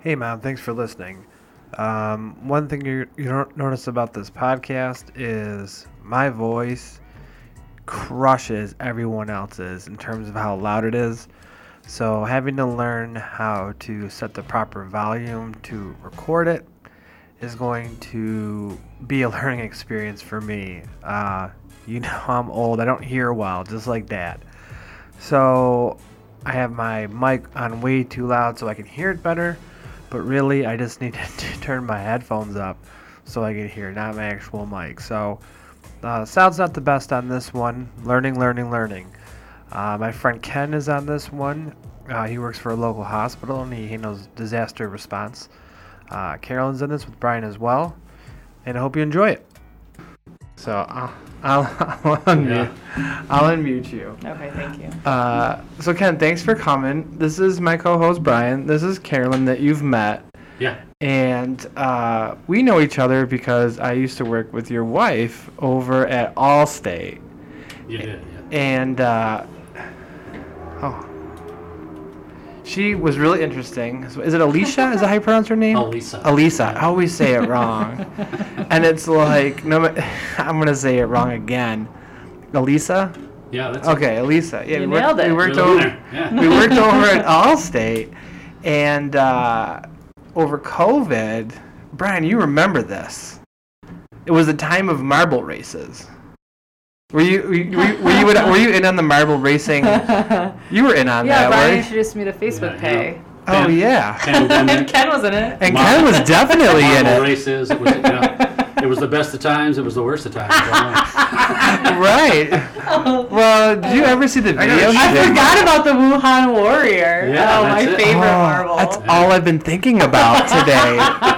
Hey, Mom, thanks for listening. Um, one thing you, you don't notice about this podcast is my voice crushes everyone else's in terms of how loud it is. So, having to learn how to set the proper volume to record it is going to be a learning experience for me. Uh, you know, I'm old, I don't hear well, just like that. So, I have my mic on way too loud so I can hear it better, but really, I just need to turn my headphones up so I can hear, not my actual mic. So, uh, sound's not the best on this one. Learning, learning, learning. Uh, my friend Ken is on this one. Uh, he works for a local hospital and he handles disaster response. Uh, Carolyn's in this with Brian as well, and I hope you enjoy it. So I'll, I'll, I'll unmute. I'll unmute you. Okay, thank you. Uh, so Ken, thanks for coming. This is my co-host Brian. This is Carolyn that you've met, Yeah. and uh, we know each other because I used to work with your wife over at Allstate. You did. Yeah. and uh, oh, she was really interesting. So Is it Alicia? Is that how you pronounce her name? Alisa. Alisa. I always say it wrong, and it's like no, ma- I'm gonna say it wrong again. Alisa. Yeah. That's Okay, Alisa. Yeah, You we worked, nailed it. We You're worked the over. winner. Yeah. we worked over at Allstate, and uh, over COVID, Brian, you remember this? It was the time of marble races. Were you were you, were you, were you, in, were you in on the marble racing? You were in on yeah, that, Brian right? introduced me to Facebook Yeah, Pay. Oh yeah, Ken won and it. Ken was in it. and Ken was definitely in Marble it, races. It was, you know, it was the best of times. It was the worst of times. I right? Well, did you ever see the video? gotta she Oh. I did? forgot about the Wuhan Warrior. Yeah, oh, my that's it. favorite Oh, marble. That's all I've been thinking about today.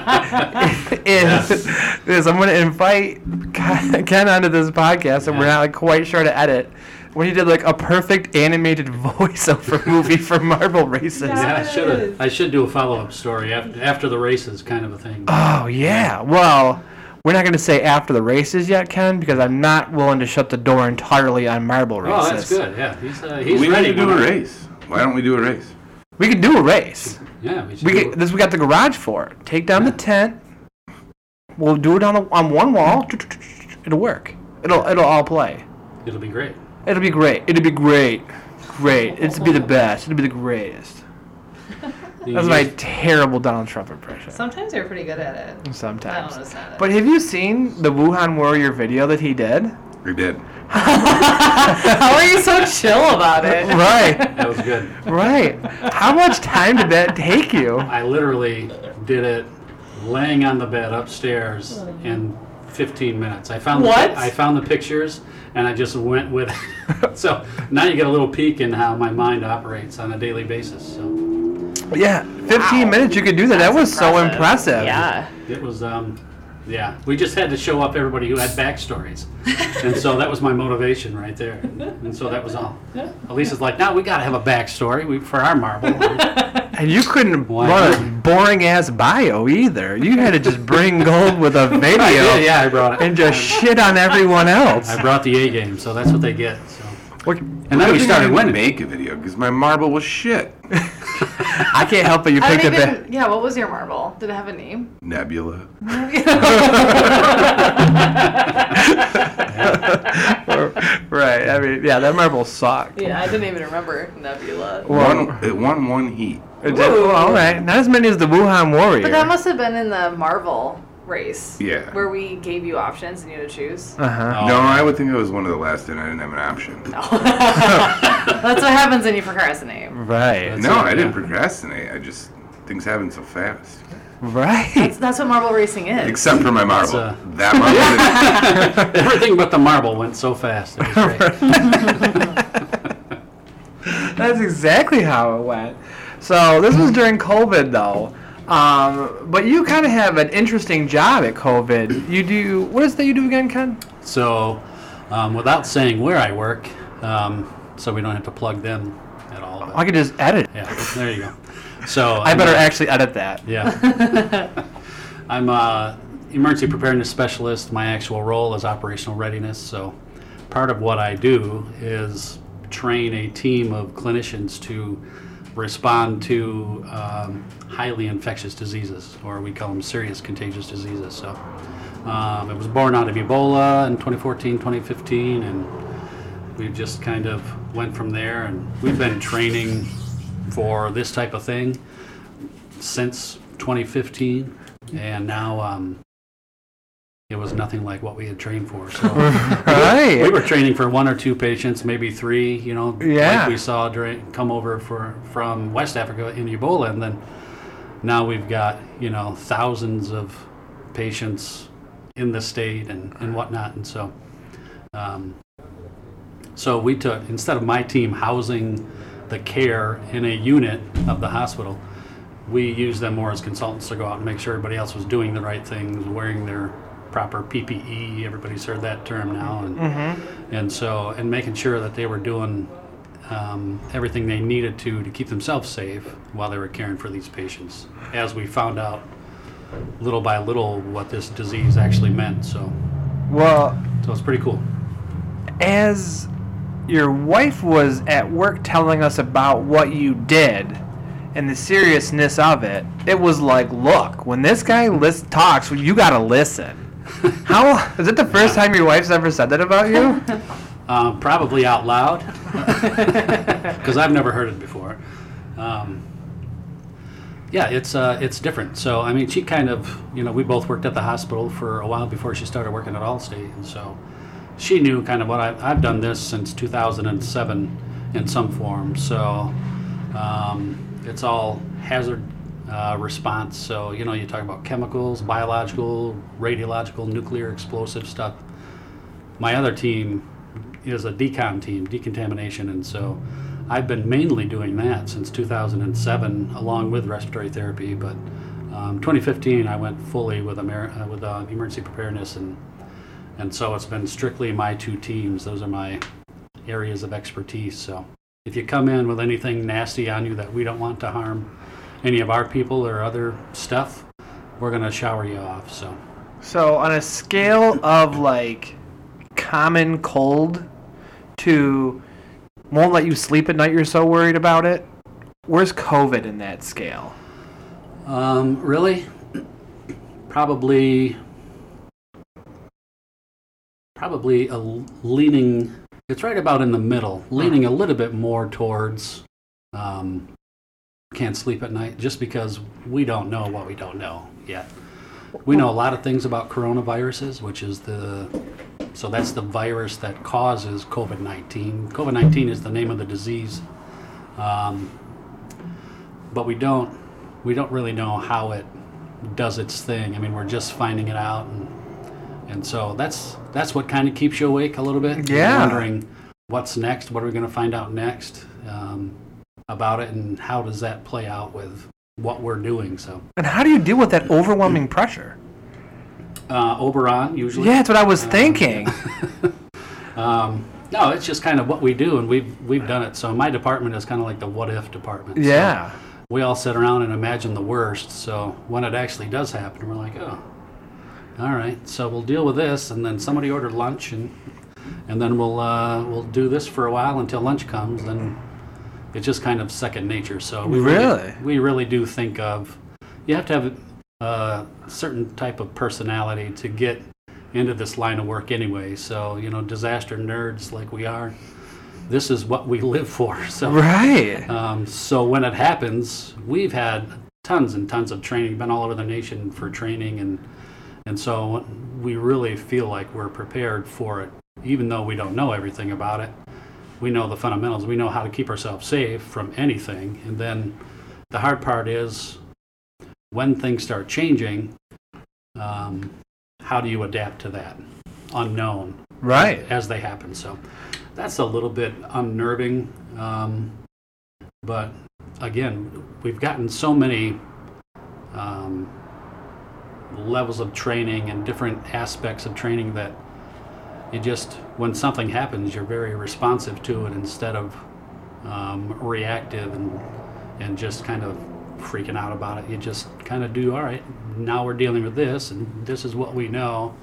is, is I'm going to invite Ken Ken onto this podcast, and we're Yeah. not quite sure to edit. When he did like a perfect animated voiceover movie for Marvel Races. don't know. yeah, I should Yes. have. I should do a follow up story after, after the races, kind of a thing. Oh yeah. Well, we're not going to say after the races yet, Ken, because I'm not willing to shut the door entirely on Marvel Races. oh, that's good. Yeah, he's uh, he's We need ready. to do when a I- race. Why don't we do a race? We could do a race. Yeah, we should. We do could, this we got the garage for. it. Take down the tent. We'll do it on the on one wall. Mm-hmm. It'll work. It'll it'll all play. it. It'll be great. It'll be great. It'll be great. Great. It'll be the best. It'll be the greatest. You That's use- my terrible Donald Trump impression. Sometimes you're pretty good at it. That one Sometimes. was not it. But have you seen the Wuhan Warrior video that he did? We did. How are you so chill about it? Right. That was good. Right. How much time did that take you? I literally did it laying on the bed upstairs in 15 minutes. I found What? The, I found the pictures and I just went with it. so now you get a little peek in how my mind operates on a daily basis. So Yeah. 15 minutes you could do that. that was so impressive. Yeah. it was, um, yeah, we just had to show up everybody who had backstories, and so that was my motivation right there. And so that was all. Elisa's like, now we got to have a backstory we, for our marble. And you couldn't Why run a not? boring ass bio either. You had to just bring gold with a video I did, yeah, I brought it. and just shit on everyone else. I brought the A game, so that's what they get. So. What- And then we started to winning. make a video because my marble was shit. I can't help but you I picked don't up a even, yeah, what was your marble? Did it have a name? Nebula. right. I mean, yeah, that marble sucked. Yeah, I didn't even remember Nebula. Well, Won, it won one heat. it did- well, all right. Not as many as the Wuhan Warrior. But that must have been in the Marvel race. Yeah. Where we gave you options and you had to choose. uh-huh. Oh. No, I would think I was one of the last in. I didn't have an option. No, That's what happens when you procrastinate. Right. That's it, I didn't yeah. procrastinate. I just things happen so fast. Right. That's, that's what marble racing is. Except for my marble. uh, That marble. Everything but the marble went so fast. It was great. That's exactly how it went. So this was during COVID, though. Um, but you kind of have an interesting job at COVID. You do what is that you do again, Ken? so, um, without saying where I work, um, so we don't have to plug them at all. but- I could just edit. it. yeah, there you go. So I better actually edit that. Yeah. I'm a emergency preparedness specialist. My actual role is operational readiness. So, part of what I do is train a team of clinicians to respond to um, highly infectious diseases, or we call them serious contagious diseases. So um, it was born out of Ebola in 2014, 2015, and we just kind of went from there. And we've been training for this type of thing since 2015, and now um, it was nothing like what we had trained for. So. Right. We were training for one or two patients, maybe three. You know, Yeah. like we saw during come over for from West Africa in Ebola, and then now we've got you know thousands of patients in the state and and whatnot, and so. Um, so we took instead of my team housing the care in a unit of the hospital, we used them more as consultants to go out and make sure everybody else was doing the right things, wearing their proper PPE. Everybody's heard that term now, and and so and making sure that they were doing um, everything they needed to to keep themselves safe while they were caring for these patients. As we found out little by little what this disease actually meant, so Well, so it's pretty cool. as your wife was at work telling us about what you did and the seriousness of it, it was like, look, when this guy list talks, you gotta listen. How is it the first time your wife's ever said that about you? Um, probably out loud, because I've never heard it before. Um, yeah, it's uh, it's different. So I mean, she kind of, you know, we both worked at the hospital for a while before she started working at Allstate, and so she knew kind of what I, I've done this since 2007 in some form. So um, it's all hazard uh, response. So you know, you talk about chemicals, biological, radiological, nuclear, explosive stuff my other team is a decon team, decontamination, and so I've been mainly doing that since 2007, along with respiratory therapy. But um, 2015, I went fully with Amer- uh, with uh, emergency preparedness, and and so it's been strictly my two teams. Those are my areas of expertise. So if you come in with anything nasty on you that we don't want to harm any of our people or other stuff, we're gonna shower you off. So. So on a scale of like common cold to won't let you sleep at night, you're so worried about it. Where's COVID in that scale? Um, really? Probably. Probably a l- leaning. It's right about in the middle, leaning a little bit more towards. Um, can't sleep at night just because we don't know what we don't know yet. We know a lot of things about coronaviruses, which is the so that's the virus that causes COVID nineteen. COVID nineteen is the name of the disease. Um, but we don't we don't really know how it does its thing. I mean, we're just finding it out, and and so that's that's what kind of keeps you awake a little bit. You're Yeah. wondering what's next. What are we going to find out next um, about it, and how does that play out with what we're doing? So And how do you deal with that overwhelming pressure? uh, Oberon usually. Yeah, that's what I was thinking. Um, no, it's just kind of what we do, and we've we've done it. So my department is kind of like the what if department. So Yeah. we all sit around and imagine the worst. So when it actually does happen, we're like, oh, all right. So we'll deal with this, and then somebody ordered lunch, and and then we'll uh, we'll do this for a while until lunch comes. Then it's just kind of second nature. So we Really? we really do think of you have to have a certain type of personality to get into this line of work anyway. So you know, disaster nerds like we are, this is what we live for. So. Right. Um, so when it happens, we've had tons and tons of training, been all over the nation for training, and and so we really feel like we're prepared for it, even though we don't know everything about it. We know the fundamentals. We know how to keep ourselves safe from anything, and then the hard part is when things start changing. Um, how do you adapt to that unknown? Right. as they happen. So that's a little bit unnerving. Um, but again, we've gotten so many um, levels of training and different aspects of training that you just, when something happens, you're very responsive to it instead of um, reactive and, and just kind of freaking out about it. You just kind of do, all right, now we're dealing with this, and this is what we know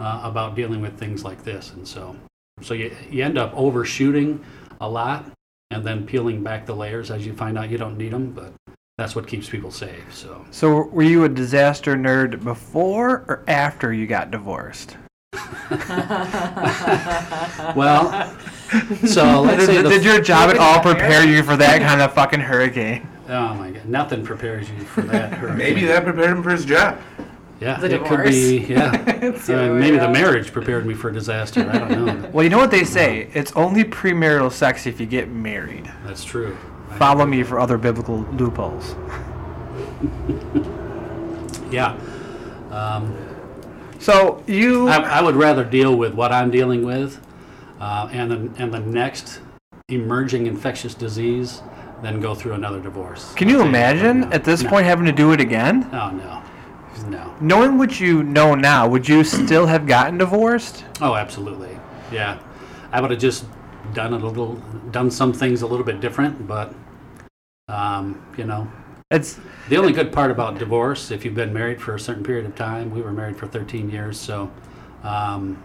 uh, about dealing with things like this. And so, so you, you end up overshooting a lot and then peeling back the layers as you find out you don't need them. But that's what keeps people safe. So So, were you a disaster nerd before or after you got divorced? well, so let's say Did, the did your job at all prepare you for that kind of fucking hurricane? oh my god, nothing prepares you for that. hurricane. Maybe that prepared him for his job. yeah, The it could be yeah. It's the Uh, other way maybe the around. marriage prepared me for disaster. I don't know. Well, you know what they say. It's only premarital sex if you get married. That's true. Follow me for other biblical loopholes. Yeah. So you, I, I would rather deal with what I'm dealing with uh, and, the, and the next emerging infectious disease than go through another divorce. can you I'll tell that right imagine now. at this No. point having to do it again? Oh, no. No. Knowing what you know now, would you still have gotten divorced? Oh, absolutely. Yeah. I would have just done a little, done some things a little bit different, but, um, you know. It's The only good part about divorce, if you've been married for a certain period of time, we were married for 13 years, so um,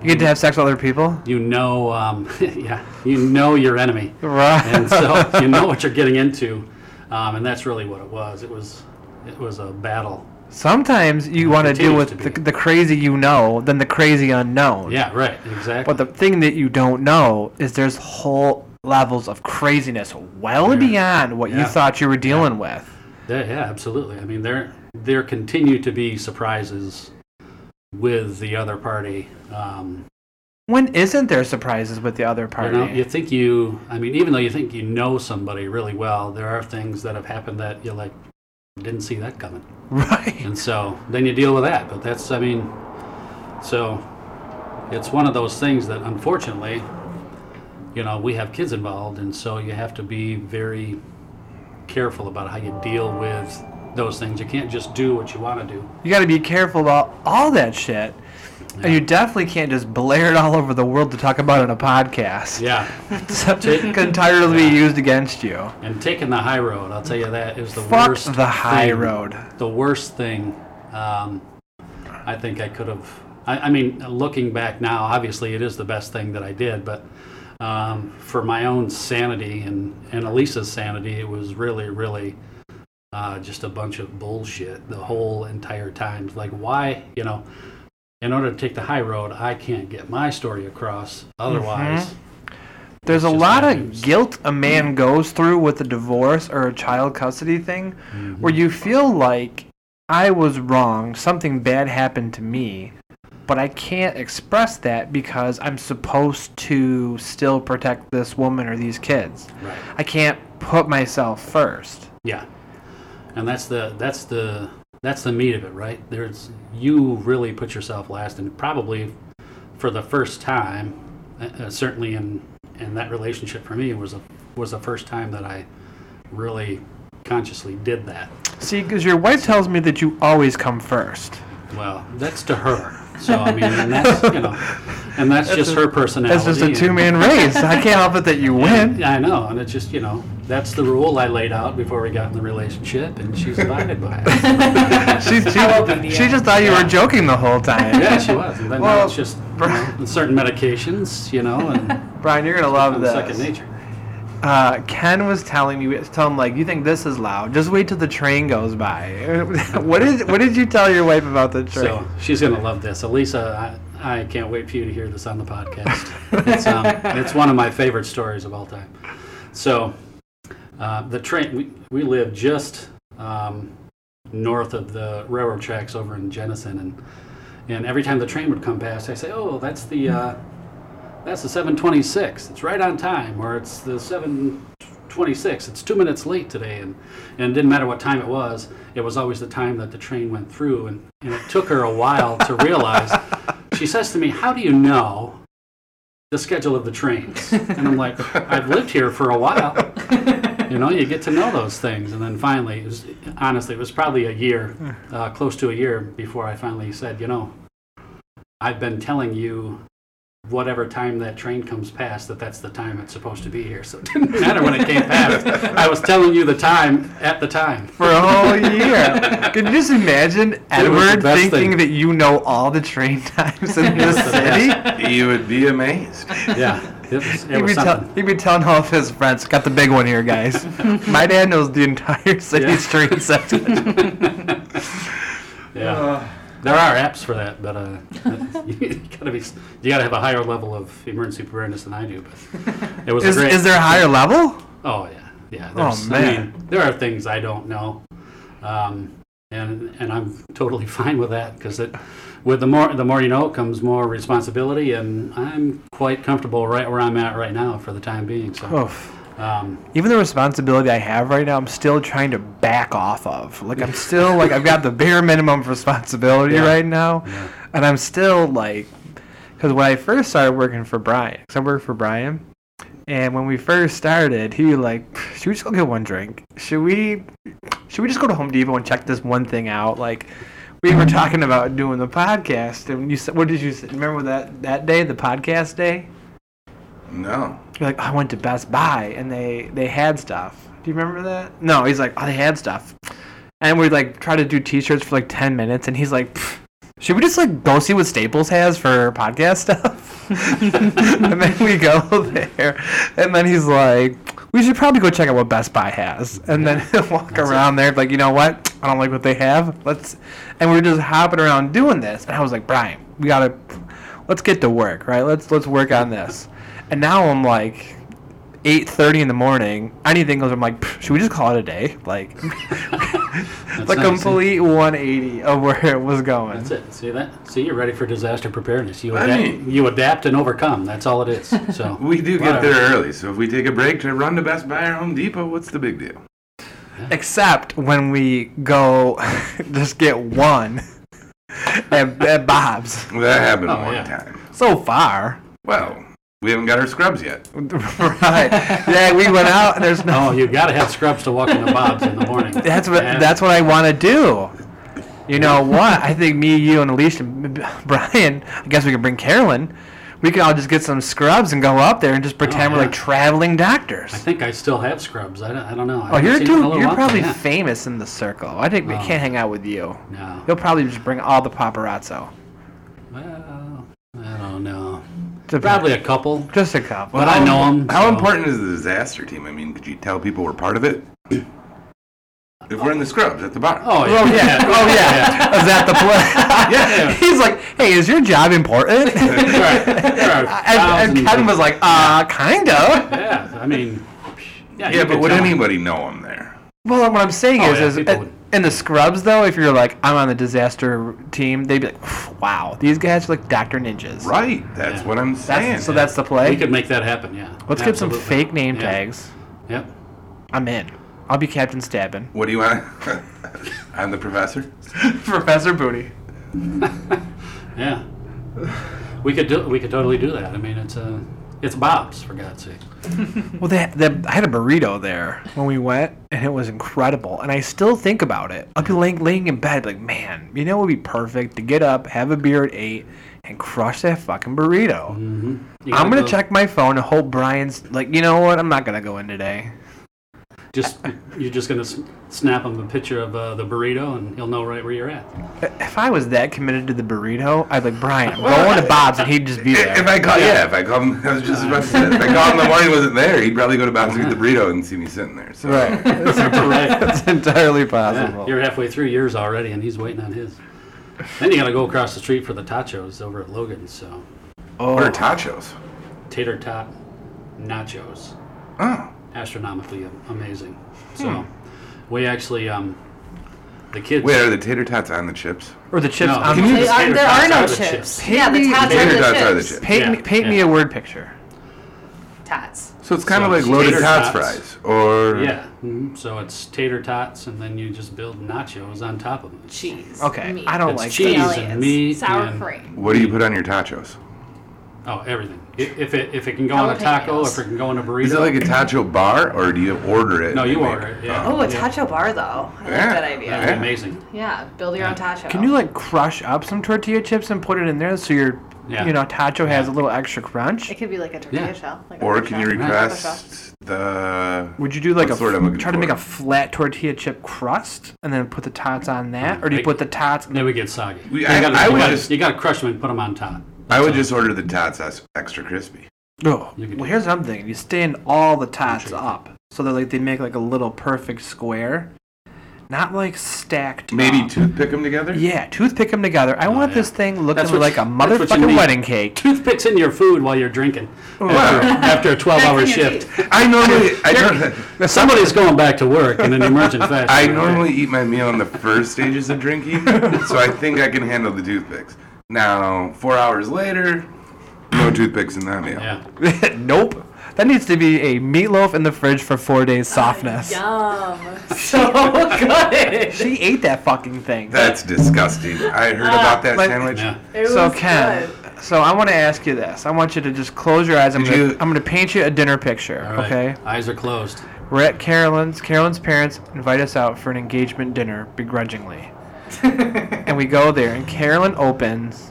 you get to have sex with other people. you know, um, yeah, you know your enemy. Right. and so you know what you're getting into, um, and that's really what it was. It was it was a battle. Sometimes you want to deal continues with to the, be. the crazy you know than the crazy unknown. Yeah, right, exactly. But the thing that you don't know is there's whole levels of craziness well beyond what you Yeah. thought you were dealing with. There- yeah, absolutely. I mean, there there continue to be surprises with the other party. Um, When isn't there surprises with the other you party? know, you think you. I mean, even though you think you know somebody really well, there are things that have happened that you're like didn't see that coming, Right. and so then you deal with that. But that's, I mean, so it's one of those things that unfortunately you know, we have kids involved, and so you have to be very careful about how you deal with those things. You can't just do what you want to do. You got to be careful about all that shit. And you definitely can't just blare it all over the world to talk about in a podcast. Yeah. Subject can entirely be used against you. And taking the high road, I'll tell you that is the Fuck worst. the high thing- road. The worst thing. Um, I think I could have. I, I mean, looking back now, obviously it is the best thing that I did, but um, for my own sanity and and Elisa's sanity, it was really, really uh, just a bunch of bullshit the whole entire time. Like, why, you know? In order to take the high road, I can't get my story across. Otherwise, There's a just lot bad of news. guilt a man goes through with a divorce or a child custody thing where Mm-hmm. you feel like I was wrong, something bad happened to me, but I can't express that because I'm supposed to still protect this woman or these kids. right? I can't put myself first. Yeah, and that's the that's the that's the meat of it, right? There's you really put yourself last, and probably for the first time, uh, uh, certainly in in that relationship for me was a was the first time that I really consciously did that. See, because your wife tells me that you always come first. Well, that's to her. So I mean, and that's you know, and that's, just her personality. That's just a and- two man race. I can't help it that you win. I know, and it's just you know that's the rule I laid out before we got in the relationship, and she's abided by it. She, she, she just thought you were joking the whole time. Yeah, she was. And then Well, now it's just you know, certain medications, you know, and, Brian, you're going to love and this. second nature. Uh, Ken was telling me, tell him like, you think this is loud? Just wait till the train goes by. what is? What did you tell your wife about the train? So she's gonna love this. Elisa, I, I can't wait for you to hear this on the podcast. It's, um, it's one of my favorite stories of all time. So uh, the train, we, we live just um, north of the railroad tracks over in Jenison, and and every time the train would come past, I say, oh, that's the uh, that's the 726. It's right on time, or it's the 726. It's two minutes late today, and, and it didn't matter what time it was. It was always the time that the train went through, and, and it took her a while to realize. She says to me, "How do you know the schedule of the trains?" And I'm like, "I've lived here for a while." You know, you get to know those things, and then finally, it was, honestly, it was probably a year, uh, close to a year, before I finally said, "You know, I've been telling you whatever time that train comes past that that's the time it's supposed to be here so it didn't matter when it came past i was telling you the time at the time For a whole year. Can you just imagine Edward best thinking thing. that you know all the train times in this the best. city? You would be amazed. yeah It was, it He'd was be, tell, something. he'd be telling all of his friends, got the big one here, guys. My dad knows the entire city Yeah. street section. yeah. there are apps for that, but uh, you gotta be you gotta have a higher level of emergency preparedness than I do. But it was Is, a great. is there a higher level? Oh yeah, yeah. Oh, There's, I man. mean, there are things I don't know, um, and and I'm totally fine with that because it, with the more the more you know, comes more responsibility, and I'm quite comfortable right where I'm at right now for the time being. So, Oof. um, Even the responsibility I have right now, I'm still trying to back off of. Like, I'm still, like, I've got the bare minimum of responsibility Yeah. right now. And I'm still, like, because when I first started working for Brian, 'cause I work for Brian, and when we first started, he was like, "Should we just go get one drink? Should we, should we just go to Home Depot and check this one thing out?" Like, we were talking about doing the podcast, and you said, "What did you say? remember that that day, the podcast day?" No. You're like, "Oh, "I went to Best Buy, and they they had stuff." Do you remember that? No, he's like, "Oh, they had stuff," and we like try to do T-shirts for like ten minutes, and he's like. "Pfft, Should we just like go see what Staples has for podcast stuff? and then we go there, and then he's like, "We should probably go check out what Best Buy has." And then he'll walk around there, like, you know what? I don't like what they have. Let's, and we we're just hopping around doing this. And I was like, Brian, we gotta, let's get to work, right? Let's let's work on this. And now I'm like. 8:30 in the morning. Anything goes. I'm like, "Pff, should we just call it a day? Like, that's the nice. complete 180 of where it was going. That's it. See that? See, you're ready for disaster preparedness. You I adapt, mean- you adapt and overcome. That's all it is. So We do get Whatever. there early, so if we take a break to run to Best Buy or Home Depot, what's the big deal? Except when we go just get one at, at Bob's. That happened Oh, one yeah. time. So far. Well, we haven't got our scrubs yet. right. Yeah, we went out and there's no Oh, you got to have scrubs to walk in the bobs in the morning. that's what Yeah. that's what I wanna do. You know what? I think me, you and Alicia and B- B- Brian, I guess we could bring Carolyn. We could all just get some scrubs and go up there and just pretend we're Oh, yeah. like traveling doctors. I think I still have scrubs. I don't, I don't know. I Oh, haven't you're seen them in too, a little you're while. probably Yeah. Oh. famous in the circle. I think we can't hang out with you. No. You'll probably just bring all the paparazzo. Well, I don't know. Depends. Probably a couple, Just a couple. but I know them. Um, How important is the disaster team? I mean, could you tell people we're part of it? If we're in the scrubs at the bar. Oh yeah. Oh yeah! Oh yeah! Is that the play? Yeah. He's like, "Hey, is your job important?" and, Right. There are and thousands Kevin of- was like, "Uh, kind of." Yeah, I mean. Yeah, Yeah, you but could would tell. anybody know I'm there? Well, what I'm saying Oh, is, yeah, is people uh, would- in the scrubs though, if you're like, "I'm on the disaster team," they'd be like, "Wow, these guys are like Doctor Ninjas." Right. That's Yeah. what I'm That's- saying. so that's the play. We could make that happen. Yeah. Let's get some Absolutely. fake name Yeah. tags. Yep. I'm in. I'll be Captain Stabbin. what do you want? I'm the professor. Professor Booty. Yeah. We could do. We could totally do that. I mean, it's uh, it's Bob's for God's sake. Well, they, they, I had a burrito there when we went, and it was incredible. And I still think about it. I'll be laying, laying in bed, like, man, you know what would be perfect to get up, have a beer at 8, and crush that fucking burrito. Mm-hmm. You I'm gotta going go- to check my phone and hope Brian's like, you know what? I'm not going to go in today. Just you're just gonna s- snap him a picture of uh, the burrito, and he'll know right where you're at. If I was that committed to the burrito, I'd like, Brian, I'm going to Bob's, and he'd just be I- If there. I call, yeah, if I call him, I was just about to say, that. if I call him in the morning, he wasn't there, he'd probably go to Bob's and get the burrito and see me sitting there. So. Right. It's, Right. it's entirely Yeah, possible. you're halfway through yours already, and he's waiting on his. Then you gotta go across the street for the tachos over at Logan's. So What are oh, tachos? tater tot nachos, Oh, astronomically am- amazing. So Hmm. we actually um, the kids. wait, are the tater tots on the chips? or the chips. No, on the the chips- chips. They are, tater tots are there are no the chips. chips. Yeah, the Pig- tots Tater are the tots chips. are the chips. Paint, me, Yeah, paint me yeah. a word picture. Tots. So it's kind of So like it's loaded tater tots, tots. fries, or Yeah, mhm. so it's tater tots, and then you just build nachos on top of it. Cheese. Okay, Meat. I don't It's like cheese that. Alias. and meat Sour and- cream. what do you put on your tachos? Oh, everything. I- If it if it can go on a Jalapenos. taco, if it can go on a burrito. Is it like a tacho bar, or do you order it? No, and you they order it, yeah. Oh. Oh, a tacho bar though. I like Yeah. that idea. that'd be Yeah. amazing. build your own tacho. Can you like crush up some tortilla chips and put it in there so your Yeah. you know tacho has Yeah. a little extra crunch? It could be like a tortilla Yeah. shell. Like a Or hard can you shell. request the? Would you do like What a sort I'm f- looking try to make for? a flat tortilla chip crust and then put the tots on that, or do you Like- put the tots? They would get soggy. We- you, I- gotta, I you would gotta- just- you gotta crush them and put them on top. Oh. I would just order the tots as extra crispy. No. You can Well, do here's what I'm thinking. You stand all the tots Shape. up, so they're like they make like a little perfect square, not like stacked. Maybe up. toothpick them together. Yeah, toothpick them together. I want Oh, yeah. this thing looking That's what like a you- that's what you motherfucking need. wedding cake. Toothpicks in your food while you're drinking Oh, after, after a 12 hour That's in your shift. I normally, I, nor- Somebody's going back to work in an emergent fashion. I right? normally eat my meal in the first stages of drinking, so I think I can handle the toothpicks. Now, four hours later, no toothpicks in that meal. Yeah. nope. That needs to be a meatloaf in the fridge for four days softness. Yum. So good. She ate that fucking thing. That's disgusting. I heard about that like- sandwich. Yeah. It so was Ken, good. so I want to ask you this. I want you to just close your eyes. I'm Did gonna, you- I'm gonna paint you a dinner picture. All right. Okay. Eyes are closed. We're at Carolyn's. Carolyn's parents invite us out for an engagement dinner, begrudgingly. and we go there, and Carolyn opens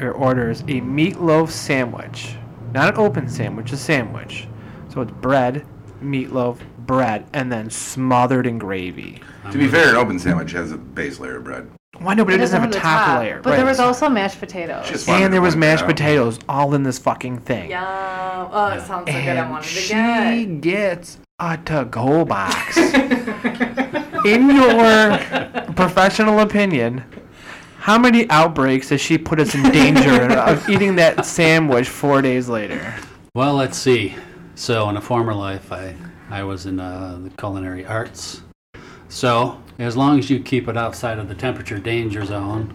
or orders a meatloaf sandwich. Not an open sandwich, a sandwich. So it's bread, meatloaf, bread, and then smothered in gravy. To be fair, an open sandwich has a base layer of bread. Why no, but it doesn't have a top, layer. But right. there was also mashed potatoes. Just wanted and to there was point that mashed out. potatoes all in this fucking thing. Yum. Oh, it sounds so good. I And wanted to she get. gets a to-go box. In your professional opinion, how many outbreaks does she put us in danger of eating that sandwich four days later? Well, let's see. So, in a former life, I, I was in uh, the culinary arts. So, as long as you keep it outside of the temperature danger zone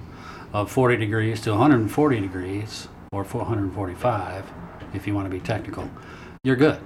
of 40 degrees to 140 degrees, or 445, if you want to be technical, you're good.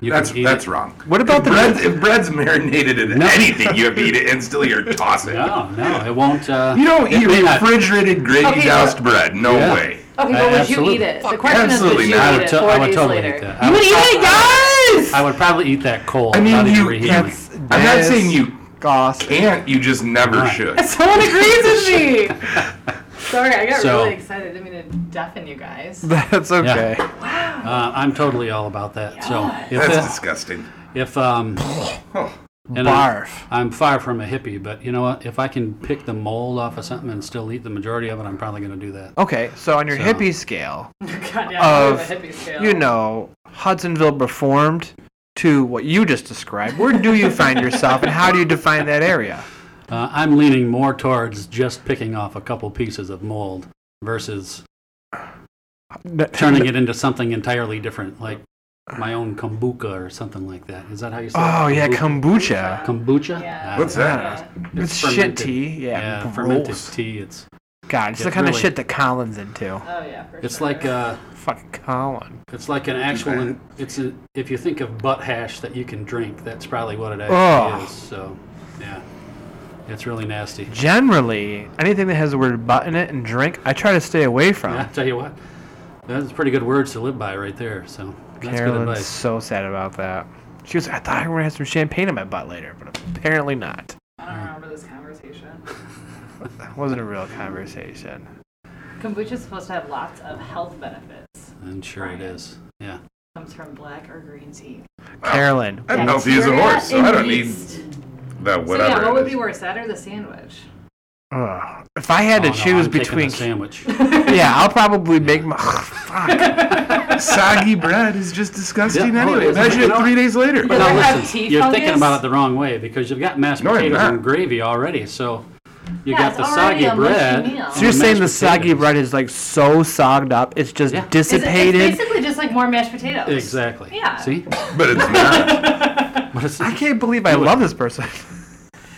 You That's can eat that's it. wrong. What about the bread's, if bread's marinated in anything, you have to eat it and still you're tossing. No, no, it won't. Uh, You don't it eat may not- refrigerated gravy Okay, doused bread. No Yeah. way. Okay, Uh, but would you absolutely. eat it? The question is, would absolutely you not. I eat would it to- four I would days totally later? eat that. You I would would, eat it, guys! I would probably eat that cold. I mean, not even you- reheat it. That's I'm not saying you disgusting. can't. You just never Right. should. Someone agrees with me. Sorry, I got So- really excited. I mean, to deafen you guys. That's okay. Uh, I'm totally all about that. So if That's this, disgusting. if um, and uh, I, Barf. I'm far from a hippie, but you know what? If I can pick the mold off of something and still eat the majority of it, I'm probably going to do that. Okay, so on your So- hippie scale, God, yeah, Of- I'm a hippie scale. you know, Hudsonville reformed to what you just described. Where do you find yourself and how do you define that area? Uh, I'm leaning more towards just picking off a couple pieces of mold versus turning it into something entirely different, like my own kombucha or something like that. Is that how you say? it? Oh yeah, kombucha. Kombucha. Yeah. Ah, What's that? Yeah. It's shit fermented. tea. Yeah, Yeah, gross. fermented tea. It's God, it's the Yeah, kind really. of shit that Colin's into. Oh yeah, for it's sure. like uh, Fucking Colin. It's like an actual. It's a, if you think of butt hash that you can drink, that's probably what it actually Ugh. is. So, yeah, it's really nasty. Generally, anything that has the word "butt" in it and drink, I try to stay away from. I tell you what, that's pretty good words to live by right there. So that's good Carolyn's advice. so sad about that. She was. I thought I were gonna have some champagne in my butt later, but apparently not. I don't remember this conversation. That wasn't a real conversation. Kombucha is supposed to have lots of health benefits. And sure it is. Yeah. Comes from black or green tea. Carolyn, I'm healthy as a Bacteria horse, so and I don't need yeast. that So whatever. yeah, what it would is. be worse, that or the sandwich? ugh. if I had to Oh, no, choose I'm taking between, the sandwich. yeah, I'll probably make my. fuck. Soggy bread is just disgusting Yeah, oh, it anyway. is. Imagine You it know- three days later. But now ever have listen, tea you're thinking fungus? about it the wrong way because you've got mashed No, I'm potatoes not. and gravy already. So you Yeah, got it's the soggy already a mushy bread. meal. and So you're the saying the mashed soggy potatoes. bread is like so sogged up, it's just Yeah. Is it- it's It's, dissipated. it's basically just like more mashed potatoes. Exactly. Yeah. See, But it's not. but it's I can't believe I Do it. love this person.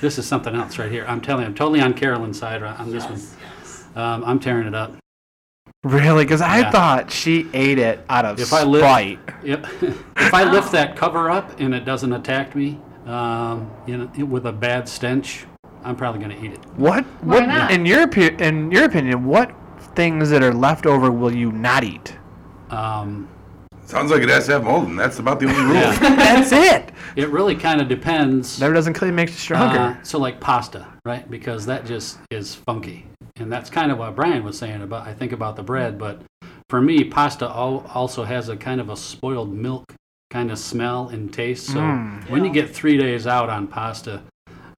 This is something else right here. I'm telling you, I'm totally on Carolyn's side right- on this one. Um, I'm tearing it up. really? Because I Yeah. thought she ate it out of If I lift, spite. Yep. if I lift that cover up and it doesn't attack me, um, you know, with a bad stench, I'm probably going to eat it. what? Why what? not? In your opi- in your opinion, what things that are left over will you not eat? Um, Sounds like it has to have mold, and that's about the only rule. yeah. That's it. it really kind of depends. That doesn't clearly make you stronger. Uh, so like pasta, right? Because that just is funky, and that's kind of what Brian was saying about. I think about the bread, but for me, pasta al- also has a kind of a spoiled milk kind of smell and taste. So when you get three uh, days out on pasta,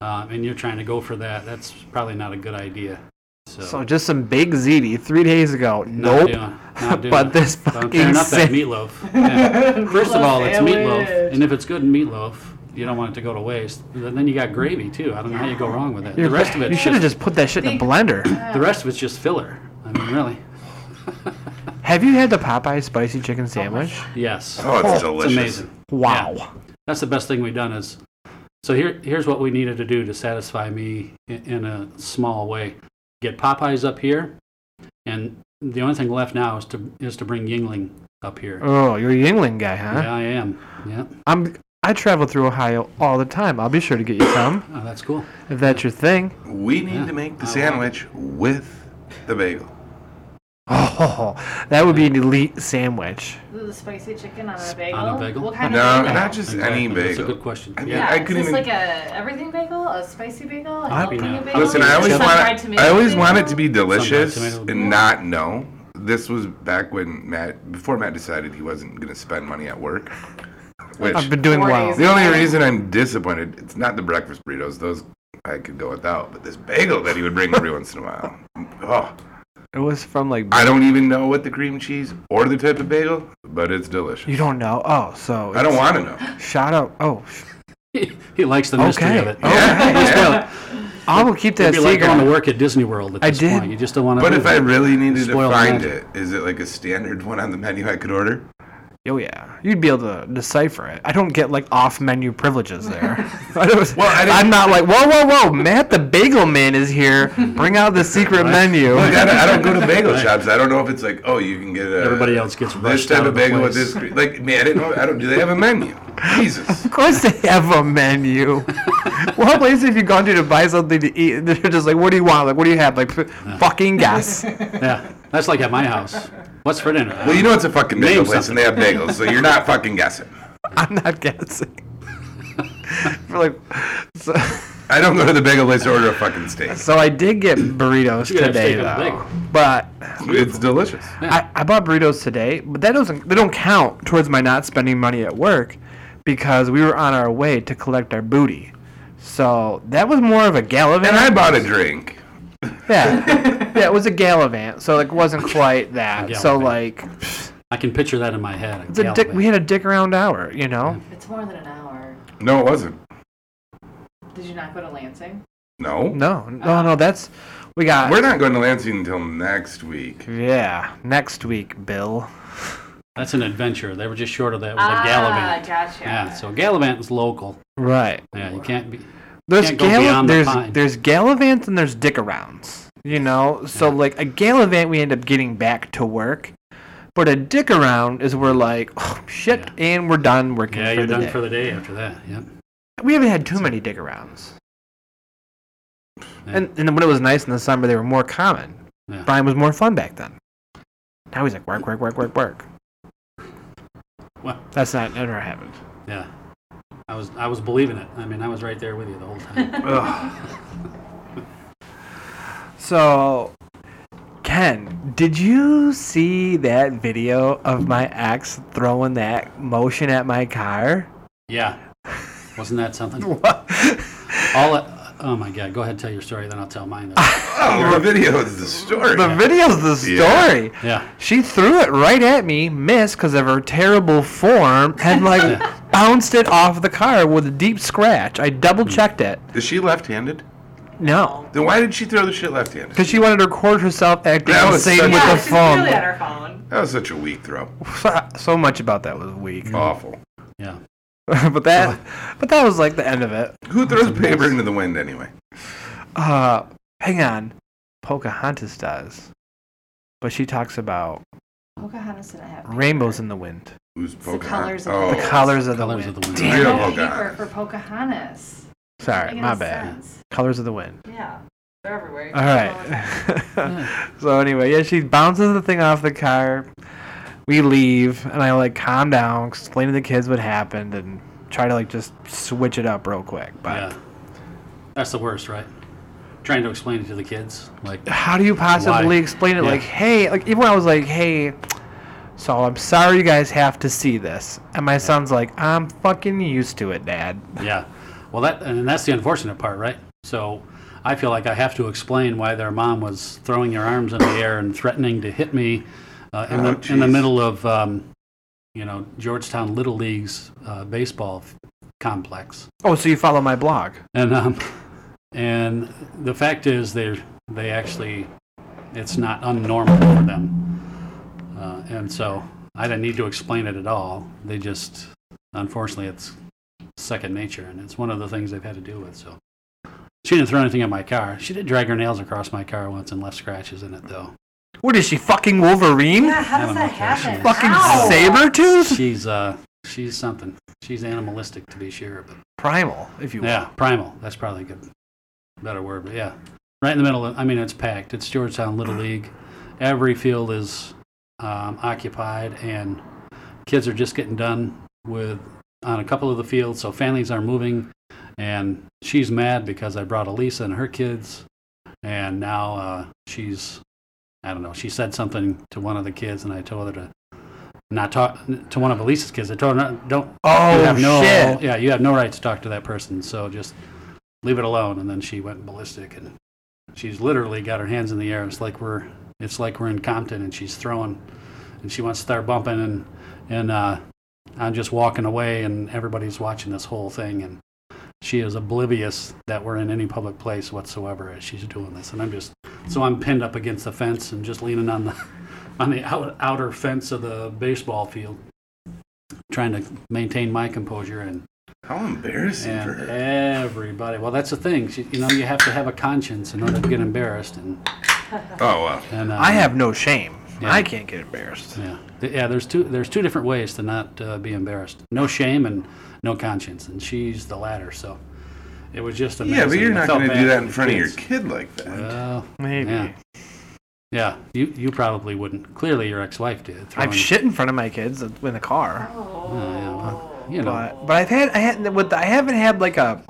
um, and you're trying to go for that, that's probably not a good idea. So just some big ziti three days ago. nope. doing- not doing but it. this But I'm fucking tearing up that sa- meatloaf. Yeah. First of Meatloaf all, it's meatloaf, sandwich. and if it's good in meatloaf, you don't want it to go to waste. Then then you got gravy too. I don't know how you go wrong with that. The rest of it, You should have just put that shit in a blender. The rest of it's just filler. I mean, really. have you had the Popeye spicy chicken sandwich? Yes. Oh, it's it's delicious. amazing. Wow. Yeah. That's the best thing we've done is. So here, here's what we needed to do to satisfy me in, in a small way. Get Popeyes up here, and the only thing left now is to is to bring Yingling up here. Oh, you're a Yingling guy, huh? Yeah, I am. Yeah, I'm. I travel through Ohio all the time. I'll be sure to get you some oh, that's cool. if that's your thing. We need Yeah, to make the I love it. sandwich with the bagel. Oh, that would be an elite sandwich. The spicy chicken on a bagel. bagel? What kind No, of bagel? not just Exactly. any That's a good bagel. question. I mean, yeah. Yeah, I is couldn't this even- like a everything bagel, a spicy bagel, a I'd be jalapeno no- bagel? Listen, I always Some fried want I tomato always want it bagel? to be delicious Some fried tomato. and not know. This was back when Matt before Matt decided he wasn't going to spend money at work. Which I've been doing Four well. days. the only reason I'm disappointed it's not the breakfast burritos. Those I could go without, but this bagel that he would bring every once in a while. Oh, It was from like. I don't even know what the cream cheese or the type of bagel, but it's delicious. You don't know? Oh, so. I don't want to know. it's- Shout out. Oh, sh- he likes the mystery okay. of it. Oh, Yeah, I will keep that It'd be like secret. going to work at Disney World at I this did. point. You just don't want to. But if I really needed to Spoiled find magic. it, is it like a standard one on the menu I could order? oh yeah, you'd be able to decipher it. I don't get like off-menu privileges there. I don't- Well, I didn't- I'm not like whoa, whoa, whoa. Matt the Bagel Man is here. Bring out the secret menu. Like, I, don't, I don't go to bagel shops. I don't know if it's like, oh, you can get a, Everybody else gets this rushed type out of of the bagel with place. this. cre- Like, man, I didn't know. I don't. Do they have a menu? Jesus. Of course they have a menu. what place have you gone to to buy something to eat? And they're just like, what do you want? Like, what do you have? Like, f- Uh-huh. fucking guess. Yeah, that's like at my house. What's for dinner? Well, you know it's a fucking bagel Name place, and they have bagels, so you're not fucking guessing. I'm not guessing. For like, so, I don't go to the bagel place to order a fucking steak. so I did get burritos You could have today steak on a though, bagel. but It's delicious. I, I bought burritos today. But that doesn't they don't count towards my not spending money at work because we were on our way to collect our booty. So that was more of a gallivant. And I bought a drink. Yeah, yeah, it was a gallivant, so like wasn't quite that. So Gallivant. like, I can picture that in my head. it's a dick. We had a dick around hour, you know. It's more than an hour. No, it wasn't. Did you not go to Lansing? No. No, no, no. That's we got. We're not going to Lansing until next week. yeah, next week, Bill. That's an adventure. They were just short of that with a ah, Gallivant. gotcha. Yeah, so Gallivant is local. Right. Yeah, you can't be. There's Can't go galli- beyond the there's pine. there's gallivants and there's dick arounds. You know, so like a gallivant, we end up getting back to work. But a dick around is we're like, oh, shit, Yeah. and we're done working. Yeah, for you're the done day. for the day after that. Yep. We haven't had too many dig arounds. And, and when it was nice in the summer, they were more common. Yeah. Brian was more fun back then. Now he's like, work, work, work, work, work. Well, That's not, that never happened. yeah. I was I was believing it. I mean, I was right there with you the whole time. So, Ken, did you see that video of my ex throwing that motion at my car? yeah. Wasn't that something? What? All. I- oh my God. Go ahead, tell your story, then I'll tell mine. Oh, the video is the story. The video's the Yeah. story. Yeah. She threw it right at me, missed because of her terrible form, and like bounced it off the car with a deep scratch. I double checked it. Is she left-handed? No, Then why did she throw the shit left-handed? because she wanted to record herself acting That was insane such- with Yeah, the she's clearly phone. on her phone. That was such a weak throw. So much about that was weak. Awful. Yeah. but that, but that was like the end of it. Who throws paper into the wind anyway? Uh, hang on, Pocahontas does, but she talks about Pocahontas didn't have paper. rainbows in the wind, Who's Oh, the Pocahontas? colors of the- the colors of the Colors wind. of the wind. They Real don't have Pocahontas. paper for Pocahontas. Sorry, Making my any bad. sense. Colors of the wind. Yeah, they're everywhere. All right. so anyway, yeah, she bounces the thing off the car. We leave, and I like calm down, explain to the kids what happened, and try to like just switch it up real quick. But Yeah. That's the worst, right? Trying to explain it to the kids. Like, how do you possibly Why? explain it? Yeah. Like, hey, like even when I was like, hey, so I'm sorry you guys have to see this, and my son's like, I'm fucking used to it, Dad. yeah. Well, that, and that's the unfortunate part, right? So I feel like I have to explain why their mom was throwing her arms in the air and threatening to hit me uh, in, Oh, the, in the jeez. middle of, um, you know, Georgetown Little League's uh, baseball f- complex. Oh, so you follow my blog? And um, and the fact is, they they actually, it's not unnormal for them. Uh, and so I didn't need to explain it at all. They just, unfortunately, it's second nature, and it's one of the things they've had to deal with. So she didn't throw anything at my car. She did drag her nails across my car once and left scratches in it, though. What is she fucking Wolverine? Yeah, how I does don't that know, Cash, happen? yeah. Fucking How? saber tooth? She's uh, she's something. She's animalistic to be sure, but Primal, if you will. Yeah, primal. That's probably a good, better word. But yeah, right in the middle. Of, I mean, it's packed. It's Georgetown Little League. Every field is um, occupied, and kids are just getting done with on a couple of the fields. So families are moving, and she's mad because I brought Elisa and her kids, and now uh, she's, I don't know. She said something to one of the kids, and I told her to. Not talk to one of Elisa's kids. I told her, not, don't Oh you have no, shit! Yeah, you have no right to talk to that person. So just leave it alone. And then she went ballistic, and she's literally got her hands in the air. It's like we're it's like we're in Compton, and she's throwing, and she wants to start bumping, and and uh, I'm just walking away, and everybody's watching this whole thing, and she is oblivious that we're in any public place whatsoever as she's doing this, and I'm just so I'm pinned up against the fence and just leaning on the on the out, outer fence of the baseball field trying to maintain my composure and, How embarrassing for and her. everybody. Well, that's the thing. She, you know, you have to have a conscience in order to get embarrassed. And, Oh wow. and uh, I have no shame. Yeah. I can't get embarrassed. Yeah, Th- yeah. There's two. There's two different ways to not uh, be embarrassed. No shame and no conscience. And she's the latter. So it was just amazing. Yeah, but you're I not felt going to bad do for that in the front of your kids. Uh, kid like that. Well, Maybe yeah, yeah. You you probably wouldn't. Clearly, your ex-wife did. throwing- I've shit in front of my kids in the car, Um, Oh, yeah, well, you know. but but I've had I had with I haven't had like a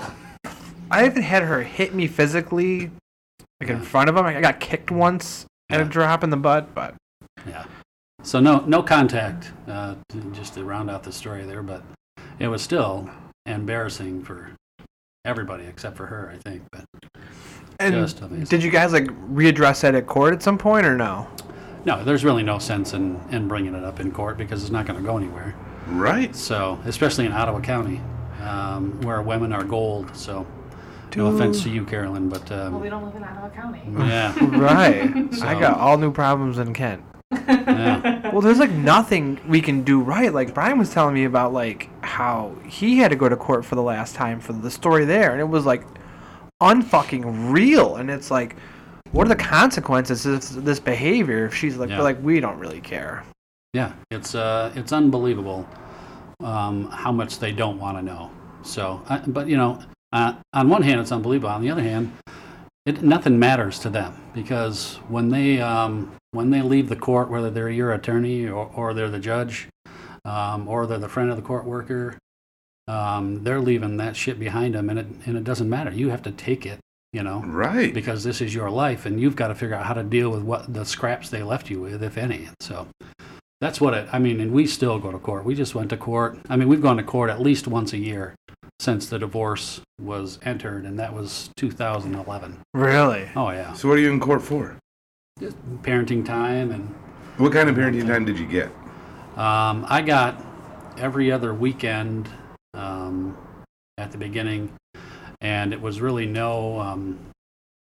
I haven't had her hit me physically like in front of them. I got kicked once and a Yeah. drop in the butt, but Yeah. So no, no contact. Uh, t- just to round out the story there, but it was still embarrassing for everybody except for her, I think. But and just amazing. did you guys like readdress that at court at some point or no? no, there's really no sense in, in bringing it up in court because it's not going to go anywhere. Right. So, especially in Ottawa County, um, where women are gold. So, no offense to you, Carolyn, but Well, we um, don't live in Ottawa County. yeah, Right. I So- got all new problems in Kent. yeah, Well, there's like nothing we can do right. Like Brian was telling me about like how he had to go to court for the last time for the story there, and it was like unfucking real. And it's like, what are the consequences of this behavior? If she's like, Yeah. we're like we don't really care. yeah. It's uh, it's unbelievable um, how much they don't want to know. So, I, but you know, uh, on one hand, it's unbelievable. On the other hand, it, nothing matters to them because when they um, when they leave the court, whether they're your attorney or, or they're the judge um, or they're the friend of the court worker, um, they're leaving that shit behind them, and it and it doesn't matter. You have to take it, you Mm-hmm. know, Right. because this is your life, and you've got to figure out how to deal with what the scraps they left you with, if any. So. That's what it. I mean, and we still go to court. We just went to court. I mean, we've gone to court at least once a year since the divorce was entered, and that was 2011. Really? Oh yeah, So what are you in court for? Just parenting time, and What kind of parenting time did you get? um, I got every other weekend um, at the beginning, and it was really no um,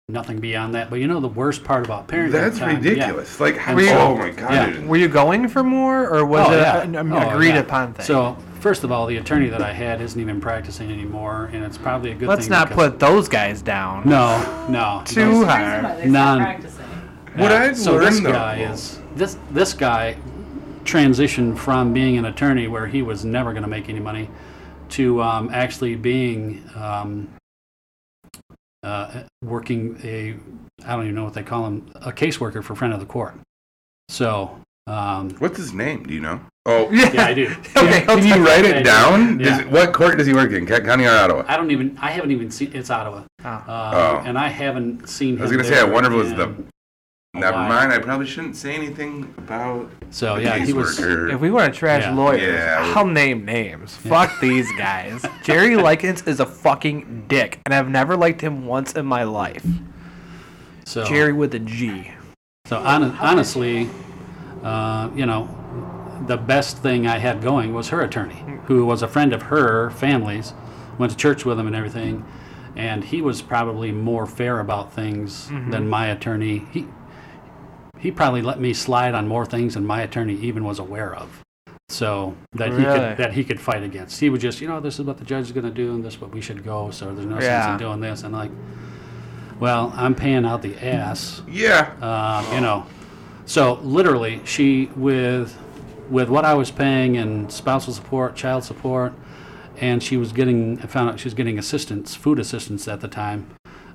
nothing beyond that. But you know the worst part about parenting That's time- yeah. ridiculous. Like, how, And oh so- my god. yeah. I didn't- Were you going for more, or was Oh, it yeah. uh, an, an Oh, agreed yeah. upon thing? So first of all, the attorney that I had isn't even practicing anymore, and it's probably a good let's thing. not because- put those guys down. No, no. Too There's a reason why hard. they None. start practicing. What Yeah. I've so this learned, though- guy is this this guy transitioned from being an attorney where he was never going to make any money to um, actually being um, uh, working a I don't even know what they call him a caseworker for friend of the court. So um, What's his name? Do you know? Oh, yeah, I do. Okay, Can you write Yeah. it down? Yeah. Is- what court does he work in? Kent County or Ottawa? I don't even I haven't even seen it's Ottawa, Oh. Um, Oh. and I haven't seen. I was him gonna say, I there wonder if it was in- the Never Why? mind. I probably shouldn't say anything about So, the yeah, he was- caseworker. If we want to trash Yeah. lawyers, Yeah. I'll name names. Fuck these guys. Jerry Likens is a fucking dick, and I've never liked him once in my life. So Jerry with a G. So hon- honestly, uh, you know, the best thing I had going was her attorney, who was a friend of her family's, went to church with him and everything, and he was probably more fair about things Mm-hmm. than my attorney. He he probably let me slide on more things than my attorney even was aware of. So that he Really? could that he could fight against. He would just, you know, this is what the judge is going to do, and this is what we should go. So there's no Yeah. sense in doing this. And like, well, I'm paying out the ass yeah. um, you know. So literally, she with with what I was paying in spousal support, child support, and she was getting. I found out she was getting assistance, food assistance at the time.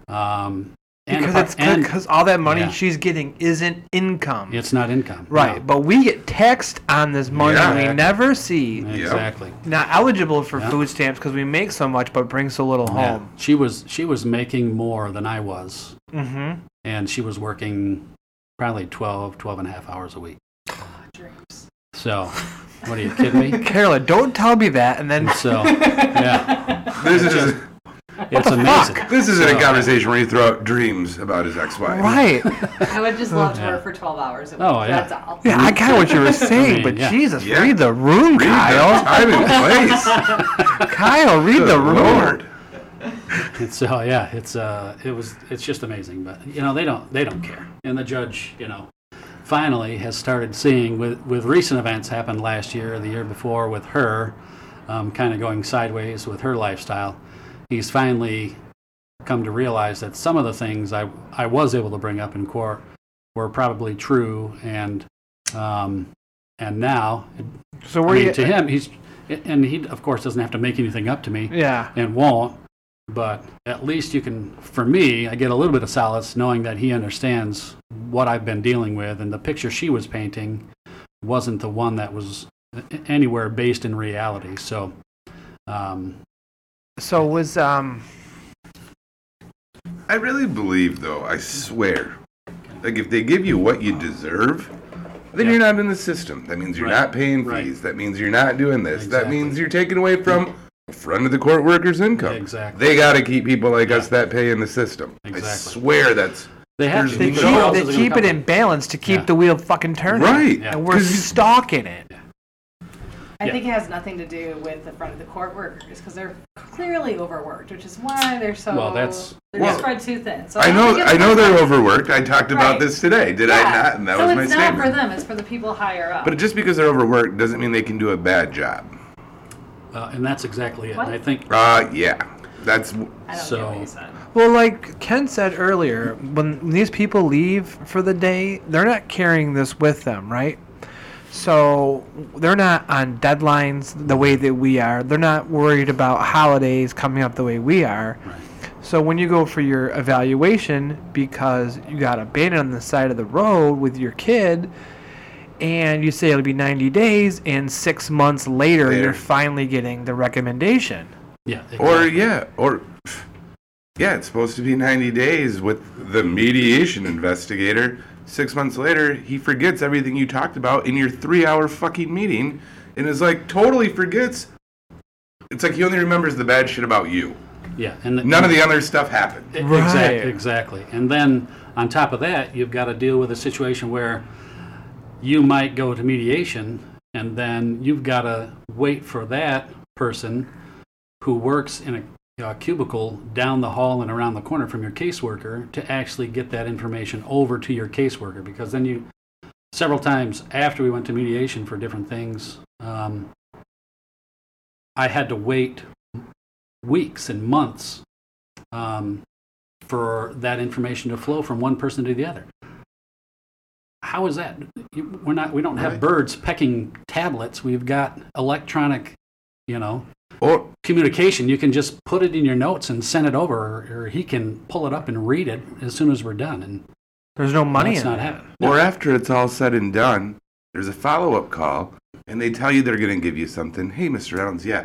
Um, and Because apart- it's and because all that money yeah. she's getting isn't income. it's not income, Right, no. but we get taxed on this money Yeah. we never see. exactly. Not eligible for Yeah. food stamps because we make so much but bring so little Yeah. home. Um, She was she was making more than I was, Mm-hmm. and she was working probably 12, 12 and a half hours a week. Dreams. So, what are you kidding me? Carolyn, don't tell me that and then So, yeah, This is it's amazing. this isn't Uh, a conversation where you throw out dreams about his ex-wife. Right. I would just love to Yeah. work for 12 hours. A week. Oh, yeah. That's all. Yeah, I got what you were saying, mean, but yeah. Jesus, Yeah. read the room, Read Kyle. the time and place. Kyle, read the Good room. Lord. And so yeah, it's uh, it was it's just amazing. But you know they don't they don't care. And the judge, you know, finally has started seeing with with recent events happened last year, the year before with her, um, kind of going sideways with her lifestyle. He's finally come to realize that some of the things I I was able to bring up in court were probably true and um, and now So I where mean, you? to him he's and he of course doesn't have to make anything up to me yeah, and won't. But at least you can, for me, I get a little bit of solace knowing that he understands what I've been dealing with, and the picture she was painting wasn't the one that was a- anywhere based in reality. So, um, so was um. I really believe, though. I swear, like if they give you what you deserve, then Yeah. you're not in the system. That means you're Right. not paying Right. fees. That means you're not doing this. That Exactly. means you're taking away from a friend of the court workers' income. Exactly. They got to keep people like us that pay in the system. I Exactly. swear that's they have There's to They no- keep, because who else they is gonna keep it cover in balance to keep Yeah. the wheel fucking turning. right. Yeah. And we're 'Cause you- stalking it. I Yeah. think it has nothing to do with the front of the court workers because they're clearly overworked, which is why they're so. Well, that's- they're Well, spread too thin. So I don't know. think it's I know for they're them. overworked. I talked about Right. this today, did I Yeah. not? And that so was my it's statement. not for them; it's for the people higher up. But just because they're overworked doesn't mean they can do a bad job. Uh, and that's exactly it. What? And I think Uh, yeah, that's I don't so- get what you said. Well, like Ken said earlier, when these people leave for the day, they're not carrying this with them, right? So they're not on deadlines the way that we are. They're not worried about holidays coming up the way we are. So when you go for your evaluation because you got abandoned on the side of the road with your kid and you say it'll be 90 days and 6 months later Later. you're finally getting the recommendation. yeah, Or exactly. yeah, or yeah, it's supposed to be 90 days with the mediation investigator. Six months later, he forgets everything you talked about in your three-hour fucking meeting, and is like totally forgets. It's like he only remembers the bad shit about you. yeah, and None of the other stuff happened. Right. E-, Exactly. Exactly. And then on top of that, you've got to deal with a situation where you might go to mediation, and then you've got to wait for that person who works in a uh, cubicle down the hall and around the corner from your caseworker to actually get that information over to your caseworker because then you several times after we went to mediation for different things um, i had to wait weeks and months um, for that information to flow from one person to the other. How is that? You- We're not. We don't have Right. birds pecking tablets. We've got electronic, you know, Or communication. You can just put it in your notes and send it over, or, or he can pull it up and read it as soon as we're done. And There's no money that's in not it. happening. Or after it's all said and done, there's a follow up call and they tell you they're going to give you something. Hey, Mr. Reynolds, yeah,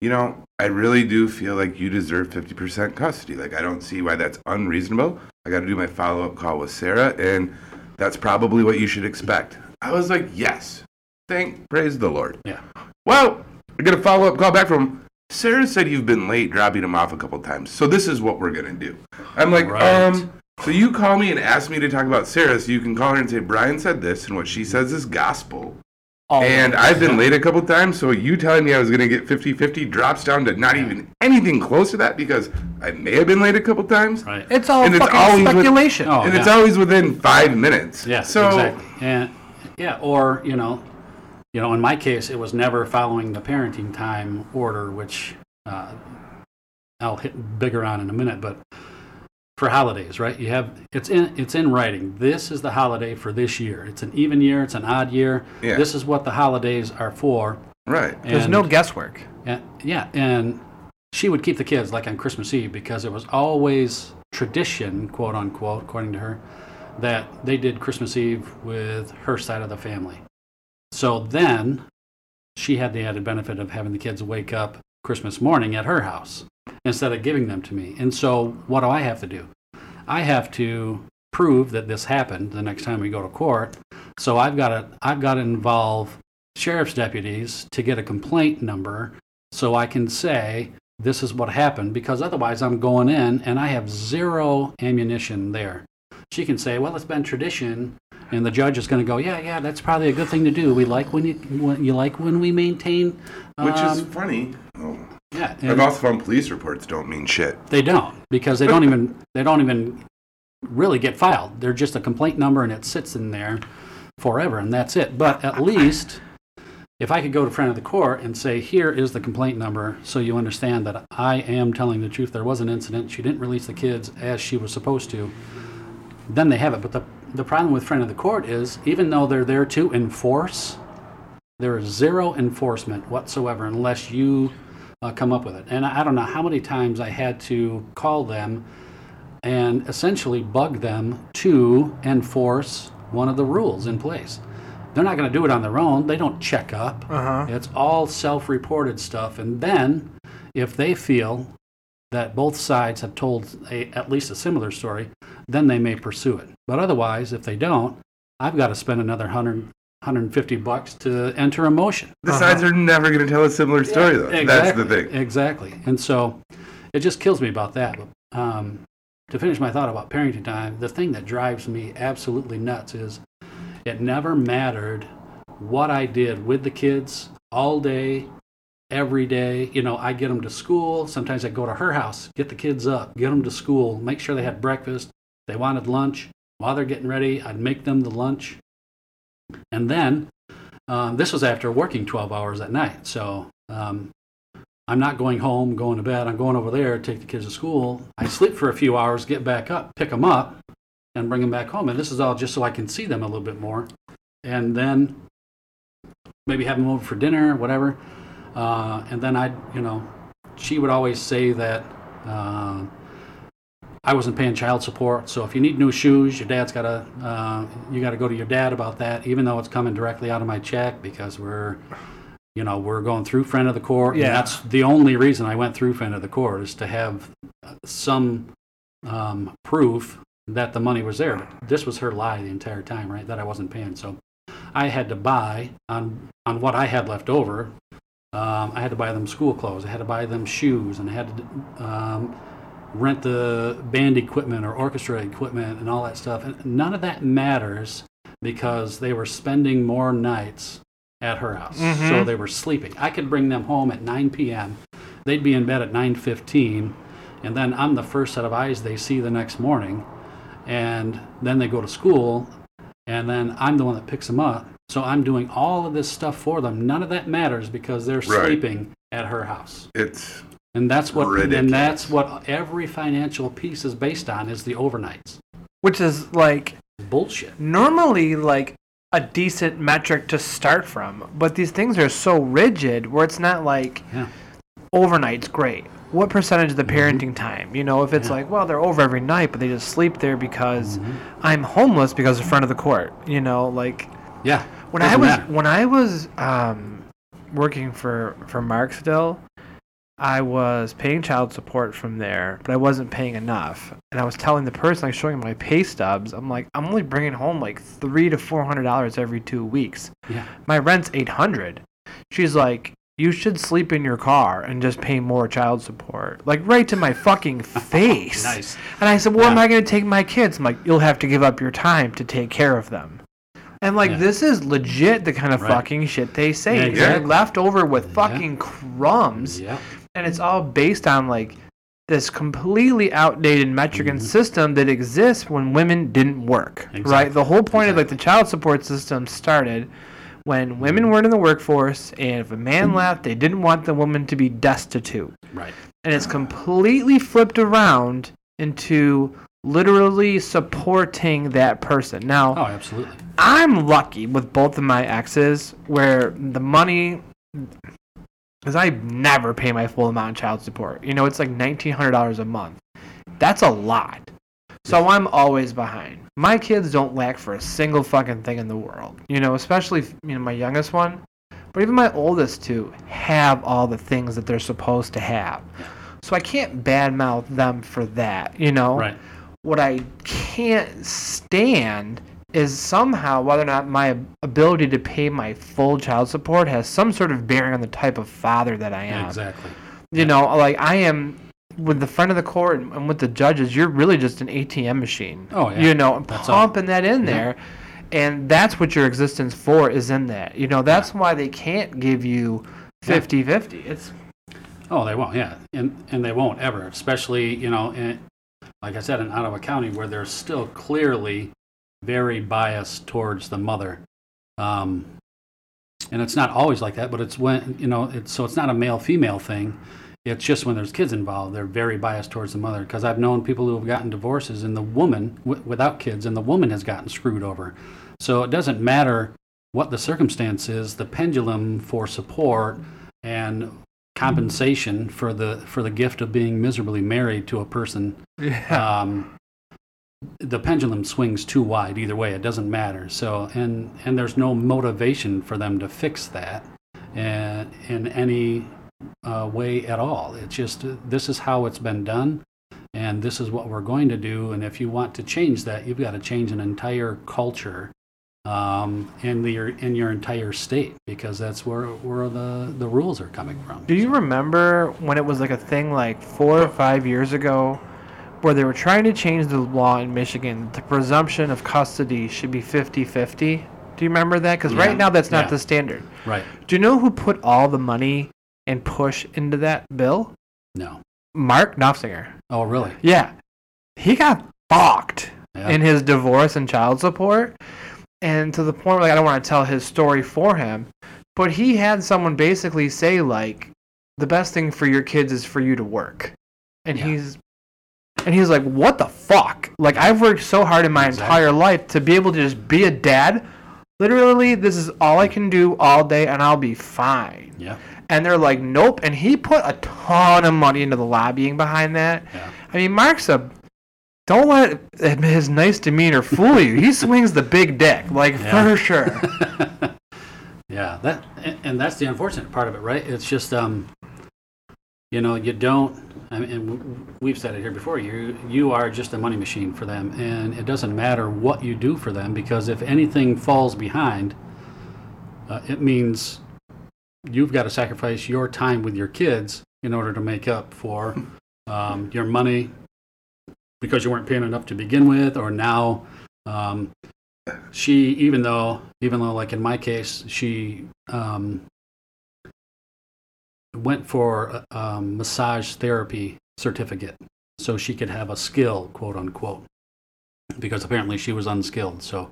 you know, I really do feel like you deserve 50% custody. Like, I don't see why that's unreasonable. I got to do my follow up call with Sarah and That's probably what you should expect. I was like, yes. Thank, praise the Lord. Yeah. Well, I get a follow up call back from him. Sarah said you've been late dropping him off a couple times, so this is what we're gonna do. I'm like, Right. um, so you call me and ask me to talk about Sarah, so you can call her and say Brian said this, and what she says is gospel. All And over. I've been late a couple times, so you telling me I was going to get 50 50 drops down to not even anything close to that because I may have been late a couple times. Right. It's all And it's fucking always with- speculation. Oh, and it's yeah. always within five minutes. Yes, so, exactly. And yeah, or you know, you know, in my case, it was never following the parenting time order, which uh, I'll hit bigger on in a minute. But for holidays, right? You have it's in it's in writing. This is the holiday for this year. It's an even year. It's an odd year. Yeah. This is what the holidays are for. Right. There's and- no guesswork. yeah, yeah, and she would keep the kids like on Christmas Eve because it was always tradition, quote unquote, according to her, that they did Christmas Eve with her side of the family. So then she had the added benefit of having the kids wake up Christmas morning at her house instead of giving them to me. And so what do I have to do? I have to prove that this happened the next time we go to court. So I've got to I've got to involve sheriff's deputies to get a complaint number so I can say this is what happened because otherwise I'm going in and I have zero ammunition there. She can say, "Well, it's been tradition," and the judge is going to go, "Yeah, yeah, that's probably a good thing to do. We like when you when, you like when we maintain." Which is um, funny. Oh. yeah, I've and also found police reports don't mean shit. they don't because they don't even they don't even really get filed. They're just a complaint number and it sits in there forever and that's it. But at least if I could go to front of the court and say, here is the complaint number, so you understand that I am telling the truth. There was an incident. She didn't release the kids as she was supposed to. Then they have it. But the, the problem with front of the court is, even though they're there to enforce, there is zero enforcement whatsoever unless you uh, come up with it. And I, I don't know how many times I had to call them and essentially bug them to enforce one of the rules in place. They're not going to do it on their own. They don't check up. It's all self reported stuff. And then if they feel that both sides have told a, at least a similar story, then they may pursue it. But otherwise, if they don't, I've got to spend another 100, 150 bucks to enter a motion. The sides Uh-huh. are never going to tell a similar story, though. That's the thing. Exactly. And so it just kills me about that. But, um, to finish my thought about parenting time, the thing that drives me absolutely nuts is it never mattered what I did with the kids all day, every day. You know, I get them to school. Sometimes I go to her house, get the kids up, get them to school, make sure they had breakfast. They wanted lunch. While they're getting ready, I'd make them the lunch. And then um, this was after working 12 hours at night. So um, I'm not going home, going to bed. I'm going over there, take the kids to school. I sleep for a few hours, get back up, pick them up, and bring them back home. And this is all just so I can see them a little bit more. And then maybe have them over for dinner, whatever. Uh, and then I'd, you know, she would always say that uh, I wasn't paying child support. So if you need new shoes, your dad's got to, uh, you got to go to your dad about that, even though it's coming directly out of my check because we're, you know, we're going through friend of the court. Yeah. And that's the only reason I went through friend of the court is to have some um, proof that the money was there. But this was her lie the entire time, right? That I wasn't paying. So I had to buy on on what I had left over. Um, I had to buy them school clothes. I had to buy them shoes, and I had to um, rent the band equipment or orchestra equipment and all that stuff. And none of that matters because they were spending more nights at her house, so they were sleeping. I could bring them home at 9 p.m. They'd be in bed at 9:15, and then I'm the first set of eyes they see the next morning. And then they go to school, and then I'm the one that picks them up. So I'm doing all of this stuff for them. None of that matters because they're Right. sleeping at her house. It's And that's what Ridiculous. and that's what every financial piece is based on is the overnights. Which is like Bullshit. normally like a decent metric to start from, but these things are so rigid where it's not like Yeah. overnight's great. What percentage of the Mm-hmm. parenting time? You know, if it's like, well, they're over every night, but they just sleep there because Mm-hmm. I'm homeless because of front of the court. You know, like Yeah. when I doesn't was matter. when I was um, working for for Marksdale, I was paying child support from there, but I wasn't paying enough. And I was telling the person, like showing him my pay stubs, I'm like, I'm only bringing home like three to four hundred dollars every two weeks. Yeah. My rent's eight hundred. She's like, you should sleep in your car and just pay more child support, like right to my fucking face. Nice. And I said, well, am Yeah. I going to take my kids? I'm like, you'll have to give up your time to take care of them. And like Yeah. this is legit the kind of Right. fucking shit they say. Yeah, They're exactly. left over with fucking crumbs Yeah. and it's all based on like this completely outdated metric Mm-hmm. and system that exists when women didn't work right Exactly. the whole point of like the child support system started when women weren't in the workforce and if a Mm-hmm. man left they didn't want the woman to be destitute Right. and it's completely flipped around into literally supporting that person now Oh, absolutely. I'm lucky with both of my exes where the money because I never pay my full amount in child support. You know, it's like nineteen hundred dollars a month. That's a lot. So I'm always behind. My kids don't lack for a single fucking thing in the world. You know, especially you know my youngest one, but even my oldest two have all the things that they're supposed to have. So I can't badmouth them for that. You know, Right. what I can't stand is somehow whether or not my ability to pay my full child support has some sort of bearing on the type of father that I am. Exactly. You know, like I am with the front of the court and- and with the judges, you're really just an ATM machine. Oh, yeah. You know, and That's all. pumping that in there. And that's what your existence for is in that. You know, that's why they can't give you 50 50. It's Oh, they won't. Yeah, and and they won't ever, especially you know, in, like I said, in Ottawa County, where they're still clearly very biased towards the mother. Um, and it's not always like that, but it's when you know, it's so it's not a male female thing. It's just when there's kids involved, they're very biased towards the mother. Because I've known people who have gotten divorces, and the woman w- without kids, and the woman has gotten screwed over. So it doesn't matter what the circumstance is. The pendulum for support and compensation for the for the gift of being miserably married to a person um, the pendulum swings too wide either way it doesn't matter so and and there's no motivation for them to fix that and in any uh, way at all it's just uh, this is how it's been done and this is what we're going to do and if you want to change that you've got to change an entire culture um, in the in your entire state because that's where where the the rules are coming from Do you remember when it was like a thing like four or five years ago where they were trying to change the law in Michigan? The presumption of custody should be 50 50. Do you remember that? Because right now that's not Yeah. the standard. right Do you know who put all the money and push into that bill? No. Mark Knopfinger. Oh, really? Yeah. He got fucked Yeah. in his divorce and child support. And to the point where like I don't want to tell his story for him, but he had someone basically say like the best thing for your kids is for you to work. And Yeah. he's and he's like, "What the fuck? Like I've worked so hard in my Exactly. entire life to be able to just be a dad. Literally, this is all I can do all day and I'll be fine." yeah. and they're like, nope. And he put a ton of money into the lobbying behind that. Yeah. I mean, Mark's a don't let his nice demeanor fool you. He swings the big dick, like Yeah. for sure. Yeah. That and, and that's the unfortunate part of it, right? It's just um you know, you don't I mean, and w- we've said it here before. You you are just a money machine for them, and it doesn't matter what you do for them because if anything falls behind, uh, it means you've got to sacrifice your time with your kids in order to make up for um, your money because you weren't paying enough to begin with, or now um, she, even though, even though, like in my case, she um, went for a, a massage therapy certificate so she could have a skill, quote unquote, because apparently she was unskilled. So,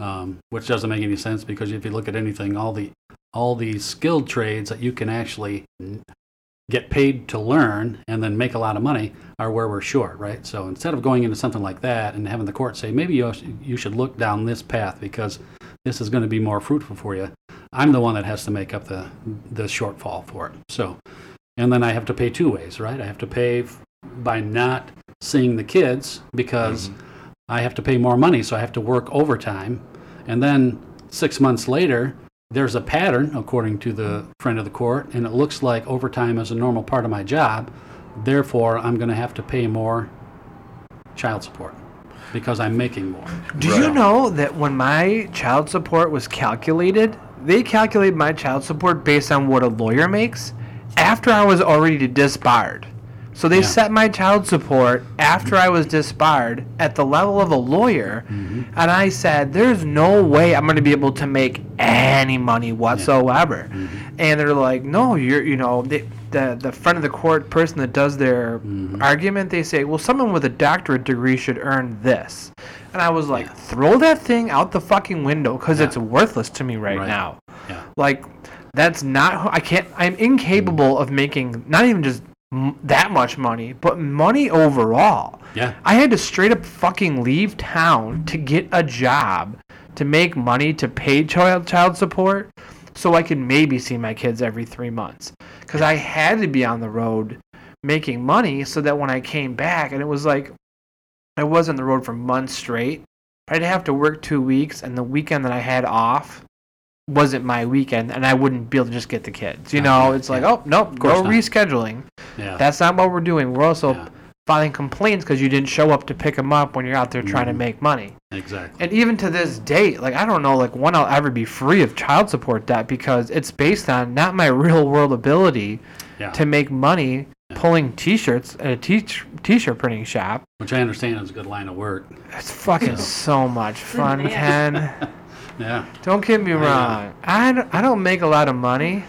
um, which doesn't make any sense because if you look at anything, all the all the skilled trades that you can actually get paid to learn and then make a lot of money are where we're short, right? So instead of going into something like that and having the court say, maybe you, sh- you should look down this path because this is going to be more fruitful for you, I'm the one that has to make up the, the shortfall for it. So, and then I have to pay two ways, right? I have to pay f- by not seeing the kids because I have to pay more money, so I have to work overtime. And then six months later, there's a pattern, according to the friend of the court, and it looks like overtime is a normal part of my job. Therefore, I'm going to have to pay more child support because I'm making more. Do you know that when my child support was calculated, they calculated my child support based on what a lawyer makes after I was already disbarred. So they set my child support after I was disbarred at the level of a lawyer, and I said, "There's no way I'm going to be able to make any money whatsoever." And they're like, "No, you're, you know, they, the the front of the court person that does their argument, they say, well, someone with a doctorate degree should earn this," and I was like, "Throw that thing out the fucking window because it's worthless to me right, Right. now." Yeah. Like, that's not. who- I can't. I'm incapable of making not even just m- that much money, but money overall. Yeah. I had to straight up fucking leave town to get a job to make money to pay child child support, so I could maybe see my kids every three months. Because I had to be on the road making money, so that when I came back, and it was like I was on the road for months straight. I'd have to work two weeks, and the weekend that I had off wasn't my weekend, and I wouldn't be able to just get the kids. You know, it's like, oh nope, Uh-huh. course go not. rescheduling. Yeah. That's not what we're doing. We're also Yeah. filing complaints because you didn't show up to pick them up when you're out there trying to Mm-hmm. make money. exactly. And even to this date, like I don't know, like when I'll ever be free of child support debt because it's based on not my real world ability Yeah. to make money pulling T-shirts at a t- T-shirt printing shop. Which I understand is a good line of work. It's fucking so much fun, Ken. Yeah. Don't get me wrong. I don't, I don't make a lot of money,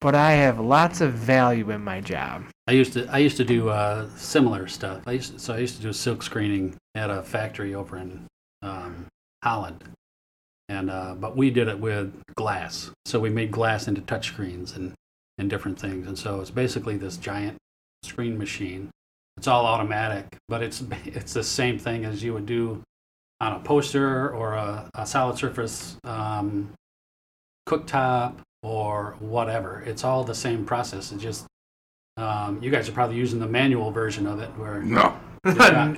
but I have lots of value in my job. I used to I used to do uh, similar stuff. I used so I used to do silk screening at a factory over in um, Holland, and uh, but we did it with glass. So we made glass into touch screens and and different things. And so it's basically this giant screen machine. It's all automatic, but it's it's the same thing as you would do on a poster or a, a solid surface um, cooktop or whatever. It's all the same process. It's just um, you guys are probably using the manual version of it, where No. No.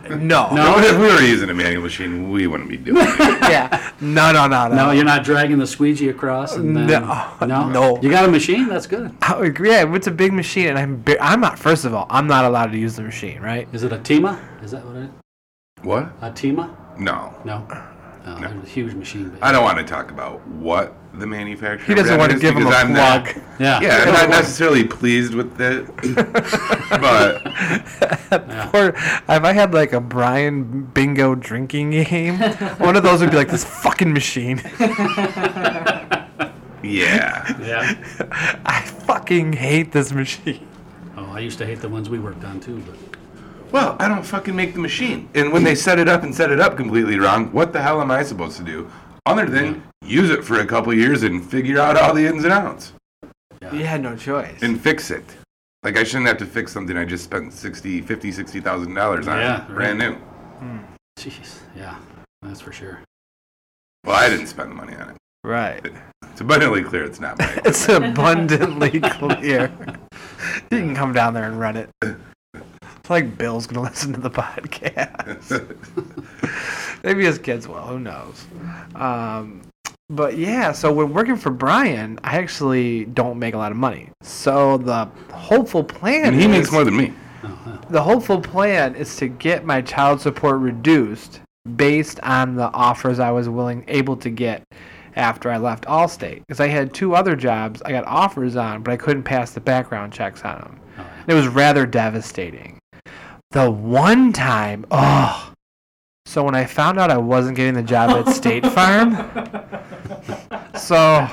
No, if we were using a manual machine, we wouldn't be doing it. yeah. No, no, no, no. no, you're not dragging the squeegee across. And then, No. no, No. You got a machine? That's good. I would agree. Yeah, it's a big machine, and I'm ba- I'm not. First of all, I'm not allowed to use the machine, right? Is it a Tima? Is that what it is? What? A Tima? No. No. No, there's a huge machine. but- I don't want to talk about what the manufacturer. He doesn't brand want to is give him a because I'm not- plug. yeah. yeah, I'm not necessarily pleased with it, but Or if I had like a Brian Bingo drinking game, one of those would be like this fucking machine. yeah, Yeah. I fucking hate this machine. Oh, I used to hate the ones we worked on too, but well, I don't fucking make the machine. And when they set it up and set it up completely wrong, what the hell am I supposed to do other than Mm-hmm. use it for a couple years and figure out all the ins and outs You had no choice. and fix it? Like I shouldn't have to fix something I just spent 60, 50, 60 thousand dollars on, Yeah, right. brand new. jeez, yeah, that's for sure. Well, I didn't spend the money on it. right. It's abundantly clear it's not mine. It's abundantly clear. you can come down there and run it. It's like Bill's gonna listen to the podcast. Maybe his kids will. Who knows? Um, but yeah, so when working for Brian, I actually don't make a lot of money. So the hopeful plan and he is, makes more than me. the hopeful plan is to get my child support reduced based on the offers I was willing able to get after I left Allstate because I had two other jobs I got offers on but I couldn't pass the background checks on them. It was rather devastating. The one time, oh. So when I found out I wasn't getting the job at State Farm, so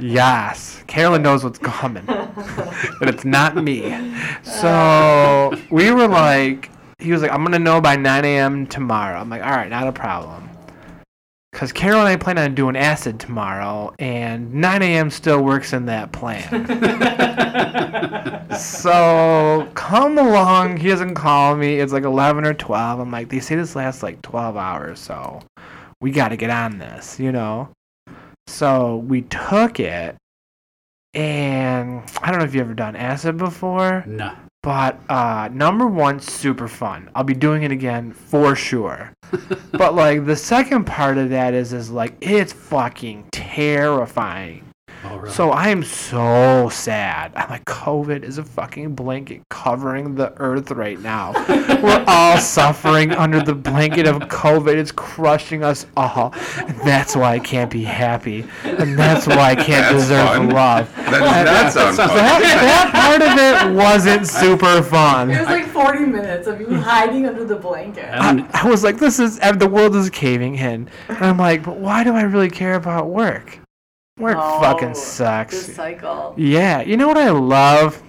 yes, Carolyn knows what's coming but it's not me. So we were like, he was like, I'm gonna know by 9 a.m. tomorrow. I'm like, all right, not a problem. Cause Carol and I plan on doing acid tomorrow, and 9 a.m. still works in that plan. so come along. He doesn't call me. It's like 11 or 12. I'm like, they say this lasts like 12 hours, so we got to get on this, you know. So we took it, and I don't know if you ever done acid before. No, But uh, number one, super fun. I'll be doing it again for sure. but like the second part of that is is like it's fucking terrifying. Oh, really? So I am so sad. I'm like, COVID is a fucking blanket covering the earth right now. We're all suffering under the blanket of COVID. It's crushing us all. And that's why I can't be happy. And that's why I can't That's deserve fun. love. That does not sound That, fun. that part of it wasn't super It was fun. like 40 minutes of you hiding under the blanket. I don't, I was like, this is, and the world is caving in. And I'm like, but why do I really care about work? Work Oh, fucking sucks. This cycle. Yeah, you know what I love?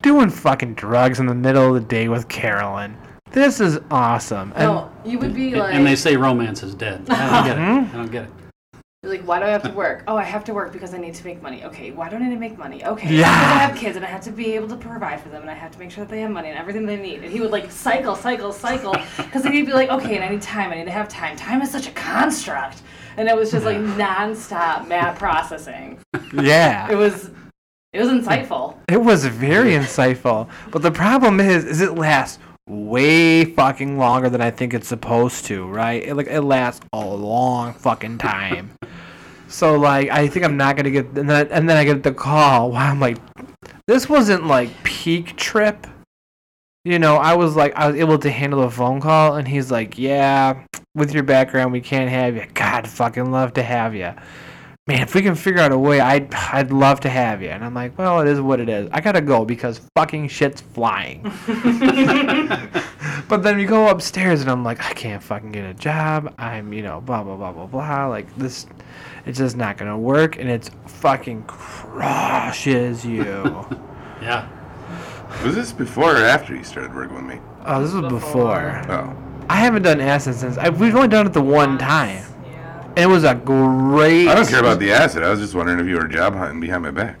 Doing fucking drugs in the middle of the day with Carolyn. This is awesome. And No, you would be like, and they say romance is dead. I don't get it. I don't get it. you're like, why do I have to work? Oh, I have to work because I need to make money. Okay, why don't I need to make money? Okay, Yeah. because I have kids and I have to be able to provide for them and I have to make sure that they have money and everything they need. And he would like cycle, cycle, cycle because then he'd be like, okay, and I need time. I need to have time. Time is such a construct. And it was just like nonstop map processing. It yeah, was, it was insightful. it was very insightful. But the problem is, is it lasts way fucking longer than I think it's supposed to, right? It, like it lasts a long fucking time. so like, I think I'm not gonna get, and then and then I get the call. Wow, I'm like, this wasn't like peak trip. you know, I was like, I was able to handle a phone call, and he's like, yeah, with your background, we can't have you. God, fucking love to have you. Man, if we can figure out a way, I'd, I'd love to have you. And I'm like, well, it is what it is. I gotta go because fucking shit's flying. but then we go upstairs, and I'm like, I can't fucking get a job. I'm, you know, blah, blah, blah, blah, blah. Like, this, it's just not gonna work, and it's fucking crushes you. Oh, Yeah. Was this before or after you started working with me? oh, this was before. Oh. I haven't done acid since. I, we've only done it the one time. Yeah. It was a great. I don't care about the acid. I was just wondering if you were job hunting behind my back.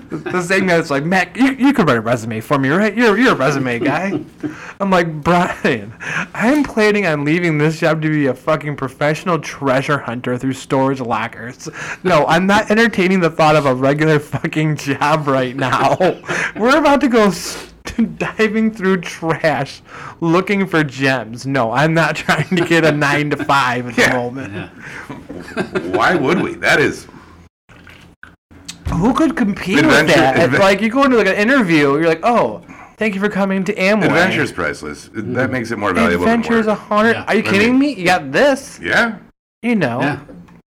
the same guy that's like, Mac, you, you could write a resume for me, right? You're, you're a resume guy. I'm like, Brian, I'm planning on leaving this job to be a fucking professional treasure hunter through storage lockers. No, I'm not entertaining the thought of a regular fucking job right now. We're about to go s- diving through trash looking for gems. No, I'm not trying to get a nine to five at the Yeah. moment. Why would we? That is. Who could compete with Adventure- that? It's adve- like you go into like an interview, you're like, oh, thank you for coming to Amway. Adventure's priceless. Mm. That makes it more valuable Adventure's a than work. hundred. Yeah. Are you I kidding mean- me? You got this. Yeah. You know, Yeah.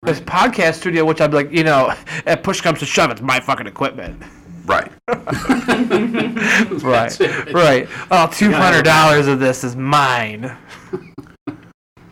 this podcast studio, which I'm like, you know, if push comes to shove, it's my fucking equipment. Right. Right. That's it. right. Oh, two hundred dollars of this is mine. it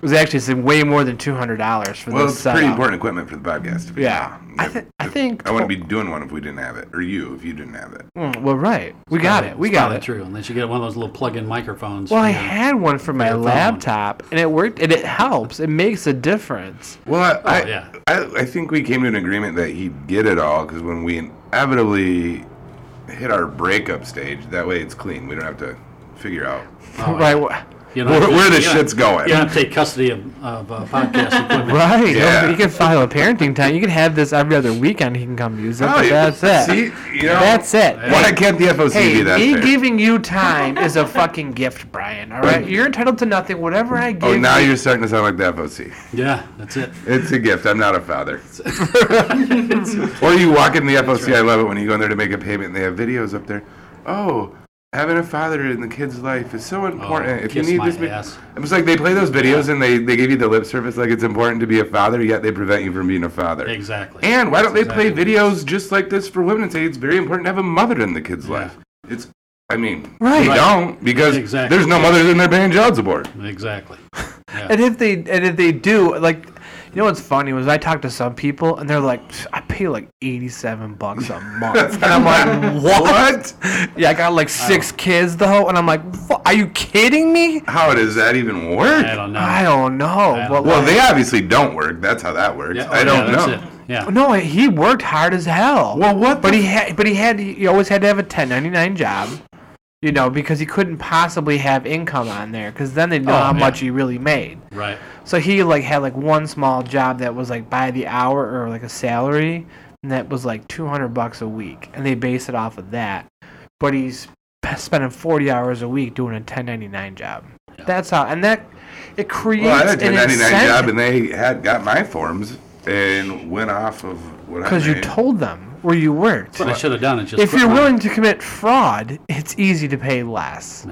was actually some way more than two hundred dollars for Well, this it's pretty setup. important equipment for the podcast. to be Yeah. done. I If- thi- I if- think- I wouldn't be doing one if we didn't have it, or you if you didn't have it. Mm, Well, right. We got it. We It's got probably it. True, unless you get one of those little plug-in microphones. Well, I you know. had one for my your phone. laptop, and it worked, and it helps. It makes a difference. Well, I, Oh, yeah. I, I think we came to an agreement that he'd get it all because when we inevitably hit our breakup stage, that way it's clean. We don't have to figure out right, wha- You know, where, where the you don't- shit's going. You don't have to take custody of, of uh, podcast equipment. right. Oh, Yeah. You can file a parenting time. You can have this every other weekend. He can come use it. Oh, but yeah. that's it. See, you know, that's it. Why can't the FOC Hey, be that me fair? giving you time is a fucking gift, Brian. All right, you're entitled to nothing. Whatever I give. Oh, now you, you're starting to sound like the FOC. Yeah, that's it. It's a gift. I'm not a father. or you walk in the FOC. I love it when you go in there to make a payment and they have videos up there. Oh, having a father in the kid's life is so important. if you Oh, kiss need my this, ma- ass. it was like they play those videos and they, they give you the lip service like it's important to be a father, yet they prevent you from being a father. Exactly. And why don't they play Exactly. videos just like this for women and say it's very important to have a mother in the kid's life? It's, I mean, Right. they Right. don't because Exactly. there's no mothers in there paying child support. Exactly. And if they and if they do, like, you know what's funny was I talked to some people and they're like, "Pfft, I pay like eighty-seven bucks a month, and I'm like, what? Yeah, I got like six kids though, and I'm like, "Wha- are you kidding me? How does that even work? I don't know. I don't know. don't but know. Well, like, they obviously don't work. That's how that works. Yeah, oh, I don't yeah, know. That's it. Yeah. no, he worked hard as hell. Well, what But the he had, but he had, he always had to have a 1099 job, you know, because he couldn't possibly have income on there, because then they'd know Oh, how yeah. much he really made. Right. So he like had like one small job that was like by the hour or like a salary, and that was like 200 bucks a week, and they base it off of that. But he's p- spending 40 hours a week doing a 1099 job. That's how, and that it creates Well, I had a an 1099 incentive. job and they had got my forms and went off of what I Because you made. told them where you worked. What I should have done is just. If quit you're my- willing to commit fraud, it's easy to pay less.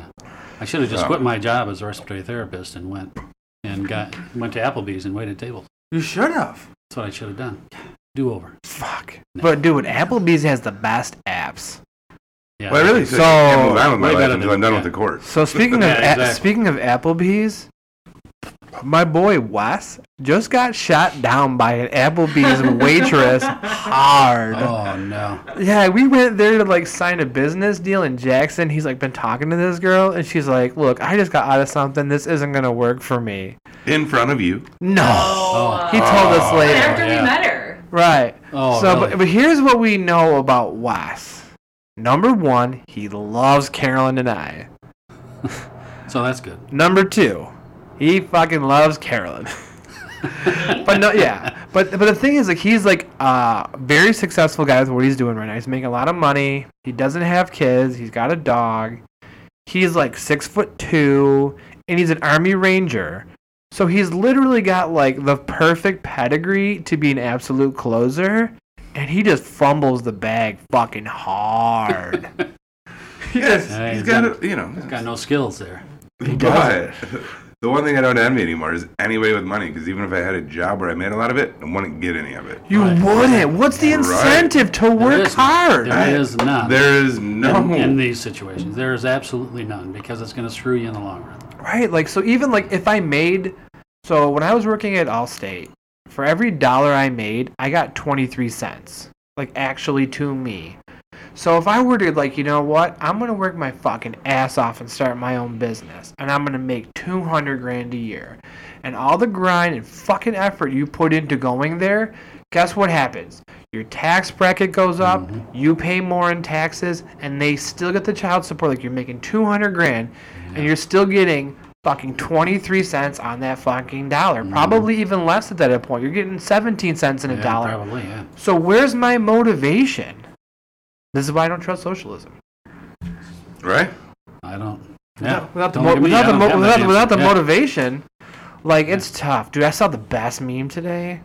I should have just quit my job as a respiratory therapist and went and got went to Applebee's and waited tables. You should have. That's what I should have done. Do over. Fuck. But dude, Applebee's has the best apps. Yeah. Well, I really So- so, I can't move on with my Way life better until than- I'm done yeah. with the court. So speaking of Yeah, a- exactly. speaking of Applebee's, my boy Wes just got shot down by an Applebee's waitress hard. Oh no. Yeah, we went there to like sign a business deal in Jackson. He's like been talking to this girl, and she's like, "Look, I just got out of something. This isn't gonna work for me." In front of you. No, Oh. he told us Oh. later. After Yeah. we met her. Right. Oh, so, really? but, but here's what we know about Wes. Number one, he loves Carolyn and I. So that's good. Number two, he fucking loves Carolyn. but no, yeah. But but the thing is, like, he's like a very successful guy with what he's doing right now. He's making a lot of money. He doesn't have kids. He's got a dog. He's like six foot two, and he's an army ranger. So he's literally got like the perfect pedigree to be an absolute closer, and he just fumbles the bag fucking hard. Yes, Yeah, he's he's got done. a, you know. Got no skills there. but the one thing I don't envy anymore is anybody with money. Because even if I had a job where I made a lot of it, I wouldn't get any of it. you Right. wouldn't. What's the Right. incentive to There work is- hard? There is none. There is no. in, in these situations, there is absolutely none because it's going to screw you in the long run. Right, like so even like if I made so when I was working at Allstate, for every dollar I made, I got 23 cents. Like actually to me. So if I were to like, you know what? I'm going to work my fucking ass off and start my own business and I'm going to make 200 grand a year. And all the grind and fucking effort you put into going there, guess what happens? Your tax bracket goes up, Mm-hmm. you pay more in taxes, and they still get the child support like you're making 200 grand and you're still getting fucking 23 cents on that fucking dollar. Probably even less at that point. You're getting 17 cents in a Mm-hmm. Yeah, dollar. Probably, yeah. So where's my motivation? This is why I don't trust socialism. Right? I don't. Yeah. Without the Don't mo- look at without me, the I don't mo- have that without, answer. without the Yeah. motivation, like it's tough, dude. I saw the best meme today.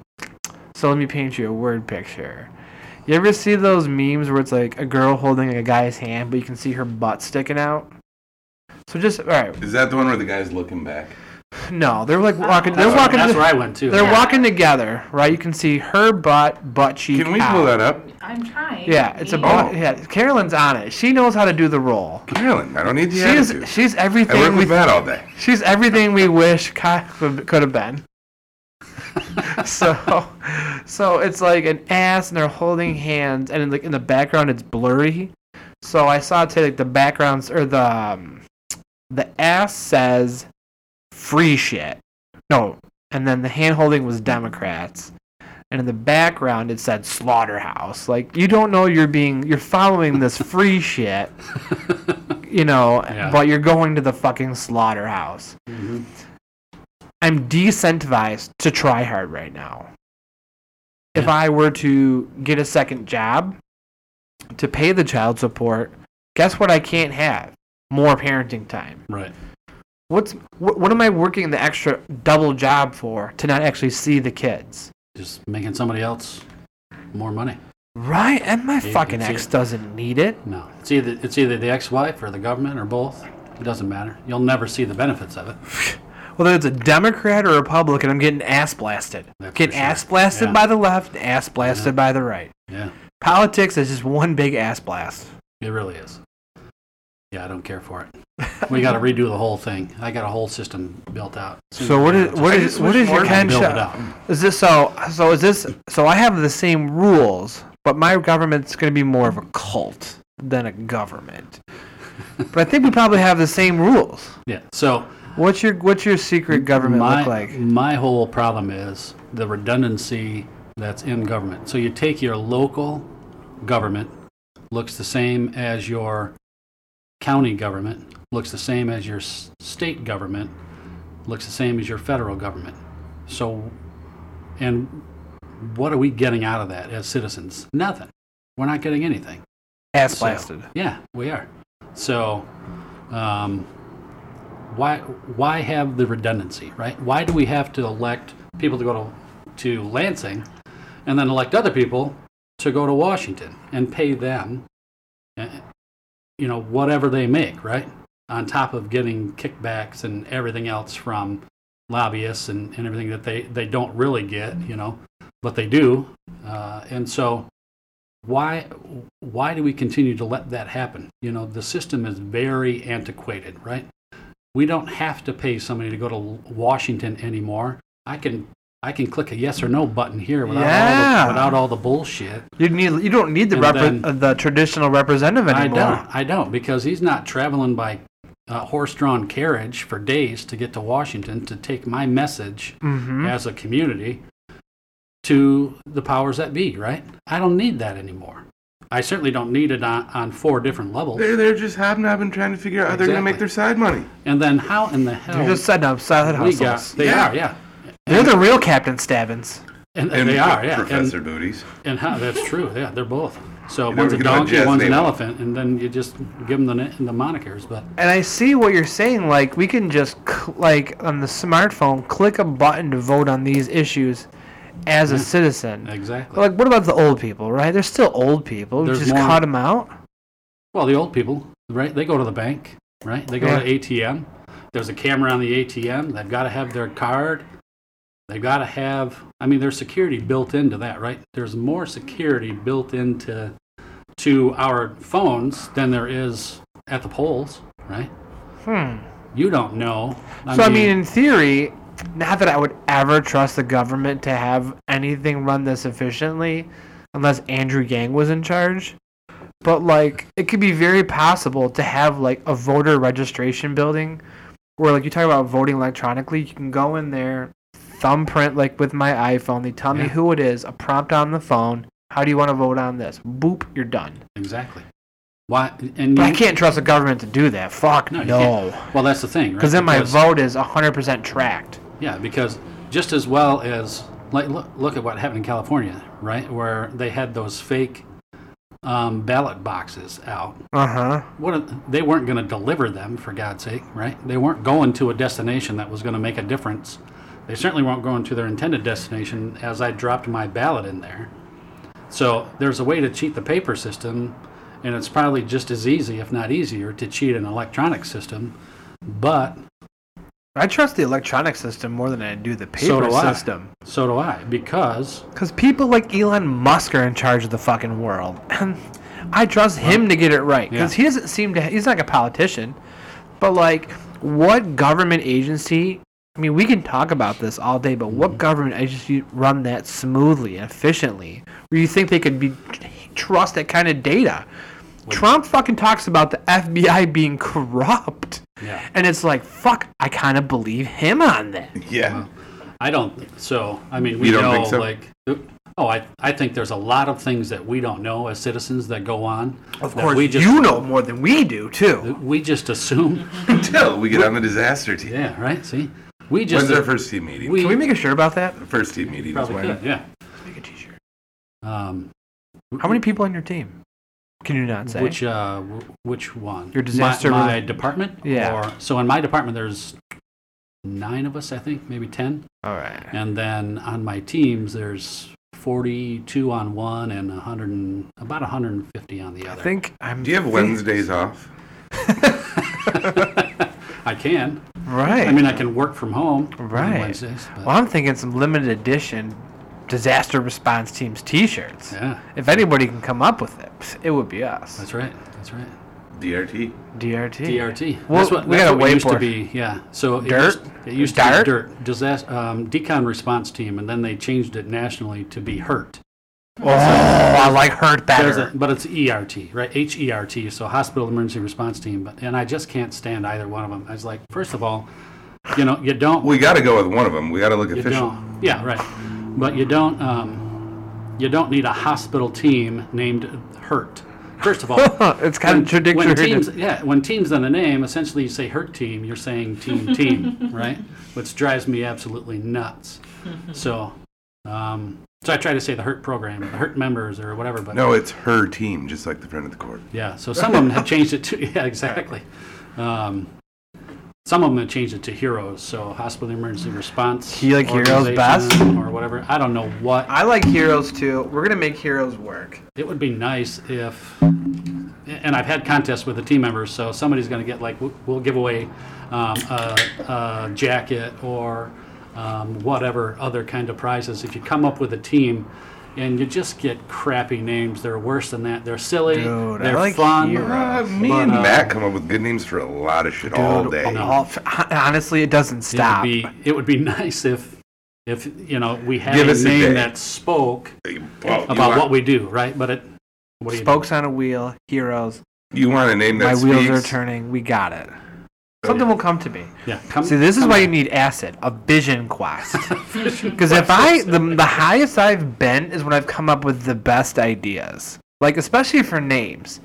So let me paint you a word picture. You ever see those memes where it's like a girl holding a guy's hand, but you can see her butt sticking out? So just all right. Is that the one where the guy's looking back? No, they're like walking. They're That's, where, walking. that's to- where I went too. They're Yeah. walking together, right? You can see her butt, butt cheek. Can we out. pull that up? I'm trying. Yeah, it's a about. butt. Oh. Yeah, Carolyn's on it. She knows how to do the role. Carolyn, I don't need the She's attitude. she's I work everything we with that all day. she's everything we wish could could have been. so, so it's like an ass, and they're holding hands, and in the, in the background it's blurry. So I saw today like the backgrounds or the um, the ass says free shit. No, and then the hand holding was Democrats, and in the background it said slaughterhouse. Like you don't know you're being you're following this free shit, you know, Yeah. but you're going to the fucking slaughterhouse. Mhm. I'm decentivized to try hard right now. If I were to get a second job to pay the child support, guess what I can't have? More parenting time. Right. What's what, what am I working the extra double job for to not actually see the kids? Just making somebody else more money. Right, and my you fucking can see ex it. doesn't need it. No. It's either it's either the ex-wife or the government or both. It doesn't matter. You'll never see the benefits of it. Whether it's a Democrat or Republican, I'm getting ass blasted. That's for getting sure. ass blasted Yeah. by the left, ass blasted by the right. Yeah. Politics is just one big ass blast. It really is. Yeah, I don't care for it. We got to redo the whole thing. I got a whole system built out. So what is what I is just what wish is your more kind build it shop? up? Is this so? So is this so? I have the same rules, but my government's going to be more of a cult than a government. But I think we probably have the same rules. Yeah. So What's your what's your secret government my, look like? My whole problem is the redundancy that's in government. So you take your local government, looks the same as your county government, looks the same as your s- state government, looks the same as your federal government. So, and what are we getting out of that as citizens? Nothing. We're not getting anything. Ass So- blasted. Yeah, we are. So, um, why why have the redundancy, right? Why do we have to elect people to go to to Lansing, and then elect other people to go to Washington and pay them, uh, you know, whatever they make, right? On top of getting kickbacks and everything else from lobbyists and, and everything that they, they don't really get, you know, but they do. Uh, and so, why why do we continue to let that happen you know the system is very antiquated right we don't have to pay somebody to go to washington anymore i can i can click a yes or no button here without, all, Yeah. the, without all the bullshit You need. You don't need the And repre- then- uh the traditional representative i anymore. don't i don't because he's not traveling by uh, horse-drawn carriage for days to get to washington to take my message Mm-hmm. as a community to the powers that be right i don't need that anymore i certainly don't need it on, on four different levels They're they're just hobnobbing, trying to figure out how they're going to make Exactly. their side money. And then how in the hell You're just setting up side we got? hustles. They Yeah. are, yeah, They're the real Captain Stabbins. and, and they are, yeah. Professor And, Booties. and how, that's true, yeah. They're both. So know, one's we a can all donkey, jazz one's an name 'em. elephant, and then you just give them the na- the monikers. But And I see what you're saying. Like we can just cl- like on the smartphone, click a button to vote on these issues as a citizen. exactly. Like what about the old people? Right? They're still old people. We There's just more- cut them out. Well, the old people, right? They go to the bank, right? They go to ATM. There's a camera on the ATM. They've got to have their card. They've got to have. I mean, there's security built into that, right? There's more security built into to our phones than there is at the polls, right? Hmm. You don't know. I so I mean, in theory, not that I would ever trust the government to have anything run this efficiently, unless Andrew Yang was in charge. But like, it could be very possible to have like a voter registration building, where like you talk about voting electronically, you can go in there, thumbprint like with my iPhone. They tell me Yeah. who it is, a prompt on the phone. How do you want to vote on this? Boop, you're done. exactly. Why? And But I you- can't trust the government to do that. Fuck No, you no. can't. Well, that's the thing, right? Because then my vote is 100% tracked. Yeah, because just as well as like look, look at what happened in California, right, where they had those fake um, ballot boxes out. Uh huh. What a- they weren't going to deliver them for God's sake, right? They weren't going to a destination that was going to make a difference. They certainly weren't going to their intended destination. As I dropped my ballot in there, so there's a way to cheat the paper system, and it's probably just as easy, if not easier, to cheat an electronic system. But I trust the electronic system more than I do the paper So do I. system. so do I, because Because people like Elon Musk are in charge of the fucking world. And I trust him to get it right. Because yeah. he doesn't seem to, he's not a politician. But like, what government agency, I mean, we can talk about this all day, but Mm-hmm. what government agency run that smoothly and efficiently where you think they could be trust that kind of data? Trump fucking talks about the FBI being corrupt. yeah. And it's like, fuck, I kind of believe him on that. Yeah. I don't. So I mean, we You don't know think so? like. Oh, I, I think there's a lot of things that we don't know as citizens that go on. Of Of course, we just, you know more than we do, too. We just assume. Until we get on the disaster team. Yeah, right. See, we just When's our first team meeting? we, Can we make a shirt about that? first team meeting is probably when. could, yeah. Make a t-shirt. Um, How many people on your team? Can you not say? which uh, w- which one? Your disaster My, my relief- department. Yeah. Or, so in my department, there's nine of us, I think, maybe ten, All right. and then on my teams, there's. 42 on one and 100 and, about 150 on the I other. think I'm. Do you have Wednesdays off? I can. Right. I mean, I can work from home on Right. Wednesdays. But, well, I'm thinking some limited edition disaster response teams t-shirts. yeah, If anybody can come up with it, pff, it would be us. that's right. That's right. DRT. DRT. DRT. Well, that's what, we that's got a what it used to whiteboard. be. Yeah. So it Dirt? used, it used to Dirt? be dirt. Disaster, um, decon response team, and then they changed it nationally to be hurt. Oh, I like hurt There's better. a, but it's ERT, right? H E R T. So hospital emergency response team. But and I just can't stand either one of them. I was like, first of all, you know, you don't We got to go with one of them. We got to look You official. don't. Yeah, right. But you don't. Um, you don't need a hospital team named Hurt. First of all, it's when, contradictory. when to- teams, yeah, when teams on a name, essentially you say Hurt Team, you're saying Team Team, right? Which drives me absolutely nuts. So, um, So I try to say the hurt program, the hurt members, or whatever. But No, it's her team, just like the friend of the court. yeah, so some of them have changed it to yeah, exactly. Um, some of them have changed it to heroes. So hospital emergency response. Do you like Heroes organization best? or whatever? I don't know what I like heroes too. We're gonna make heroes work. It would be nice if, and I've had contests with the team members, so somebody's going to get like, we'll- we'll give away um, a, a jacket or um, whatever other kind of prizes. If you come up with a team and you just get crappy names, they're worse than that. They're silly, Dude, I they're like fun. Hero. Uh, me and Matt come up with good names for a lot of shit all Dude, day. all- f- honestly, it doesn't It would stop. be it would be nice if if you know we had Give a us a name day. that spoke Well, you, about want, what we do, right? But it what do you Spokes on a wheel, heroes. you want a name My that wheels are speaks? turning. We got it. Something will come to me. Oh, yeah come See, this is come why on. you need acid, a vision quest. Because if I, the, the highest I've been is when I've come up with the best ideas. Like, especially for names.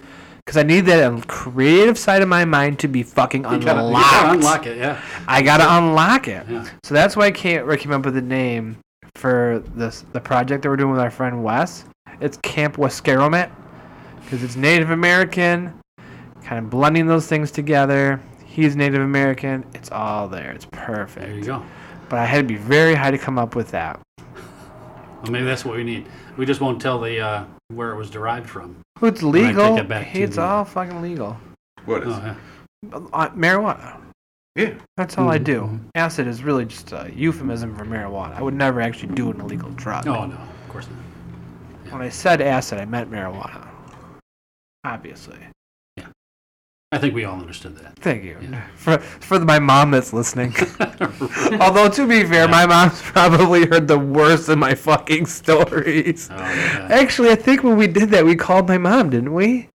Because I need that um, creative side of my mind to be fucking You unlocked. gotta- you gotta unlock it, yeah. I gotta unlock it. Yeah. So that's why I came, I came up with the name for this the project that we're doing with our friend Wes. It's Camp Wascaromet because it's Native American, kind of blending those things together. He's Native American. It's all there. It's There you perfect. go. But I had to be very high to come up with that. Well, maybe that's what we need. We just won't tell the uh, where it was derived from. It's take legal. it back to It's the- all fucking legal. What is? Oh, yeah. Uh, marijuana. yeah. That's Mm-hmm. all I do. Acid is really just a euphemism for marijuana. I would never actually do an illegal drug. No, no, of course not. When I said acid, I meant marijuana. Obviously. I think we all understood that. Thank you. For, for my mom that's listening. Oh, Although, to be fair, my mom's probably heard the worst of my fucking stories. yeah. Actually, I think when we did that, we called my mom, didn't we?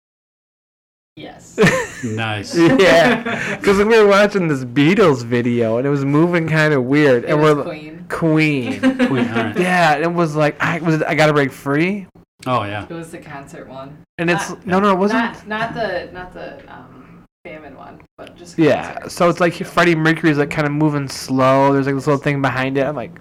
Yes. nice. Yeah. Because we were watching this Beatles video and it was moving kind of weird. It and was we're Queen. Queen. Queen, all right. yeah, and it was like, I, was it, I gotta break free? Oh yeah. It was the concert one. And it's, Ah. no, no, it wasn't. Not not the not the um, famine one, but just Yeah, concert. so it's like Freddie Mercury's like kind of moving slow. There's like this little thing behind it. I'm like,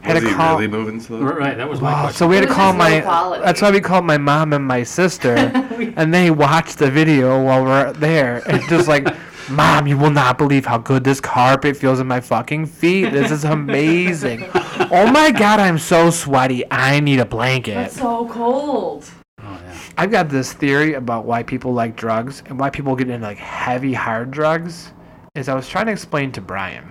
had Was to he call. really moving slow? Right, right, that was my Wow, question. so we had It to was call just low my. quality. That's why we called my mom and my sister, and they watched the video while we're there, and just like, mom, you will not believe how good this carpet feels in my fucking feet. This is amazing. oh my god, I'm so sweaty. I need a blanket. That's so cold. oh yeah. I've got this theory about why people like drugs and why people get into like heavy hard drugs is I was trying to explain to Brian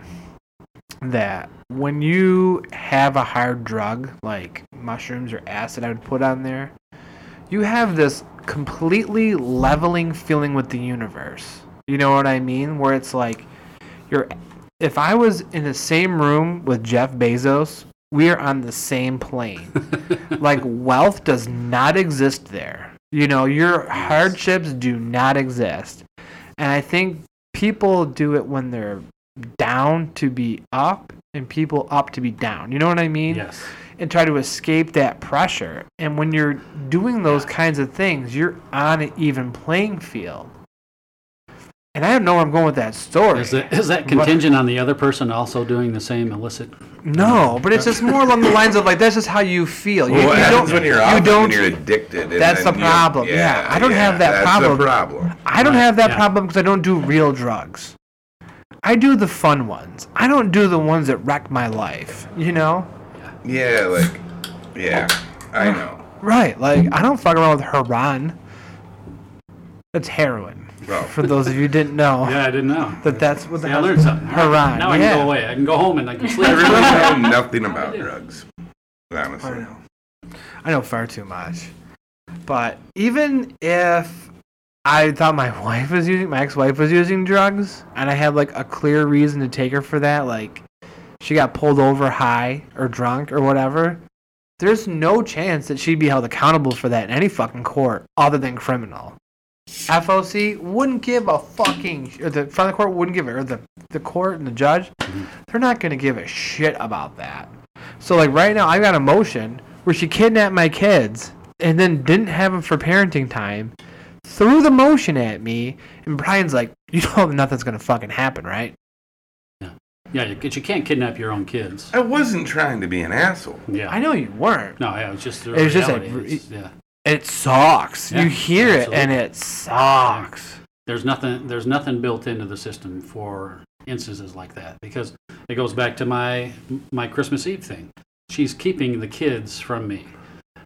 that when you have a hard drug like mushrooms or acid I would put on there you have this completely leveling feeling with the universe. You know what I mean? Where it's like you're if I was in the same room with Jeff Bezos, we are on the same plane. like wealth does not exist there. You know, your hardships do not exist. And I think people do it when they're down to be up and people up to be down. You know what I mean? Yes. and try to escape that pressure. And when you're doing those kinds of things, you're on an even playing field. And I don't know where I'm going with that story. Is that is that contingent on the other person also doing the same illicit? No, but it's just more along the lines of like that's just how you feel. You, Well, what you happens when you're off you is don't. when you're addicted? and That's then the you- problem. Yeah, I don't have that that's problem. the problem. I don't have that Yeah. problem because I don't do real drugs. I do the fun ones. I don't do the ones that wreck my life. You know. Yeah, like, yeah, I know. Right, like I don't fuck around with heroin. That's heroin. Well, For those of you who didn't know, Yeah, I didn't know. that that's what the Yeah, I hell- learned something. Heroin, Now I yeah. can go away. I can go home and I can sleep. I really know nothing about drugs, honestly. I know far too much. But even if I thought my wife was using, my ex-wife was using drugs, and I had like a clear reason to take her for that, like she got pulled over high or drunk or whatever, there's no chance that she'd be held accountable for that in any fucking court other than criminal. FOC wouldn't give a fucking, sh- or the front of the court wouldn't give it, or the, the court and the judge, they're not gonna give a shit about that. So like right now, I got a motion where she kidnapped my kids and then didn't have them for parenting time, threw the motion at me, and Brian's like, "You know nothing's gonna fucking happen, right?" Yeah. Yeah, you, you can't kidnap your own kids. I wasn't trying to be an asshole. Yeah. I know you weren't. No, yeah, it was just the It was just a reality. re- It's- yeah. It sucks. Yeah, you hear absolutely. it and it sucks. There's nothing. There's nothing built into the system for instances like that because it goes back to my my Christmas Eve thing. She's keeping the kids from me,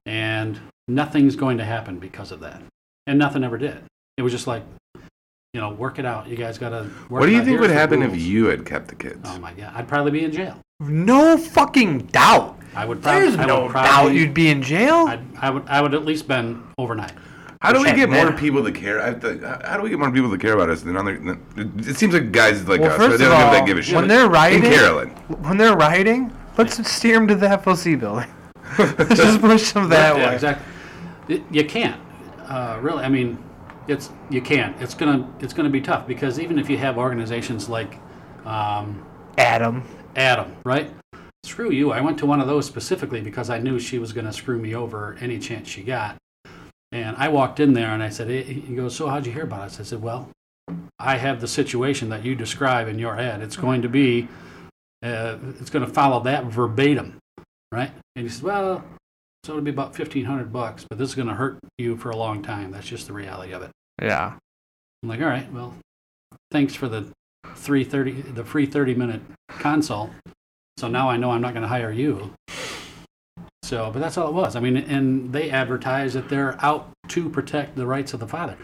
and nothing's going to happen because of that. And nothing ever did. It was just like, you know, work it out. You guys gotta. Work What do it you out. think Here's would the happen if rules. you had kept the kids? Oh my god, I'd probably be in jail. No fucking doubt. I would probably. There's I would no doubt probably, you'd be in jail. I'd, I would. I would at least been overnight. How do we Shit, get man. more people to care? I think, how do we get more people to care about us than other? Than, it seems like guys like Well, us, first but they of don't give, all, they give a shit. when they're in riding- Carolyn, when they're rioting, let's steer them to the FOC building. let's just push them that yeah, way. exactly. Y- You can't uh, really. I mean, it's you can't. It's gonna it's gonna be tough because even if you have organizations like um, Adam. Adam, right? Screw you. I went to one of those specifically because I knew she was gonna screw me over any chance she got. And I walked in there and I said, eh, he goes, so how'd you hear about us? I said, well, I have the situation that you describe in your ad. It's going to be, uh, it's going to follow that verbatim, right? And he says, well, so it'll be about fifteen hundred bucks, but this is going to hurt you for a long time. That's just the reality of it. Yeah. I'm like, all right, well, thanks for the three thirty, the free thirty minute consult. So now I know I'm not going to hire you. So, but that's all it was. I mean, and they advertise that they're out to protect the rights of the father.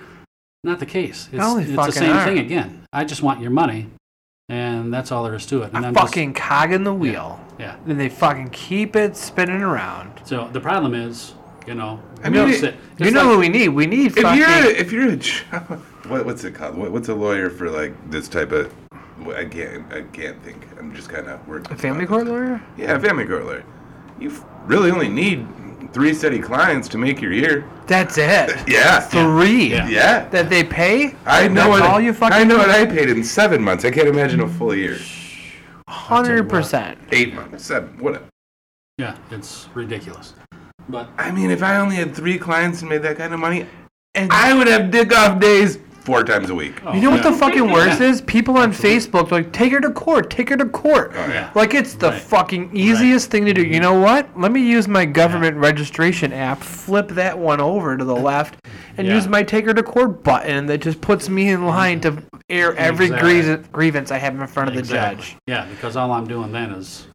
Not the case. It's, No, they it's the fucking same are. thing again. I just want your money, and that's all there is to it. And A I'm just- fucking cog in the wheel. yeah. Then they fucking keep it spinning around. So the problem is, you know, I mean, it's- it- it's You know like- what we need? We need if fucking. you're a, if you're a ch- what, what's it called? What, what's a lawyer for like this type of? wh- I can't I can't think. I'm just kind of working. a family court lawyer? Yeah, a family court lawyer. You f- really only need three steady clients to make your year. That's it. Yeah. Three. Yeah. Yeah. That they pay? I know That's what all you fucking I know what I paid in seven months. I can't imagine a full year. 100%. Eight months, seven, whatever. yeah, it's ridiculous. But I mean, if I only had three clients and made that kind of money, And Oh. I would have dick off days four times a week. you know what yeah. the fucking worst is? People on Facebook are like, take her to court, take her to court. Oh, yeah. Like it's the Right. fucking easiest thing to do. You know what? Let me use my government registration app, flip that one over to the left, and Yeah. use my take her to court button that just puts me in line to air every Exactly. grievance grievance I have in front of the Exactly. judge. Yeah, because all I'm doing then is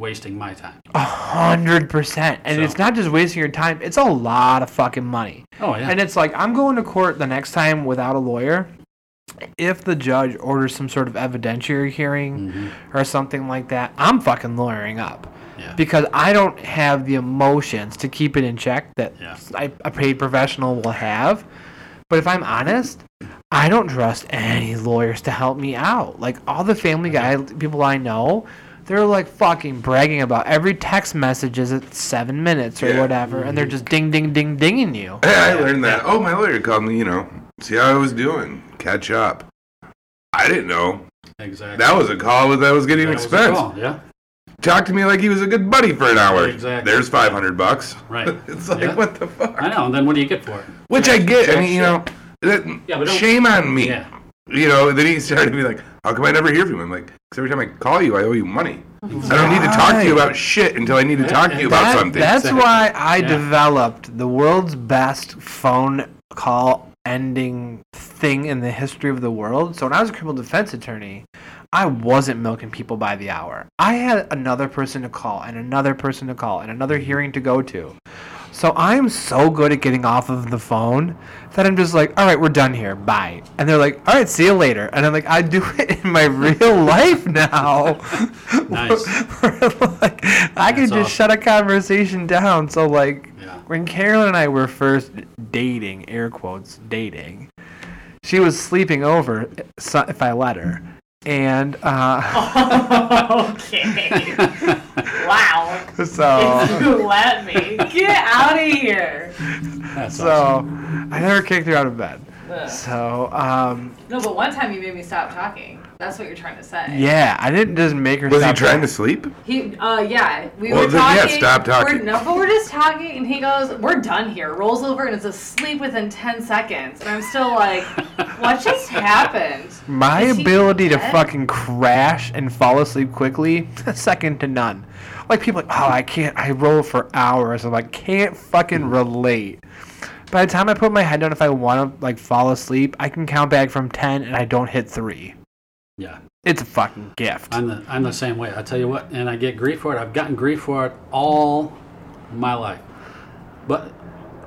wasting my time. A hundred percent. And So- it's not just wasting your time, it's a lot of fucking money. Oh yeah. And it's like I'm going to court the next time without a lawyer. If the judge orders some sort of evidentiary hearing or something like that, I'm fucking lawyering up. Mm-hmm. Yeah. Because I don't have the emotions to keep it in check that Yeah. I, a paid professional will have. But if I'm honest, I don't trust any lawyers to help me out. Like all the Family Guy people I know, they're like fucking bragging about every text message is at seven minutes or Yeah. whatever, and Mm-hmm. they're just ding, ding, ding, dinging you. Hey, I learned that. Oh, my lawyer called me, you know, see how I was doing, catch up. I didn't know. exactly. That was a call that I was getting That was the expensed. call, Yeah. Talk to me like he was a good buddy for an hour. Exactly. There's 500 bucks. Right. It's like, Yeah. what the fuck? I know. And then what do you get for it? Which I get. I jack mean, shit. you know, that, Yeah, but don't- shame on me. Yeah. You know, then he started to be like, how come I never hear from him? I'm like, because every time I call you, I owe you money. I don't need to talk to you about shit until I need to talk to you about That- something. That's Exactly. why I Yeah. developed the world's best phone call ending thing in the history of the world. So when I was a criminal defense attorney, I wasn't milking people by the hour. I had another person to call and another person to call and another hearing to go to. So I'm so good at getting off of the phone that I'm just like, all right, we're done here. Bye. And they're like, all right, see you later. And I'm like, I do it in my real life now. Nice. Where, like, I can That's just awesome. shut a conversation down. So like, Yeah. when Carolyn and I were first dating, air quotes, dating, she was sleeping over so- if I let her. And Oh. uh, okay. wow. so If you let me. Get out of here. That's so awesome. I never kicked her out of bed. Ugh. So um, No, but one time you made me stop talking. That's what you're trying to say. Yeah, I didn't just make her. Was he stop trying to that. sleep? He, uh, yeah, we Well, were then, talking. yeah, stop talking. We're, no, but we're just talking, and he goes, "We're done here." Rolls over and is asleep within ten seconds, and I'm still like, "What just happened?" My Is he ability to dead? fucking crash and fall asleep quickly, second to none. Like people, are like, oh, I can't. I roll for hours. I'm like, can't Hmm. fucking relate. By the time I put my head down, if I want to like fall asleep, I can count back from ten, and I don't hit three. Yeah. It's a fucking gift. I'm the I'm the same way. I tell you what, and I get grief for it. I've gotten grief for it all my life. But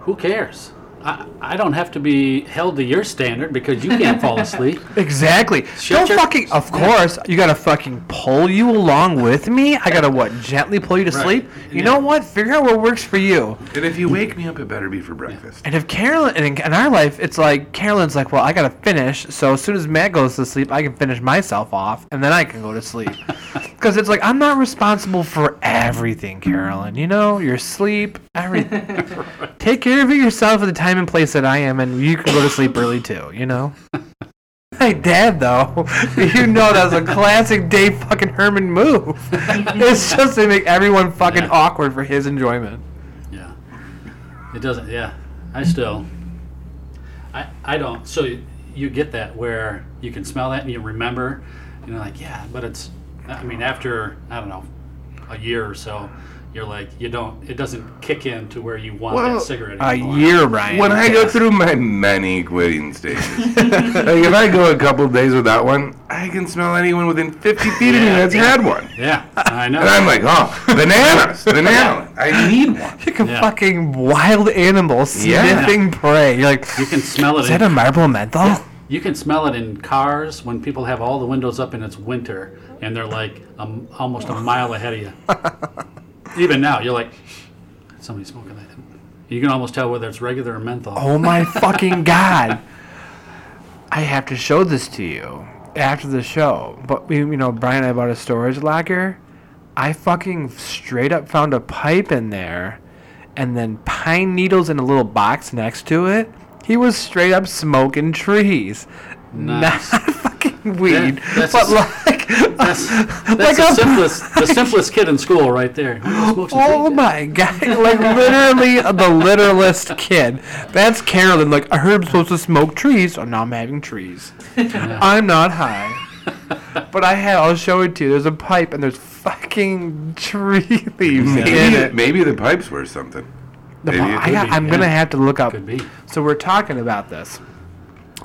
who cares? I, I don't have to be held to your standard because you can't fall asleep. Exactly. Shut Don't your- fucking. Of course, you gotta fucking pull you along with me. I gotta what? Gently pull you to Right. sleep. You Yeah. know what? Figure out what works for you. And if you wake me up, it better be for breakfast. And if Carolyn, and in, in our life, it's like Carolyn's like, well, I gotta finish. So as soon as Matt goes to sleep, I can finish myself off, and then I can go to sleep. Because it's like I'm not responsible for everything, Carolyn. You know, your sleep, everything. Take care of it yourself at the time and place that I am, and you can go to sleep early too. You know. My dad, though, you know that's a classic Dave fucking Herman move. It's just to make everyone fucking Yeah. awkward for his enjoyment. Yeah. It doesn't. Yeah. I still. I I don't. So you, you get that where you can smell that and you remember, you know, like yeah, but it's. I mean, after I don't know, a year or so, you're like you don't. It doesn't kick in to where you want Well, that cigarette. A anymore. year, Ryan. When I go through my many quitting stages, like if I go a couple days without one, I can smell anyone within 50 feet of me Yeah. that's had one. Yeah, I know. And I'm like, oh, bananas, banana. I need one. like a Yeah. fucking wild animal sniffing prey. You're like, you can smell is it. that a In, marble menthol? you can smell it in cars when people have all the windows up and it's winter, and they're like um, almost a mile ahead of you. Even now, you're like, somebody's smoking that. You can almost tell whether it's regular or menthol. Oh my fucking god! I have to show this to you after the show. But we- you know, Brian and I bought a storage locker. I fucking straight up found a pipe in there, and then pine needles in a little box next to it. He was straight up smoking trees, Nice. not fucking weed, that's but a- like That's, that's Like the a simplest, the simplest kid in school right there. Who smokes a Oh cigarette? my god! Like literally the literalist kid. That's Carolyn. Like I heard I'm supposed to smoke trees, so now I'm having trees. I'm not high, but I have. I'll show it to you. There's a pipe and there's fucking tree leaves in Maybe, it. maybe the pipes were something. The maybe pi- it I could got, be, I'm yeah. gonna have to look up. Could be. So we're talking about this,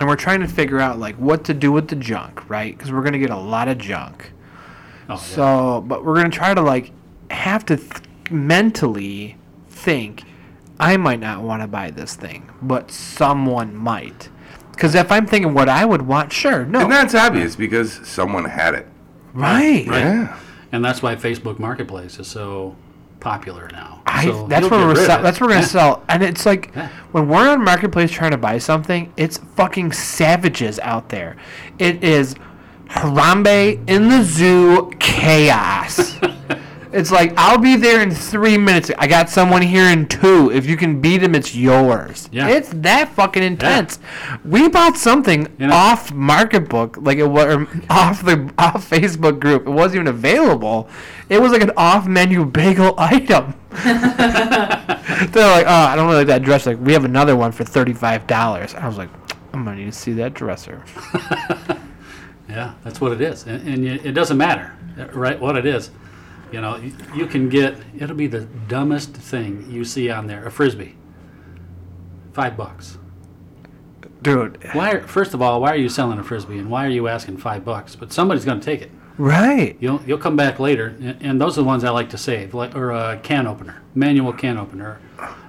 and we're trying to figure out like what to do with the junk, right? Because we're gonna get a lot of junk. Oh, yeah. So, but we're gonna try to like have to th- mentally think I might not want to buy this thing, but someone might. Because if I'm thinking what I would want, sure, no, And that's obvious because someone had it. right? Right. Yeah. And that's why Facebook Marketplace is so popular now. I, so that's where you'll get we're rid of sell, it. that's where we're gonna Yeah. sell, and it's like Yeah. when we're on marketplace trying to buy something, it's fucking savages out there. It is Harambe in the zoo chaos. it's like I'll be there in three minutes. I got someone here in two. If you can beat him, it's yours. Yeah. It's that fucking intense. We bought something You know- off market book, like it was or off the off Facebook group. It wasn't even available. It was like an off menu bagel item. They're like, oh, I don't really like that dress. Like, we have another one for thirty-five dollars. I was like, I'm gonna need to see that dresser. Yeah, that's what it is, and, and y- it doesn't matter, uh, right? What it is, you know, y- you can get it'll be the dumbest thing you see on there, a frisbee, five bucks. Dude, Why? Are, first of all, why are you selling a frisbee, and why are you asking five bucks? But somebody's going to take it. right? You'll you'll come back later, and, and those are the ones I like to save, like or a can opener, manual can opener.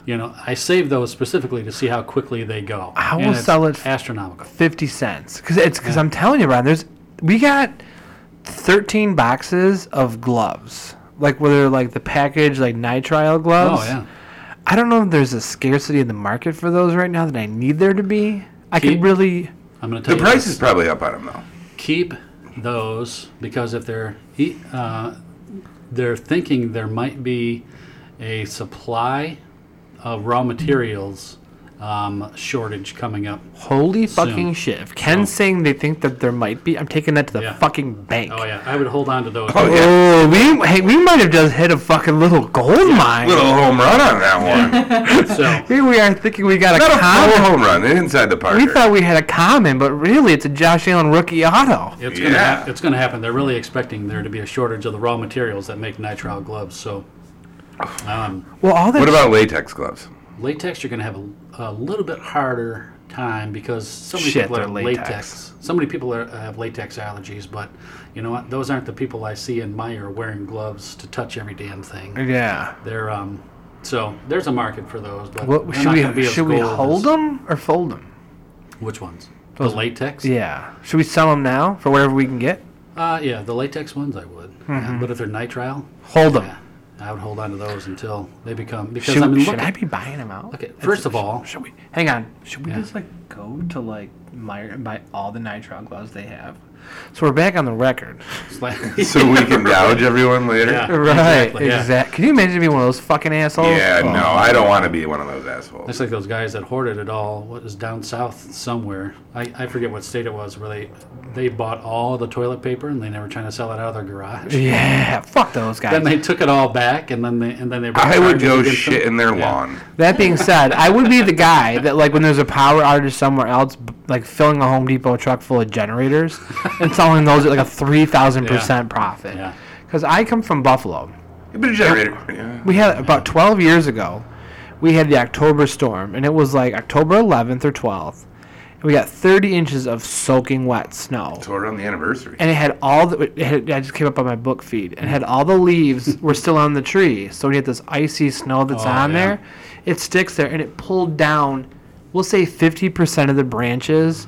You know, I save those specifically to see how quickly they go. I and will it's sell it f- astronomical. Fifty cents, because it's because I'm telling you, Brian. There's we got thirteen boxes of gloves, like where they're like the package like nitrile gloves. Oh yeah. I don't know if there's a scarcity in the market for those right now that I need there to be. I could Keep- really. I'm going to tell The you price this. is probably up on them, though. keep those because if they're he- uh, they're thinking there might be a supply of raw materials um, shortage coming up. Holy Soon. fucking shit. If Ken's saying they think that there might be, I'm taking that to the Yeah. fucking bank. Oh yeah, I would hold on to those. Oh, yeah. Oh, we hey, we might have just hit a fucking little gold mine. Little home run on that one. So Here we are thinking we got a Not a full common. home run. Inside the park. We thought we had a common, but really it's a Josh Allen rookie auto. it's gonna Yeah. hap- it's gonna happen. They're really expecting there to be a shortage of the raw materials that make nitrile gloves. So um, Well, all that What about latex gloves? latex, you're gonna have a, a little bit harder time because so many Shit, people are they're latex. So many people are, have latex allergies, but you know what? Those aren't the people I see in my or wearing gloves to touch every damn thing. Yeah. They're um, so there's a market for those, but What they're not should gonna be we as should we gold hold as- them or fold them? Which ones? Those- the latex. Yeah. Should we sell them now for whatever we can get? Uh, yeah, the latex ones I would. Mm-hmm. Yeah, but if they're nitrile, Hold them. yeah, I would hold on to those until they become because Should, I mean should look I at, be buying them out? look at- first of all Should we? Hang on. Should we Yeah. just like go to like Meyer and buy all the nitrile gloves they have? So we're back on the record. it's like- So we can gouge everyone later? Yeah. Right. Exactly. Exactly, yeah. Can you imagine being one of those fucking assholes? Yeah, Oh. no, I don't want to be one of those assholes. it's like those guys that hoarded it all. What is down south somewhere? I, I forget what state it was where they they bought all the toilet paper and they never trying to sell it out of their garage. Yeah. Fuck those guys. Then they took it all back and then they and then they. brought I would charges go against them. shit in their Yeah. lawn. That being said, I would be the guy that, like, when there's a power outage somewhere else, b- like filling a Home Depot truck full of generators and selling those at like a 3,000% profit. Yeah. Because I come from Buffalo. But a generator. Yeah. We had about 12 years ago, we had the October storm, and it was like October 11th or 12th. And we got 30 inches of soaking wet snow. So we're on the anniversary. And it had all the. It had, I just came up on my book feed and it had all the leaves were still on the tree. So we had this icy snow that's Oh, on yeah. there. It sticks there and it pulled down, we'll say 50% of the branches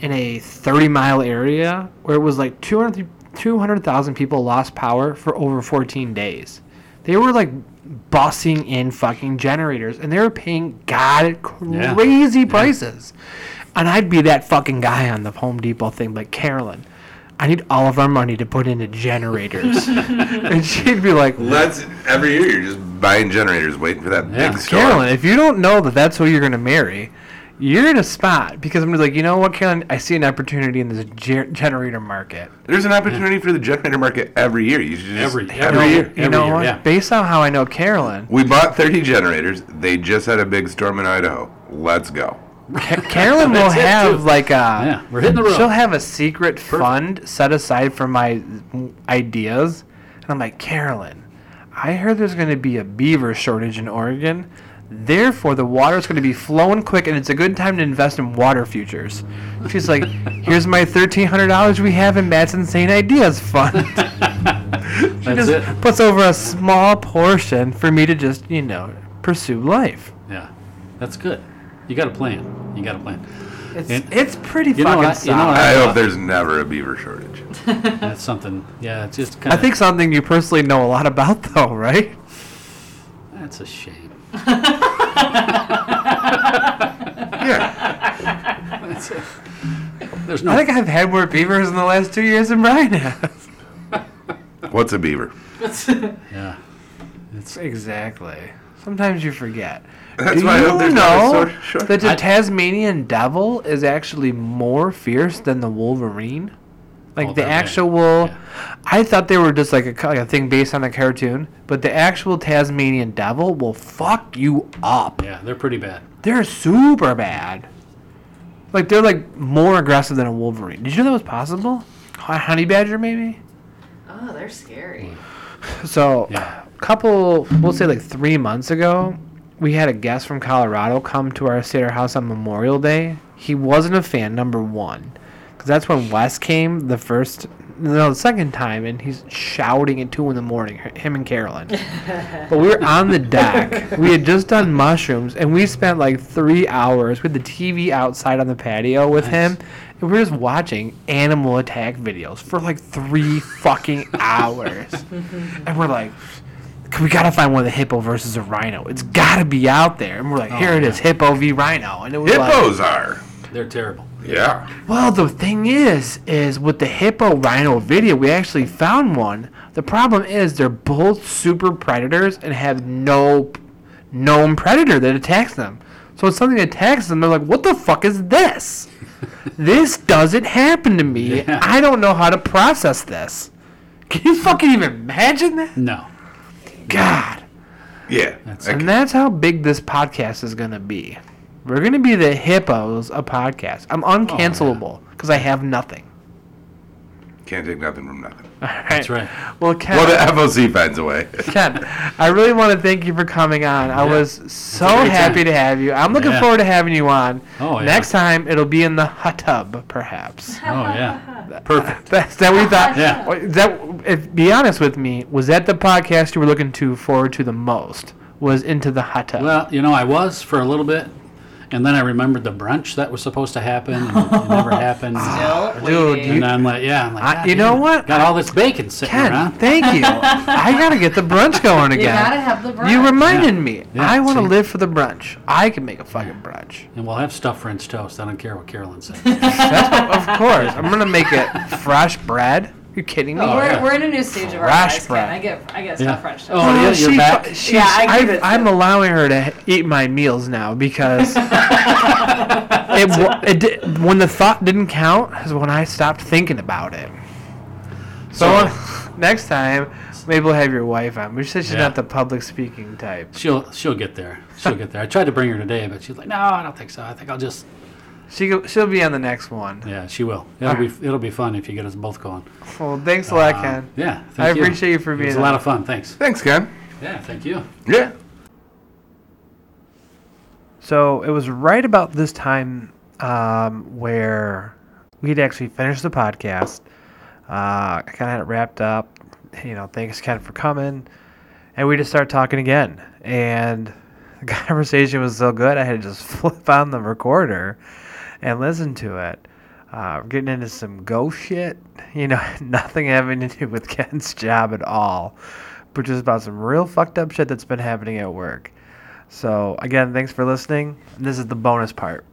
in a 30 mile area where it was like 200 200,000 people lost power for over 14 days. They were like bussing in fucking generators and they were paying God Yeah. crazy prices. And I'd be that fucking guy on the Home Depot thing, like Carolyn. I need all of our money to put into generators. and she'd be like, That's every year you're just buying generators, waiting for that Yeah. big storm. Carolyn, if you don't know that that's who you're going to marry, you're in a spot because I'm just like, you know what, Carolyn? I see an opportunity in this ger- generator market. There's an opportunity for the generator market every year. You should just, Every- You know- every year. You know year, what? yeah. Based on how I know Carolyn, We bought 30 generators. They just had a big storm in Idaho. Let's go. Ca- Carolyn will That's it, have too. like a. Yeah, we're hitting the road. She'll have a secret fund set aside for my ideas. And I'm like, Carolyn, I heard there's going to be a beaver shortage in Oregon. Therefore, the water is going to be flowing quick, and it's a good time to invest in water futures. She's like, here's my $1,300 we have in Matt's Insane Ideas Fund. That's it. Puts over a small portion for me to just, you know, pursue life. Yeah, that's good. You got a plan. You got a plan. It's, And- it's pretty You know fucking what- you know solid. what I Uh, hope there's never a beaver shortage. That's something. Yeah, it's just kind I of. think something you personally know a lot about, though, right? that's a shame. Yeah. There's I no think I've had more beavers in the last two years than Brian has. What's a beaver? Yeah. It's Exactly. Sometimes you forget. That's Do why I you hope there's not know a so- shortage. that the I- Tasmanian devil is actually more fierce than the wolverine? Like Oh, the okay. actual, I thought they were just like a, co- like a thing based on a cartoon, but the actual Tasmanian devil will fuck you up. yeah, they're pretty bad. They're super bad. Like they're like more aggressive than a wolverine. Did you know that was possible? A honey badger maybe. Oh, they're scary. So, Yeah. couple, we'll say like three months ago, we had a guest from Colorado come to our Seder house on Memorial Day. He wasn't a fan, number one, because that's when Wes came the first, no, the second time, and he's shouting at two in the morning, h- him and Carolyn. but we were on the deck. We had just done mushrooms, and we spent like three hours with the TV outside on the patio with him. And we were just watching animal attack videos for like three fucking hours. And we're like, we gotta find one of the hippo versus a rhino. It's gotta be out there. And we're like, here it is, hippo v rhino. And it was like, Hippos are. They're terrible. Yeah. well, the thing is, is with the hippo rhino video, we actually found one. The problem is they're both super predators and have no known predator that attacks them. So it's something that taxes them. They're like, what the fuck is this? this doesn't happen to me. Yeah. I don't know how to process this. Can you fucking even imagine that? No. God. Yeah. I And that's how big this podcast is going to be. We're going to be the hippos of podcasts. I'm Oh, uncancelable because I have nothing. can't take nothing from nothing. That's right. Well, Ken, Well, the FOC finds a way. Ken, I really want to thank you for coming on. I was so great happy time. to have you. I'm looking Yeah. forward to having you on. Oh, yeah. Next time, it'll be in the hot tub, perhaps. Oh yeah. Perfect. That's that we thought. Yeah. Wait, That if be honest with me, was that the podcast you were looking to forward to the most? Was into the hot tub. Well, you know, I was for a little bit, and then I remembered the brunch that was supposed to happen. And it never happened. Dude, Waiting. you- And I'm like, yeah, I'm like, Oh. I- "God you know damn it, what? Got all this bacon sitting Ken, around. thank you. I gotta get the brunch going You gotta again. have the brunch. You reminded me. Yeah, I want to see? live for the brunch. I can make a fucking brunch. And we'll have stuffed French toast. I don't care what Carolyn said. Of course, I'm gonna make it fresh bread. You kidding me? Oh, we're, yeah. we're in a new stage of our Fresh lives, Ken. bread. I get I get Yeah. stuff French. Oh, yeah, you're she, back. she's, Yeah, I give I it I'm to- allowing her to h- eat my meals now because it, wa- it di- when the thought didn't count is when I stopped thinking about it. So, So- uh, next time, maybe we'll have your wife on. We said she's Yeah. not the public speaking type. she'll she'll get there. She'll get there. I tried to bring her today, but she's like, no, I don't think so. I think I'll just She go- she'll be on the next one. yeah, she will. It'll be it'll be fun if you get us both going. Well, thanks a lot, Uh, Ken. yeah, I thank you. appreciate you for It was being a lot on. of fun. Thanks. Thanks, Ken. Yeah, thank you. Yeah. So it was right about this time um, where we'd actually finished the podcast. Uh, I kind of had it wrapped up. You know, thanks Ken for coming, and we just started talking again. And the conversation was so good, I had to just flip on the recorder and listen to it. Uh, we're getting into some ghost shit. You know, nothing having to do with Ken's job at all, but just about some real fucked up shit that's been happening at work. So again, thanks for listening. This is the bonus part.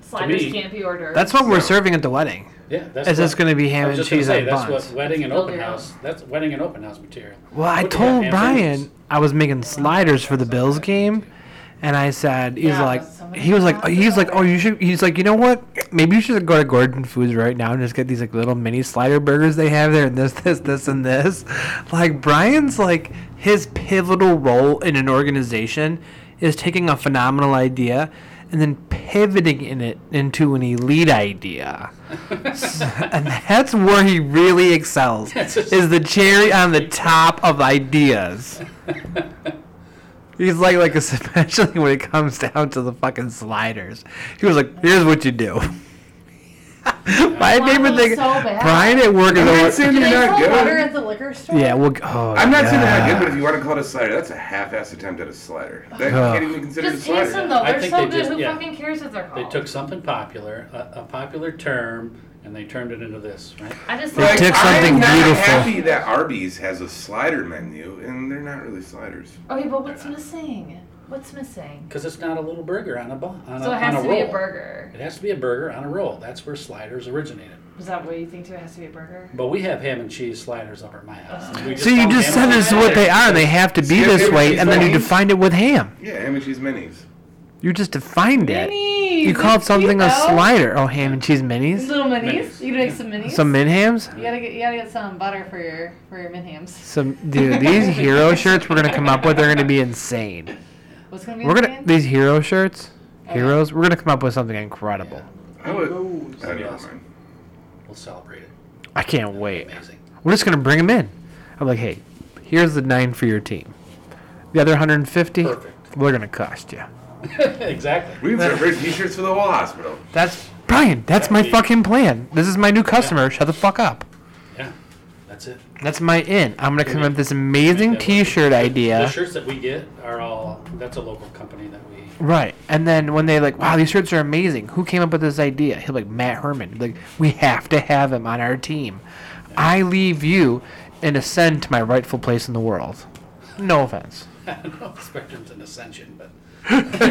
Sliders me- can't be ordered. That's what we're serving at the wedding. Yeah, that's Is this going to be ham and cheese Say, on that's buns? what wedding and Build open your house. That's wedding and open house material. Well, I What do you told have, ham Brian sandwiches? I was making sliders for the Bills game, and I said he's Yeah, but like somebody he was like bought he's it like oh you should he's like you know what maybe you should go to Gordon Foods right now and just get these like little mini slider burgers they have there and this this this and this, like Brian's like his pivotal role in an organization is taking a phenomenal idea and then pivoting in it into an elite idea. and that's where he really excels is the cherry on the top of ideas he's like like especially when it comes down to the fucking sliders he was like here's what you do my want favorite those thing so bad. brian at work I'm not is over saying Do they they're sell not butter good. at the liquor store? yeah well oh, I'm not saying they're not yeah. good, but if you want to call it a slider, that's a half-ass attempt at a slider. That can't even consider Just a slider. taste them though. I They're think so they good. just- Who yeah. fucking cares what they're They called? took something popular, a, a popular term, and they turned it into this, right? I just They took something I'm not beautiful. happy that Arby's has a slider menu, and they're not really sliders. Okay, but what's missing? What's missing? Because it's not a little burger on a bun. On So a, it has on to roll. be a burger. It has to be a burger on a roll. That's where sliders originated. Is that what you think too? It has to be a burger. But we have ham and cheese sliders up at my Uh-huh. house. We so you call them just ham said and this is cheese what they sliders. are and they have to be Yeah, this they- way they and then you say- defined it with ham Yeah, ham and cheese minis. you just defined it Minis. you called It's something a cute, though. slider oh ham and cheese minis Little minis. Minis. You can make some minis. some min hams You gotta get you gotta get some butter for your for your min hams. Some dude, these hero shirts we're gonna come up with are gonna be insane. What's gonna be? We're in the gonna min? these hero shirts, heroes. We're gonna come up with something incredible. I would. Oh, That'd be never awesome. mind. We'll celebrate it. I can't wait. Amazing. We're just gonna bring them in. I'm like, hey, here's the nine for your team. The other 150, Perfect. we're gonna cost you. exactly. We can celebrate T-shirts for the whole hospital. That's Brian. That's my be- fucking plan. This is my new customer. Shut the fuck up. Yeah, that's it. That's my in. I'm gonna come up with this amazing That would be- T-shirt The idea. shirts that we get are all. That's a local company that we. Right. And then when they like, wow, these shirts are amazing. Who came up with this idea? He'll be like Matt Herman. Like, we have to have him on our team. I leave you and ascend to my rightful place in the world. No offense. I don't know if Spectrum's an ascension, but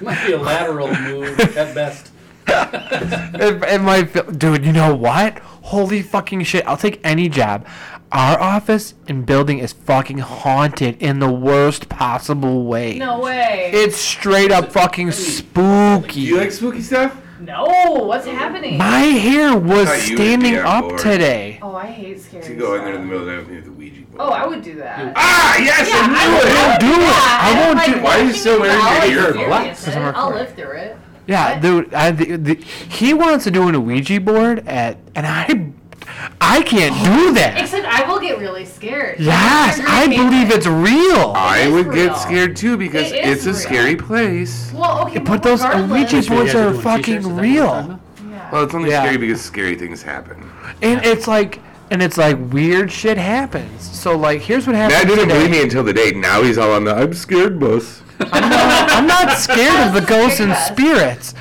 might be a lateral move at best. It, it might feel, dude. You know what? Holy fucking shit! I'll take any job. Our office and building is fucking haunted in the worst possible way. No way. It's straight up fucking spooky. Do you like spooky stuff? no, what's happening? My hair was I thought you would be standing on up board. today. oh, I hate scary. To go in there in stuff. the middle of the night with the Ouija board. Oh, I would do that. Ah, yes, Yeah, I Don't I knew it. do it. I Yeah, won't like, do. Why are you still walking wearing around, your like, ear? What? serious, Doesn't man. work I'll for live through it. Yeah, dude. I, the, the, he wants to do an Ouija board at, and I, I can't do that. Except I will get really scared. Yes, You're I making- believe it's real. I is would real. get scared too because It is it's a real. scary place. Well, okay, But those regardless- Ouija boards Yeah, are do it on t-shirts, fucking is that what you're talking real. about? Yeah. Well, it's only Yeah. scary because scary things happen. And it's like, and it's like weird shit happens. So like, here's what happened. Matt didn't today. believe me until the day. Now he's all on the I'm scared bus. I'm not, I'm not scared of the ghosts and Yes. spirits.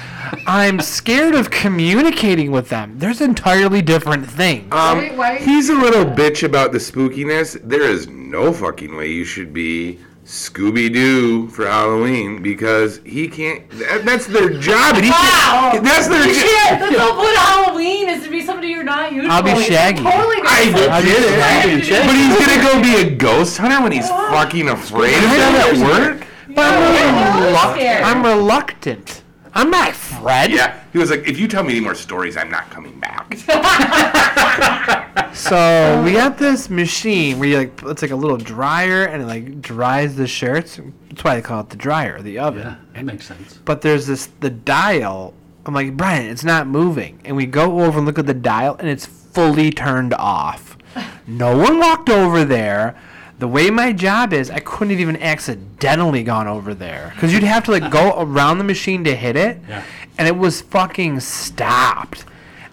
I'm scared of communicating with them. There's entirely different things. Why- why are you- Um, he's a little bitch about the spookiness. There is no fucking way you should be Scooby Doo for Halloween because he can't. that- that's their job. And he can't- Wow. That's their job. That's the whole point of Halloween is to be somebody you're not usually. I'll be Shaggy. Totally I different. did it. Shaggy and Shaggy. But he's gonna go be a ghost hunter when he's fucking afraid of them at work. But I'm, Yeah, really I'm reluctant. scared. I'm reluctant. I'm not Fred. Yeah, he was like, if you tell me any more stories, I'm not coming back. So we got this machine where you like it's like a little dryer and it like dries the shirts. That's why they call it the dryer, the oven. Yeah, that makes sense. But there's this the dial. I'm like, Brian, it's not moving. And we go over and look at the dial and it's fully turned off. No one walked over there. The way my job is, I couldn't have even accidentally gone over there. Because you'd have to like go around the machine to hit it. Yeah. And it was fucking stopped.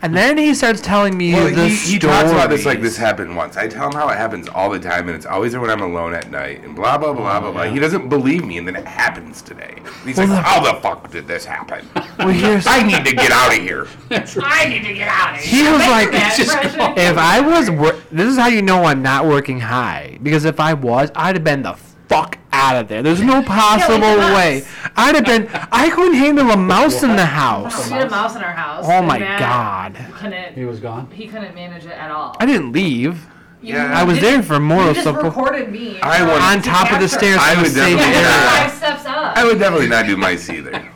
And then he starts telling me Well, the he, he talks about this like stories. this happened once. I tell him how it happens all the time, and it's always when I'm alone at night, and blah blah blah Oh, blah blah. He doesn't believe me, and then it happens today. And He's like, "How the fuck did this happen? Well, here's, I need to get out of here." I need to get out of here. he was like, Bad impression. if I was, wor- this is how you know I'm not working high. Because if I was, I'd have been the fuck out of there. There's no possible mouse. way. I'd have been. I couldn't handle a mouse in the we house. had a mouse in our house. Oh and my Matt god. He Couldn't. was gone. He couldn't manage it at all. I didn't leave. Yeah, I was there for You moral just support. recorded me. I Uh, would- On top of the stairs. I in a would safe definitely- Yeah, area. you're Yeah. five steps up. I would definitely not do mice either.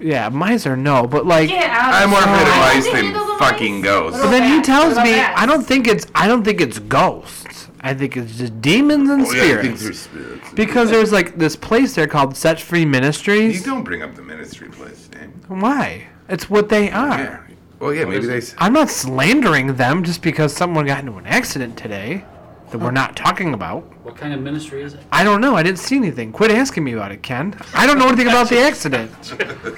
Yeah, mice are no, but like. Get out. I'm more afraid of I mice think than he doesn't fucking like- ghosts. But then he tells me, Bats. I don't think it's. I don't think it's ghosts. I think it's just demons and Oh, yeah, I think spirits. they're spirits. because there's like this place there called Set Free you Ministries. don't bring up the ministry place name. Why? It's what they are. Yeah. Well, yeah, maybe they. s- I'm not slandering them just because someone got into an accident today that we're not talking about. What kind of ministry is it? I don't know. I didn't see anything. Quit asking me about it, Ken. I don't know anything about the accident.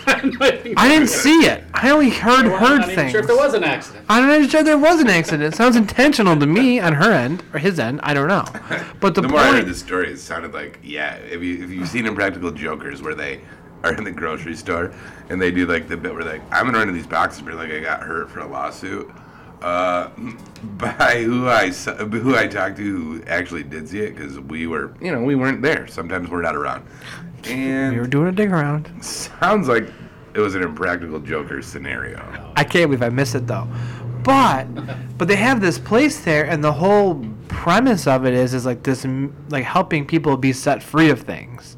I didn't see it. I only heard heard I'm not even things. sure if there was an accident. I'm not even sure there was an accident. Sounds intentional to me on her end or his end. I don't know. But the, The more I heard point. the story, it sounded like yeah. If you if you've seen Impractical Jokers, where they are in the grocery store and they do like the bit where like I'm gonna run to these boxes, but like I got hurt for a lawsuit. Uh, by who I s- who I talked to who actually did see it because we were you know we weren't there. Sometimes we're not around. We were And doing a dig around. sounds like it was an Impractical Joker scenario. I can't believe I missed it though. But but they have this place there, and the whole premise of it is is like this, m- like helping people be set free of things.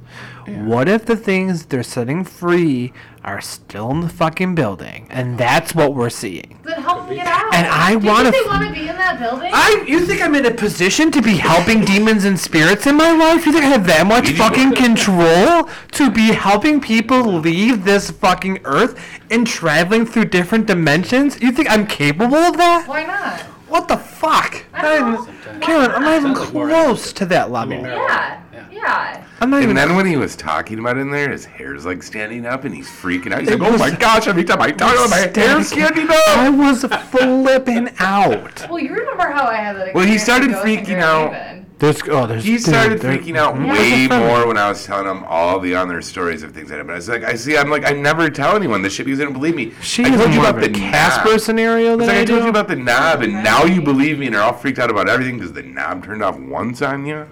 What if the things they're setting free are still in the fucking building, and that's what we're seeing? Then help them get out. And I Do you wanna- think they want to be in that building? I, you think I'm in a position to be helping demons and spirits in my life? You think I have that much fucking control to be helping people leave this fucking earth and traveling through different dimensions? You think I'm capable of that? Why not? What the fuck? don't I'm, know. Karen, I'm not even Sounds like more close to that level. mean, Yeah. Yeah. Yeah. I'm not And even. then when he was talking about it in there, his hair's like standing up and he's freaking out. He's like, "Oh was- my gosh! Every time I talk about my hair, Stairs- standing I up." was flipping out. Well, you remember how I had that. Well, he experience started with Ghost in Grand freaking out. Haven. There's oh there's He dude, started there- freaking out Yeah, way it's a friend. more when I was telling him all the other stories of things that happened. I was like, I see, I'm like, I never tell anyone this shit because they don't believe me. She I is told you more about of a the Casper knob. scenario It's than like I I told do. you about the knob, and now you believe me, and are all freaked out about everything because the knob turned off once on you.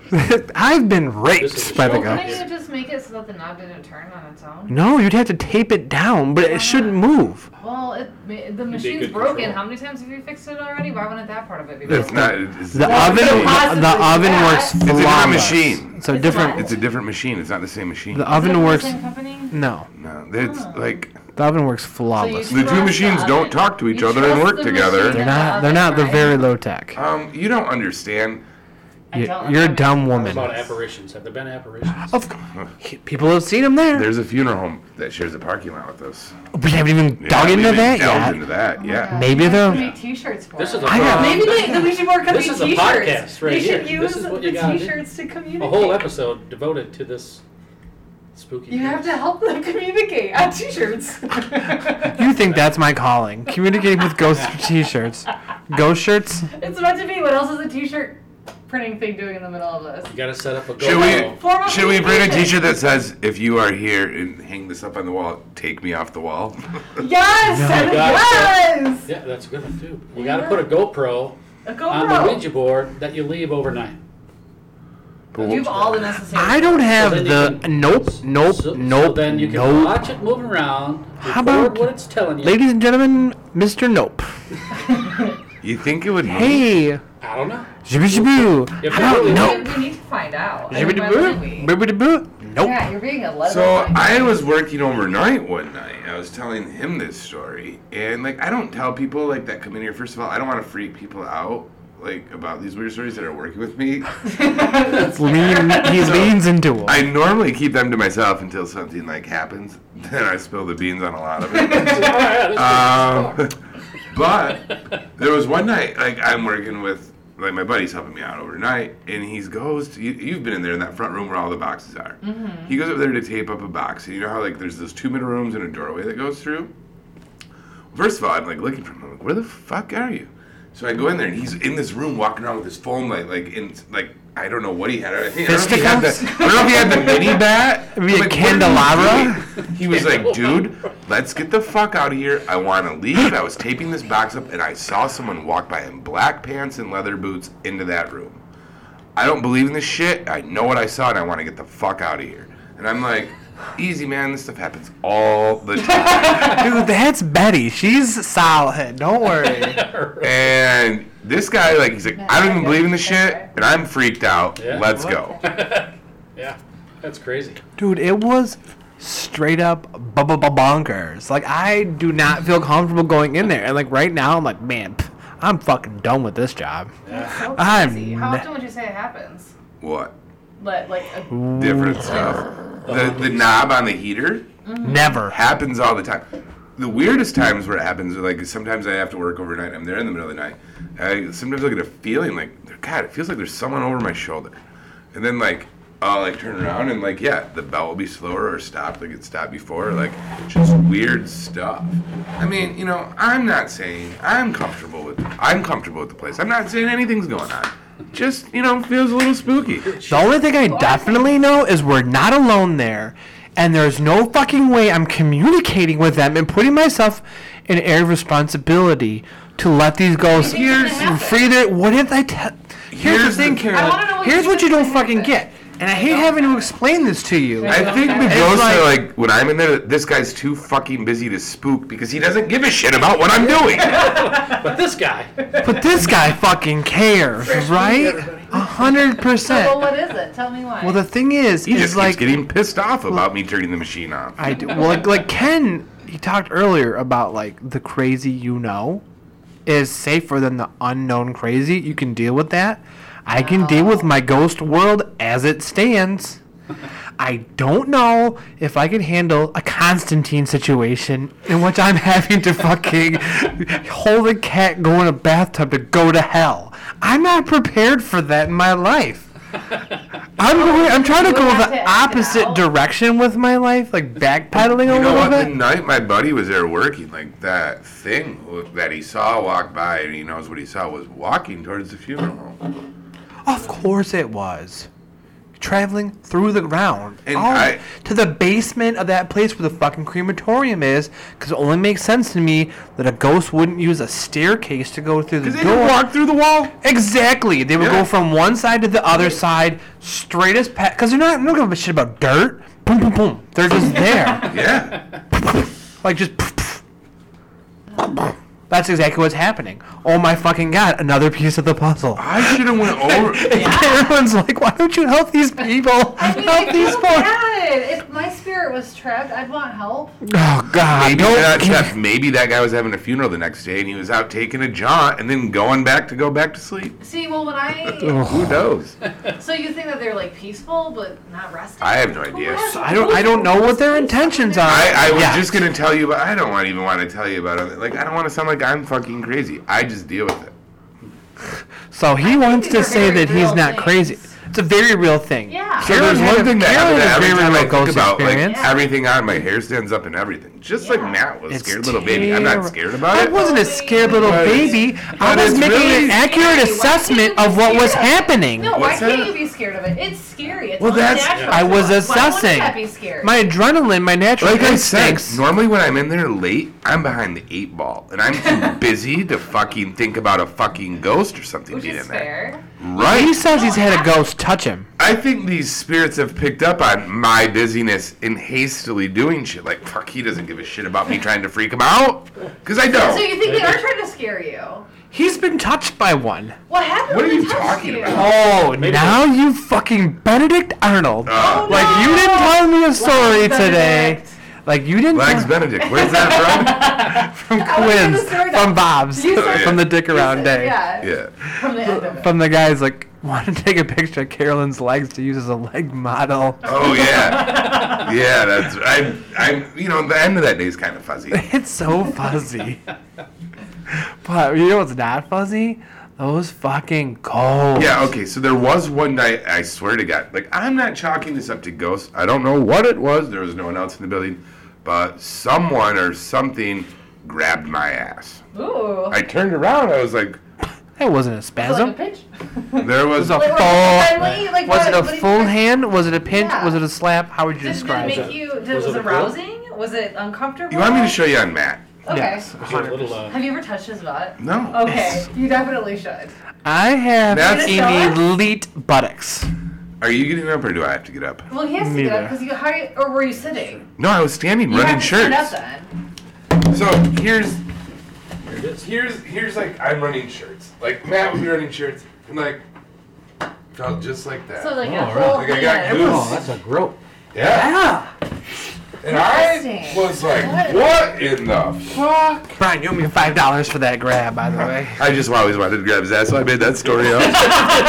I've been This is raped by the short. guy. Okay. Couldn't you just make it so that the knob didn't turn on its own? No, you'd have to tape it down, but it shouldn't move. Mm. Well, it, ma- the machine's good broken. control. How many times have you fixed it already? Why wouldn't that part of it be It's broken? not. It's, The it's oven, could possibly the oven do works that. a flawless. different machine. So It's different. not. It's a different machine. It's not the same machine. The Is it oven from the works. same company? No, no, it's like the oven works flawless. you the two Oh. trust machines the don't oven. talk to each You other and trust work the together. machine and They're the not. They're oven, not. They're right? very low tech. Um, you don't understand. I You, don't you're a know. dumb woman. About apparitions. Have there been apparitions? Of c- people have seen him there. There's a funeral home that shares a parking lot with us. We haven't even Yeah, dug we into even that delved yet. into that. Oh Yeah. Maybe You guys they're. can make T-shirts for This it. is a I got- Maybe they, then we should work on Um, This these is a t-shirts. podcast right we should here. use This is the what you gotta do. t-shirts to communicate. a whole episode devoted to this spooky. You have place. to help them communicate on t-shirts. You think that's my calling? Communicating with ghost t-shirts, ghost shirts. it's meant to be. What else is a t-shirt printing thing doing in the middle of this? You gotta set up a Should GoPro. we Form of should we print a communication. T-shirt that says "If you are here and hang this up on the wall, take me off the wall"? Yes! my God. yes! Yeah, that's a good one too. We gotta put a GoPro A on the GoPro. Ouija board that you leave overnight. You've all the necessary. I don't have then you the. can- Nope. Nope. So, nope. So then you can nope. watch it move around. Record How about- what it's telling you? Ladies and gentlemen, Mr. Nope. You think it would? move? Hey, I don't know. shibby shiboo. If I don't really- We, know. we need to find out. I Shibby mean, why wouldn't we? boo. Bibby boo. Nope. Yeah, you're being a little. So I was working overnight one night. I was telling him this story, and like I don't tell people like that come in here. First of all, I don't want to freak people out like about these weird stories that are working with me. Lean, he leans into it. I normally keep them to myself until something like happens. Then I spill the beans on a lot of it. Um, but there was one night, like I'm working with, like my buddy's helping me out overnight, and he goes, to, you, you've been in there in that front room where all the boxes are. He goes over there to tape up a box, and you know how like there's those two middle rooms and a doorway that goes through. First of all, I'm like looking for him. I'm like, where the fuck are you? So I go in there, and he's in this room walking around with his phone light, like in like. I don't know what he had. I think- I don't know if he had the, I don't know if he had the mini bat. Maybe a I'm like, "What are you candelabra?" doing?" He was like, dude, let's get the fuck out of here. I want to leave. I was taping this box up, and I saw someone walk by in black pants and leather boots into that room. I don't believe in this shit. I know what I saw, and I want to get the fuck out of here. And I'm like, easy, man. This stuff happens all the time. Dude, that's Betty. She's solid. Don't worry. And this guy, like, he's like, I don't even believe in this shit, and I'm freaked out. Yeah. Let's go. Yeah, that's crazy. Dude, it was straight up bubba bonkers. Like I do not feel comfortable going in there, and like right now I'm like, man, pff, I'm fucking done with this job. I'm How ne- often would you say it happens? What? Let like a, Different stuff. The, the knob on the heater Mm-hmm. never. happens all the time. The weirdest times where it happens are like sometimes I have to work overnight. I'm there in the middle of the night. I sometimes I get a feeling like, God, it feels like there's someone over my shoulder. And then like I'll like turn around and like yeah, the bell will be slower or stopped like it stopped before. Like just weird stuff. I mean, you know, I'm not saying I'm comfortable with I'm comfortable with the place. I'm not saying anything's going on. Just you know, feels a little spooky. The only thing I definitely know is we're not alone there, and there's no fucking way I'm communicating with them and putting myself in an area of responsibility to let these ghosts think it's gonna happen? free their. What if I tell? Here's, Here's the the- thing, I Carolyn. wanna know what Here's you what you think don't is gonna fucking happen. get, and I hate having to explain this to you. I think the It's ghosts are like- like when I'm in there. This guy's too fucking busy to spook because he doesn't give a shit about what I'm doing. But this guy, But this guy fucking cares, right? A well, hundred percent. what is it? Tell me why. Well, the thing is, He is just like keeps getting pissed off about me turning the machine off. I do. Well, like, like Ken, he talked earlier about like the crazy you know is safer than the unknown crazy. You can deal with that. I can deal with my ghost world as it stands. I don't know if I can handle a Constantine situation in which I'm having to fucking hold a cat, go in a bathtub to go to hell. I'm not prepared for that in my life. I'm going, I'm trying to You go have to the act it opposite out. direction with my life, like backpedaling a You little know what? The bit. night my buddy was there working, like that thing that he saw walk by, and he knows what he saw was walking towards the funeral home. Of course it was. Traveling through the ground And all I- to the basement of that place where the fucking crematorium is, because it only makes sense to me that a ghost wouldn't use a staircase to go through the They door. didn't walk through the wall. Exactly. They would Yeah. go from one side to the other side, straight as pat. Because they're not, they don't give a shit about dirt. Boom, boom, boom. They're just there. Yeah. like, just. pff, pff. That's exactly what's happening. Oh my fucking god, another piece of the puzzle. I should have went over. Everyone's like, why don't you help these people? I mean, help I these feel folks. bad. If my spirit was trapped, I'd want help. Oh god, Maybe that, don't. that- maybe that guy was having a funeral the next day and he was out taking a jaunt and then going back to go back to sleep. See, well, when I Ugh. Who knows? so you think that they're like peaceful but not resting. I have no idea. I don't. I don't know what their intentions are. I, I was Yeah. just gonna tell you, but I don't want even want to tell you about it. Like I don't want to sound like I'm fucking crazy. I just deal with it. So he wants these to are say very that he's real not things. crazy. It's a very real thing. Yeah. So there's one thing that every- every very time I real think ghost about, experience. like everything on my hair stands up and everything, just like Yeah. Matt was It's scared little baby. I'm not terri- scared about I it. wasn't a scared little But it's- baby. I but was it's making really- an accurate Hey, why assessment can't you of what be was scared of it? happening. No, why What's can't that? you be scared of it? It's scary. It's Well, that's- unnatural I to was us. assessing. Why wouldn't that be scary? My adrenaline, my natural Like I said, instincts. normally when I'm in there late, I'm behind the eight ball, and I'm too busy to fucking think about a fucking ghost or something which being is in there. fair. he Right? says he's had a ghost touch him. I think these spirits have picked up on my busyness in hastily doing shit. Like, fuck, he doesn't give a shit about me trying to freak him out, because I So don't. you think they are trying to scare you? He's been touched by one. What happened? What are when they you touched talking you? about? Oh, now you fucking Benedict Arnold. Uh, like you didn't tell me a story today. Oh. Benedict. Like you didn't Legs tell Benedict, where's that from gonna quiz throw that. from Bob's You said- from the dick around day. Yeah. from? Yeah. From the end of it. From the guys like want to take a picture of Carolyn's legs to use as a leg model. Oh yeah, yeah. That's I'm. I'm. You know, the end of that day's kind of fuzzy. It's so fuzzy. but you know what's not fuzzy? Those fucking cold. Yeah. Okay. So there was one night. I swear to God. Like I'm not chalking this up to ghosts. I don't know what it was. There was no one else in the building, but someone or something grabbed my ass. Ooh. I turned around. I was like, That wasn't a Was it spasm. like a pinch? there was. It Like, was was a it full. friendly? Like, Was what, it a what did full you- hand? Was it a pinch? Yeah. Was it a slap? How would you Did, did it describe make it? you? Did, was, Was it it a blow? arousing? Was it uncomfortable? You want me to show you on Matt? Okay. Yes. He's a little, uh, Have you ever touched his butt? No. Okay, you definitely should. I have That's- an elite buttocks. Are you getting up or do I have to get up? Well, he has to get Neither. up because you how you- or were you sitting? No, I was standing, You running have to stand shirts. up then. So here's here it is. here's here's like I'm running shirts. Like Matt would be running shirts, and like felt just like that. So like Oh, a right. whole Like, I got hand. goose. Oh, that's a grope. yeah. And I Interesting. was like, what in the fuck? Brian, you owe me five dollars for that grab, by the way. I just always wanted to grab his ass, so I made that story up.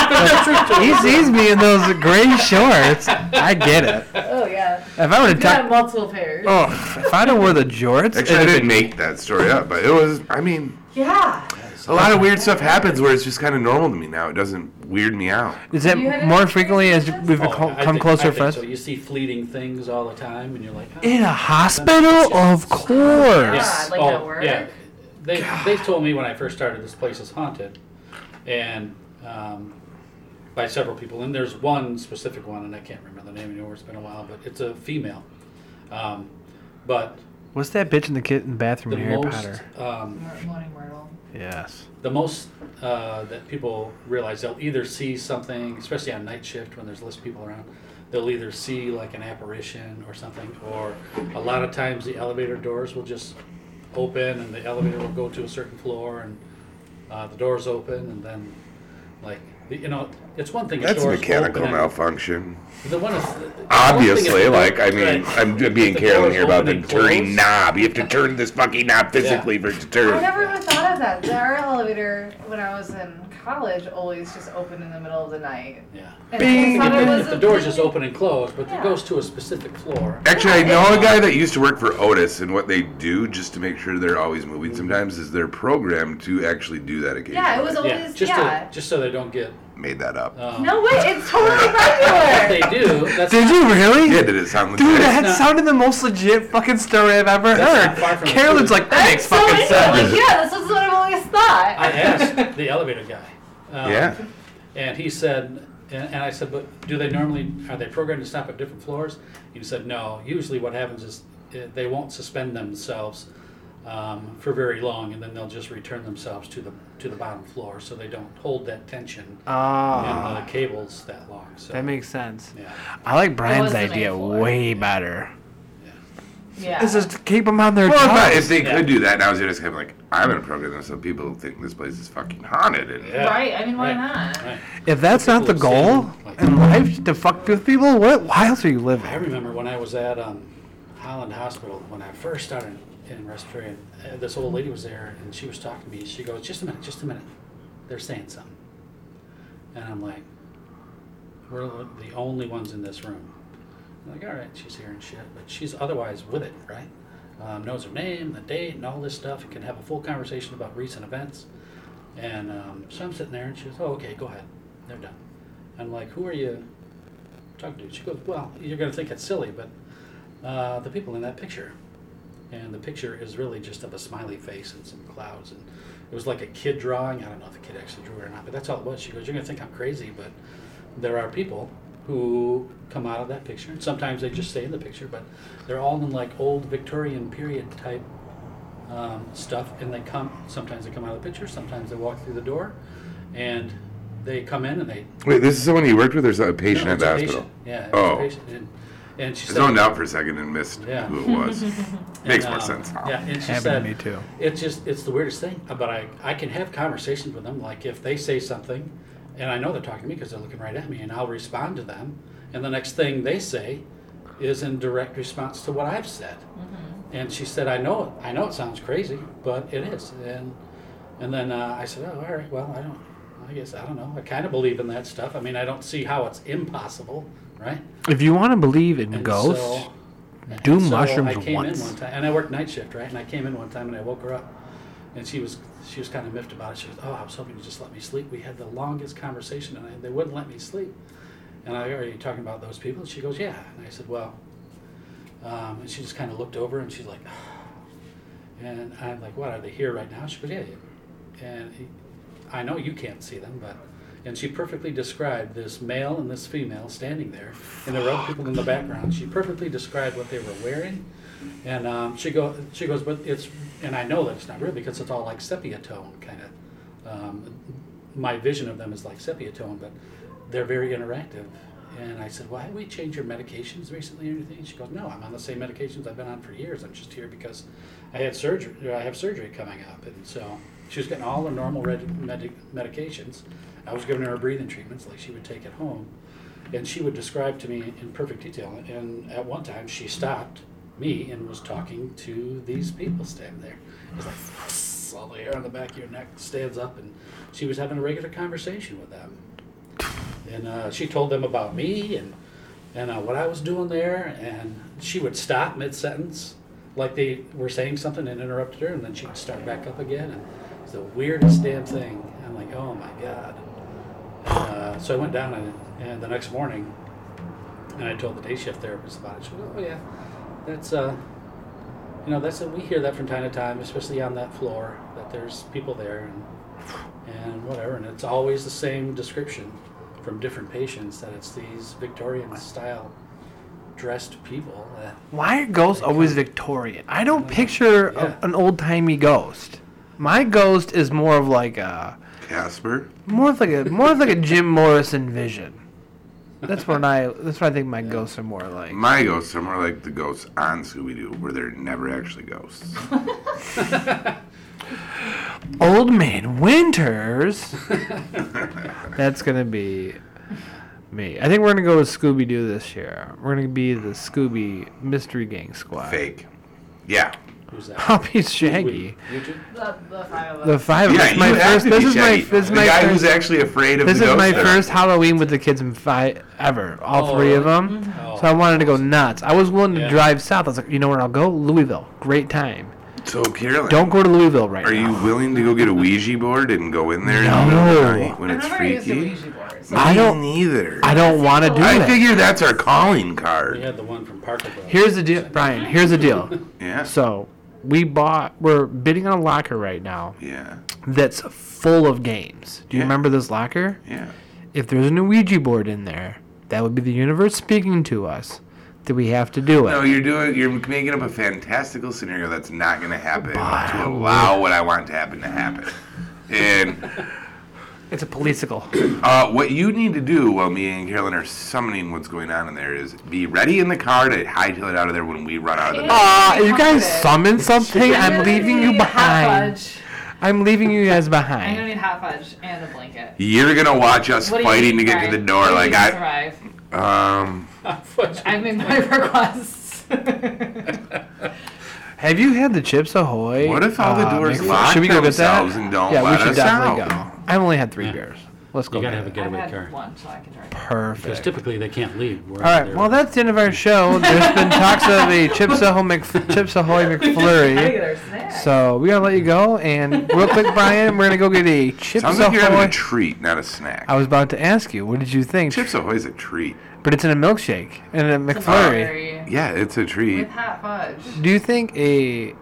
he sees me in those gray shorts. I get it. Oh yeah. If I would have You got tucked, multiple pairs. oh, if I'd have wore the jorts, it'd Actually, I have didn't been- make that story up, but it was, I mean, Yeah. a lot of weird stuff happens where it's just kind of normal to me now. It doesn't weird me out. Is it You had more any frequently as experiences? we've Oh, become I come think- I closer think friends? So you see fleeting things all the time, and you're like, oh, In a hospital, of course. Oh God, like at work? Yeah. They, they told me when I first started this place is haunted, and um, by several people. And there's one specific one, and I can't remember the name anymore. It's been a while, but it's a female. Um, but What's that bitch in the kid in the bathroom the in Harry most Potter? um, Morning, Myrtle. Yes. the most uh, that people realize they'll either see something, especially on night shift when there's less people around, they'll either see like an apparition or something, or a lot of times the elevator doors will just open and the elevator will go to a certain floor and uh, the doors open and then like the, you know it's one thing if That's doors open mechanical and- malfunction. The one is, the one thing is Obviously, the door- like, I mean, right. I'm If being the Carolyn doors here about the open and close, turning knob. You have to turn this fucking knob physically for it to I turn. never even thought of that. Our elevator when I was in college always just opened in the middle of the night. Yeah. And Bing. I thought it Even was if the a doors just really- open and close, but Yeah. it goes to a specific floor. Actually, I know a guy that used to work for Otis, and what they do just to make sure they're always moving sometimes is they're programmed to actually do that occasionally. Yeah, it was always Yeah, yeah. just To, just so they don't get. Made that up. Um, no way, it's totally What regular. they do. That's Did you really? yeah, did it sound legit? Dude, that not- sounded the most legit fucking story I've ever That's not far heard. from the Carolyn's truth. like, that That's makes so fucking interesting. sense. Like, yeah, this is what I've always thought. I asked the elevator guy. Um, yeah. And he said, and, and I said, but do they normally, are they programmed to stop at different floors? He said, no. Usually what happens is eh, they won't suspend themselves um, for very long and then they'll just return themselves to the, to the bottom floor so they don't hold that tension Ah, in the cables that long. So, that makes sense. yeah. I like Brian's was the main idea floor. way better. Yeah. This is to keep them on their Well, if, I- toes. if they Yeah. could do that, now it's just kind of like I'm gonna program them so people think this place is fucking haunted. And Yeah. Right. I mean, why Right. not? Right. If that's not the People goal saying, like- in life to fuck with people, what? Why else are you I living? remember when I was at um, Highland Hospital when I first started in respiratory, and uh, this old lady was there, and she was talking to me. She goes, "Just a minute, just a minute, they're saying something," and I'm like, "We're the only ones in this room." I'm like, "All right, she's hearing shit, but she's otherwise with it, right? Um, knows her name, the date, and all this stuff. and Can have a full conversation about recent events." And um, so I'm sitting there, and she goes, "Oh, okay, go ahead. They're done." I'm like, "Who are you?" talking to. She goes, Well, you're going to think it's silly, but uh, the people in that picture. And the picture is really just of a smiley face and some clouds. And it was like a kid drawing. I don't know if the kid actually drew it or not, but that's all it was. She goes, You're going to think I'm crazy, but there are people who come out of that picture. And sometimes they just stay in the picture, but they're all in like old Victorian period type um, stuff, and they come. Sometimes they come out of the picture. Sometimes they walk through the door, and they come in and they wait, this is someone you worked with, or is that a patient no, at it's the a hospital? patient. Yeah. it's a Oh. patient. And, and she I said, zoned out for a second and missed Yeah. who it was. and, Makes more um, sense. now. Yeah, and she Happened to said, me too. It's just, it's the weirdest thing. uh, But I, I can have conversations with them. Like if they say something, and I know they're talking to me because they're looking right at me, and I'll respond to them. And the next thing they say is in direct response to what I've said. And she said, I know, it, I know it sounds crazy, but it is. And and then uh, I said, oh, all right, well, I don't, I guess I don't know. I kind of believe in that stuff. I mean, I don't see how it's impossible, right? If you want to believe in And ghosts, so- do and so mushrooms I came once. In one time, and I worked night shift, right? And I came in one time and I woke her up, and she was she was kind of miffed about it. She was, "Oh, I was hoping you just let me sleep. We had the longest conversation, and I, they wouldn't let me sleep." And I, "Are you talking about those people?" She goes, "Yeah." And I said, "Well," um, and she just kind of looked over and she's like, and I'm like, "What are they here right now?" She goes, "Yeah." yeah." And he, I know you can't see them, but. And she perfectly described this male and this female standing there, and there were other people in the background. She perfectly described what they were wearing, and um, she go, she goes, but it's, and I know that it's not real because it's all like sepia tone kind of. Um, my vision of them is like sepia tone, but they're very interactive. And I said, well, have we changed your medications recently or anything? She goes, no, I'm on the same medications I've been on for years. I'm just here because I had surgery. or I have surgery coming up, and so she was getting all the normal reg- medi- medications. I was giving her breathing treatments like she would take at home, and she would describe to me in perfect detail. And at one time, she stopped me and was talking to these people standing there. It was like all the hair on the back of your neck stands up, and she was having a regular conversation with them. And uh, she told them about me and and uh, what I was doing there. And she would stop mid sentence, like they were saying something and interrupted her, and then she would start back up again. And it's the weirdest damn thing. I'm like, oh my god. Uh, so I went down and, and the next morning, and I told the day shift therapist about it. She goes, oh yeah, that's uh, you know, that's we hear that from time to time, especially on that floor, that there's people there and and whatever, and it's always the same description from different patients that it's these Victorian style dressed people. Uh, that- Why are ghosts always Victorian? I don't picture Yeah. a, an old timey ghost. My ghost is more of like a Casper. more of like a more of like a Jim Morrison vision. That's what I that's what I think my ghosts are more like. My ghosts are more like the ghosts on Scooby Doo, where they're never actually ghosts. Old Man Winters. That's gonna be me. I think we're gonna go with Scooby Doo this year. We're gonna be the Scooby Mystery Gang Squad. Fake. Yeah. Who's that? Poppy's Shaggy. We- You two? The, the five of us. The five. Yeah, this is my you have first. to be This is my. Shaggy. This is the my guy first. who's actually afraid of This the is ghost. my there. first Halloween with the kids in five ever, all Oh, three of really? them. Oh. So I wanted to go nuts. I was willing to Yeah. drive south. I was like, you know where I'll go? Louisville. Great time. So Carolyn, Don't go to Louisville right are you now. willing to go get a Ouija board and go in there No. in the middle of the night when I it's never used the freaky? Ouija boards. I don't- Me neither. I don't want to do I that. figure that's our calling We card. had the one from Parker Brothers. Here's the deal, Brian. Here's the deal. Yeah. So we bought. We're bidding on a locker right now Yeah. that's full of games. Do you Yeah. remember this locker? Yeah. if there's an Ouija board in there, that would be the universe speaking to us that we have to do it. No, you're doing. You're making up a fantastical scenario that's not going to happen to allow what I want to happen to happen. And It's a political. uh, what you need to do while me and Carolyn are summoning what's going on in there is be ready in the car to hightail it out of there when we run out of the. Uh, you guys summoned something? I'm leaving you need Hot behind. fudge. I'm leaving you guys I'm gonna behind. need hot fudge and a blanket. You're gonna watch us What do you fighting to think, get to the Brian? door. What do you Like think I, survive? um, I've made my requests. Have you had the Chips Ahoy? what if all the uh, doors McFl- lock Should we go get that? themselves and don't yeah, let we should us definitely out? go. I've only had three Yeah. beers. Let's go. You gotta get have a it. I've getaway had car. one, so I can drink. Because Perfect. typically they can't leave. All All right. Well, that's the end of our show. There's been talks of a Chips Ahoy, Mc- Chips Ahoy I McFlurry. get our snack. So we're gonna let you go, and real quick, Brian, we're gonna go get a Chips Sounds like you're Ahoy. having I a treat, not a snack. was about to ask you, what did you think? Chips Ahoy's a treat. But it's in a milkshake and a McFlurry. Very- Yeah, it's a treat. With hot fudge. Do you think a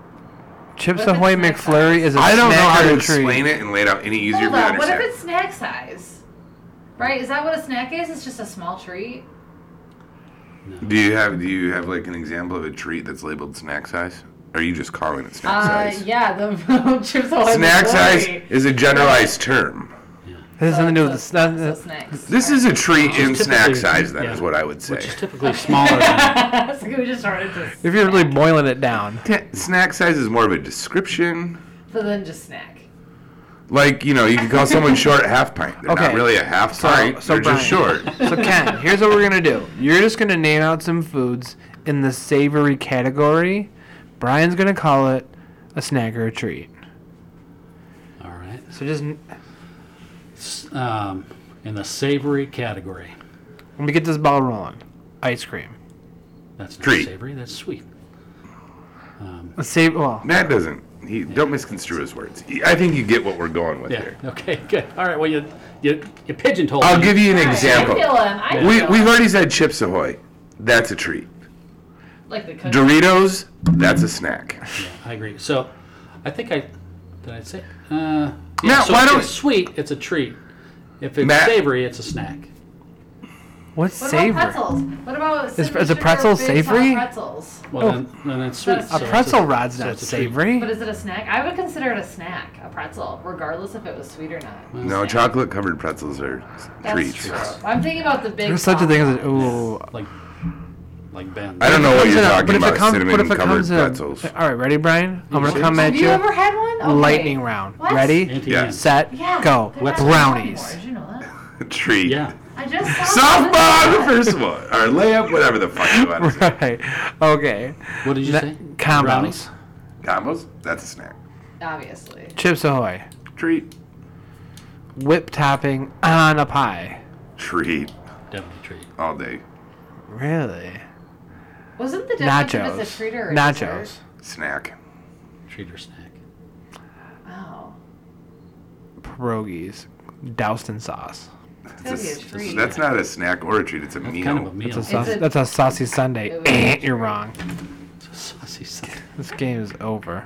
Chips What if Ahoy it's snack McFlurry is a I don't know snack or how to a treat? explain it and lay it out any easier Hold for you to on, what if understand. it's snack size? Right? Is that what a snack is? It's just a small treat? Do you have do you have like an example of a treat that's labeled snack size? Or are you just calling it snack size? Uh, yeah, the chips ahoy. Snack size McFlurry. is a generalized term. It has something to do with the snack. So snacks. This is a treat in snack typically- size, then, yeah. is what I would say. Which is typically smaller than so we just started this. if you're really boiling it down, T- snack size is more of a description. So then just snack. Like, you know, you can call someone short a half pint. They're not Okay. really a half So- pint, so they're just short. so Ken, here's what we're gonna do. You're just gonna name out some foods in the savory category. Brian's gonna call it a snack or a treat. All right. So just n- S- Um, in the savory category. let me get this ball rolling. Ice cream. That's not Treat. savory. That's sweet. Um, A save. Well, Matt doesn't. He, don't misconstrue his words. He- I think you get what we're going with yeah. here. Okay. Good. All right. Well, you you, you pigeonhole. I'll me. give you an I example. feel him. I We, feel we've him. already said Chips Ahoy. That's a treat. like the cookie. Doritos, that's a snack. Yeah, I agree. So, I think I did. I say. Uh, yeah, Matt, so why if don't- it's sweet? It's a treat. If it's Matt- savory, it's a snack. what's what savory? about pretzels? What about cinnamon is a sugar pretzel based on savory? Pretzels. Well, then, then it's sweet. That's so Oh. A true. it's pretzel rod's so not it's a treat. savory. But is it a snack? I would consider it a snack, a pretzel, regardless if it was sweet or not. Mm. No, chocolate covered pretzels are s- That's treats. true. I'm thinking about the big. There's such a thing as a, box. ooh. Like, like Ben. I don't know what Comes you're in a- talking but if it about. comes- but cinnamon if it covered comes in a- pretzels. All right, ready, Brian? I'm gonna come at Have you you. ever had one? Okay. Lightning round. What? Ready? Auntie Yeah. Anne. Set. Yeah. Go. they're not Brownies. anymore, Did you know that? treat. Yeah. I just saw Softball on them. the first one. Or layup, whatever the fuck you want to say. Right. Okay. What did you Na- say? combos. Brownies? Combos? That's a snack. Obviously. Chips Ahoy. Treat. Whip topping on a pie. Treat. Definitely treat. All day. Really? Wasn't the difference if it's a treat or Nachos. a Nachos. Snack. Treat or snack. dessert? Oh, pierogies. Pierogies. Doused in sauce. That's, gotta be a s- treat. that's not a snack or a treat. It's a meal. Kind of a meal. That's a, sauce, a- that's a saucy Sunday. It was- You're wrong. It's a saucy snack. This game is over.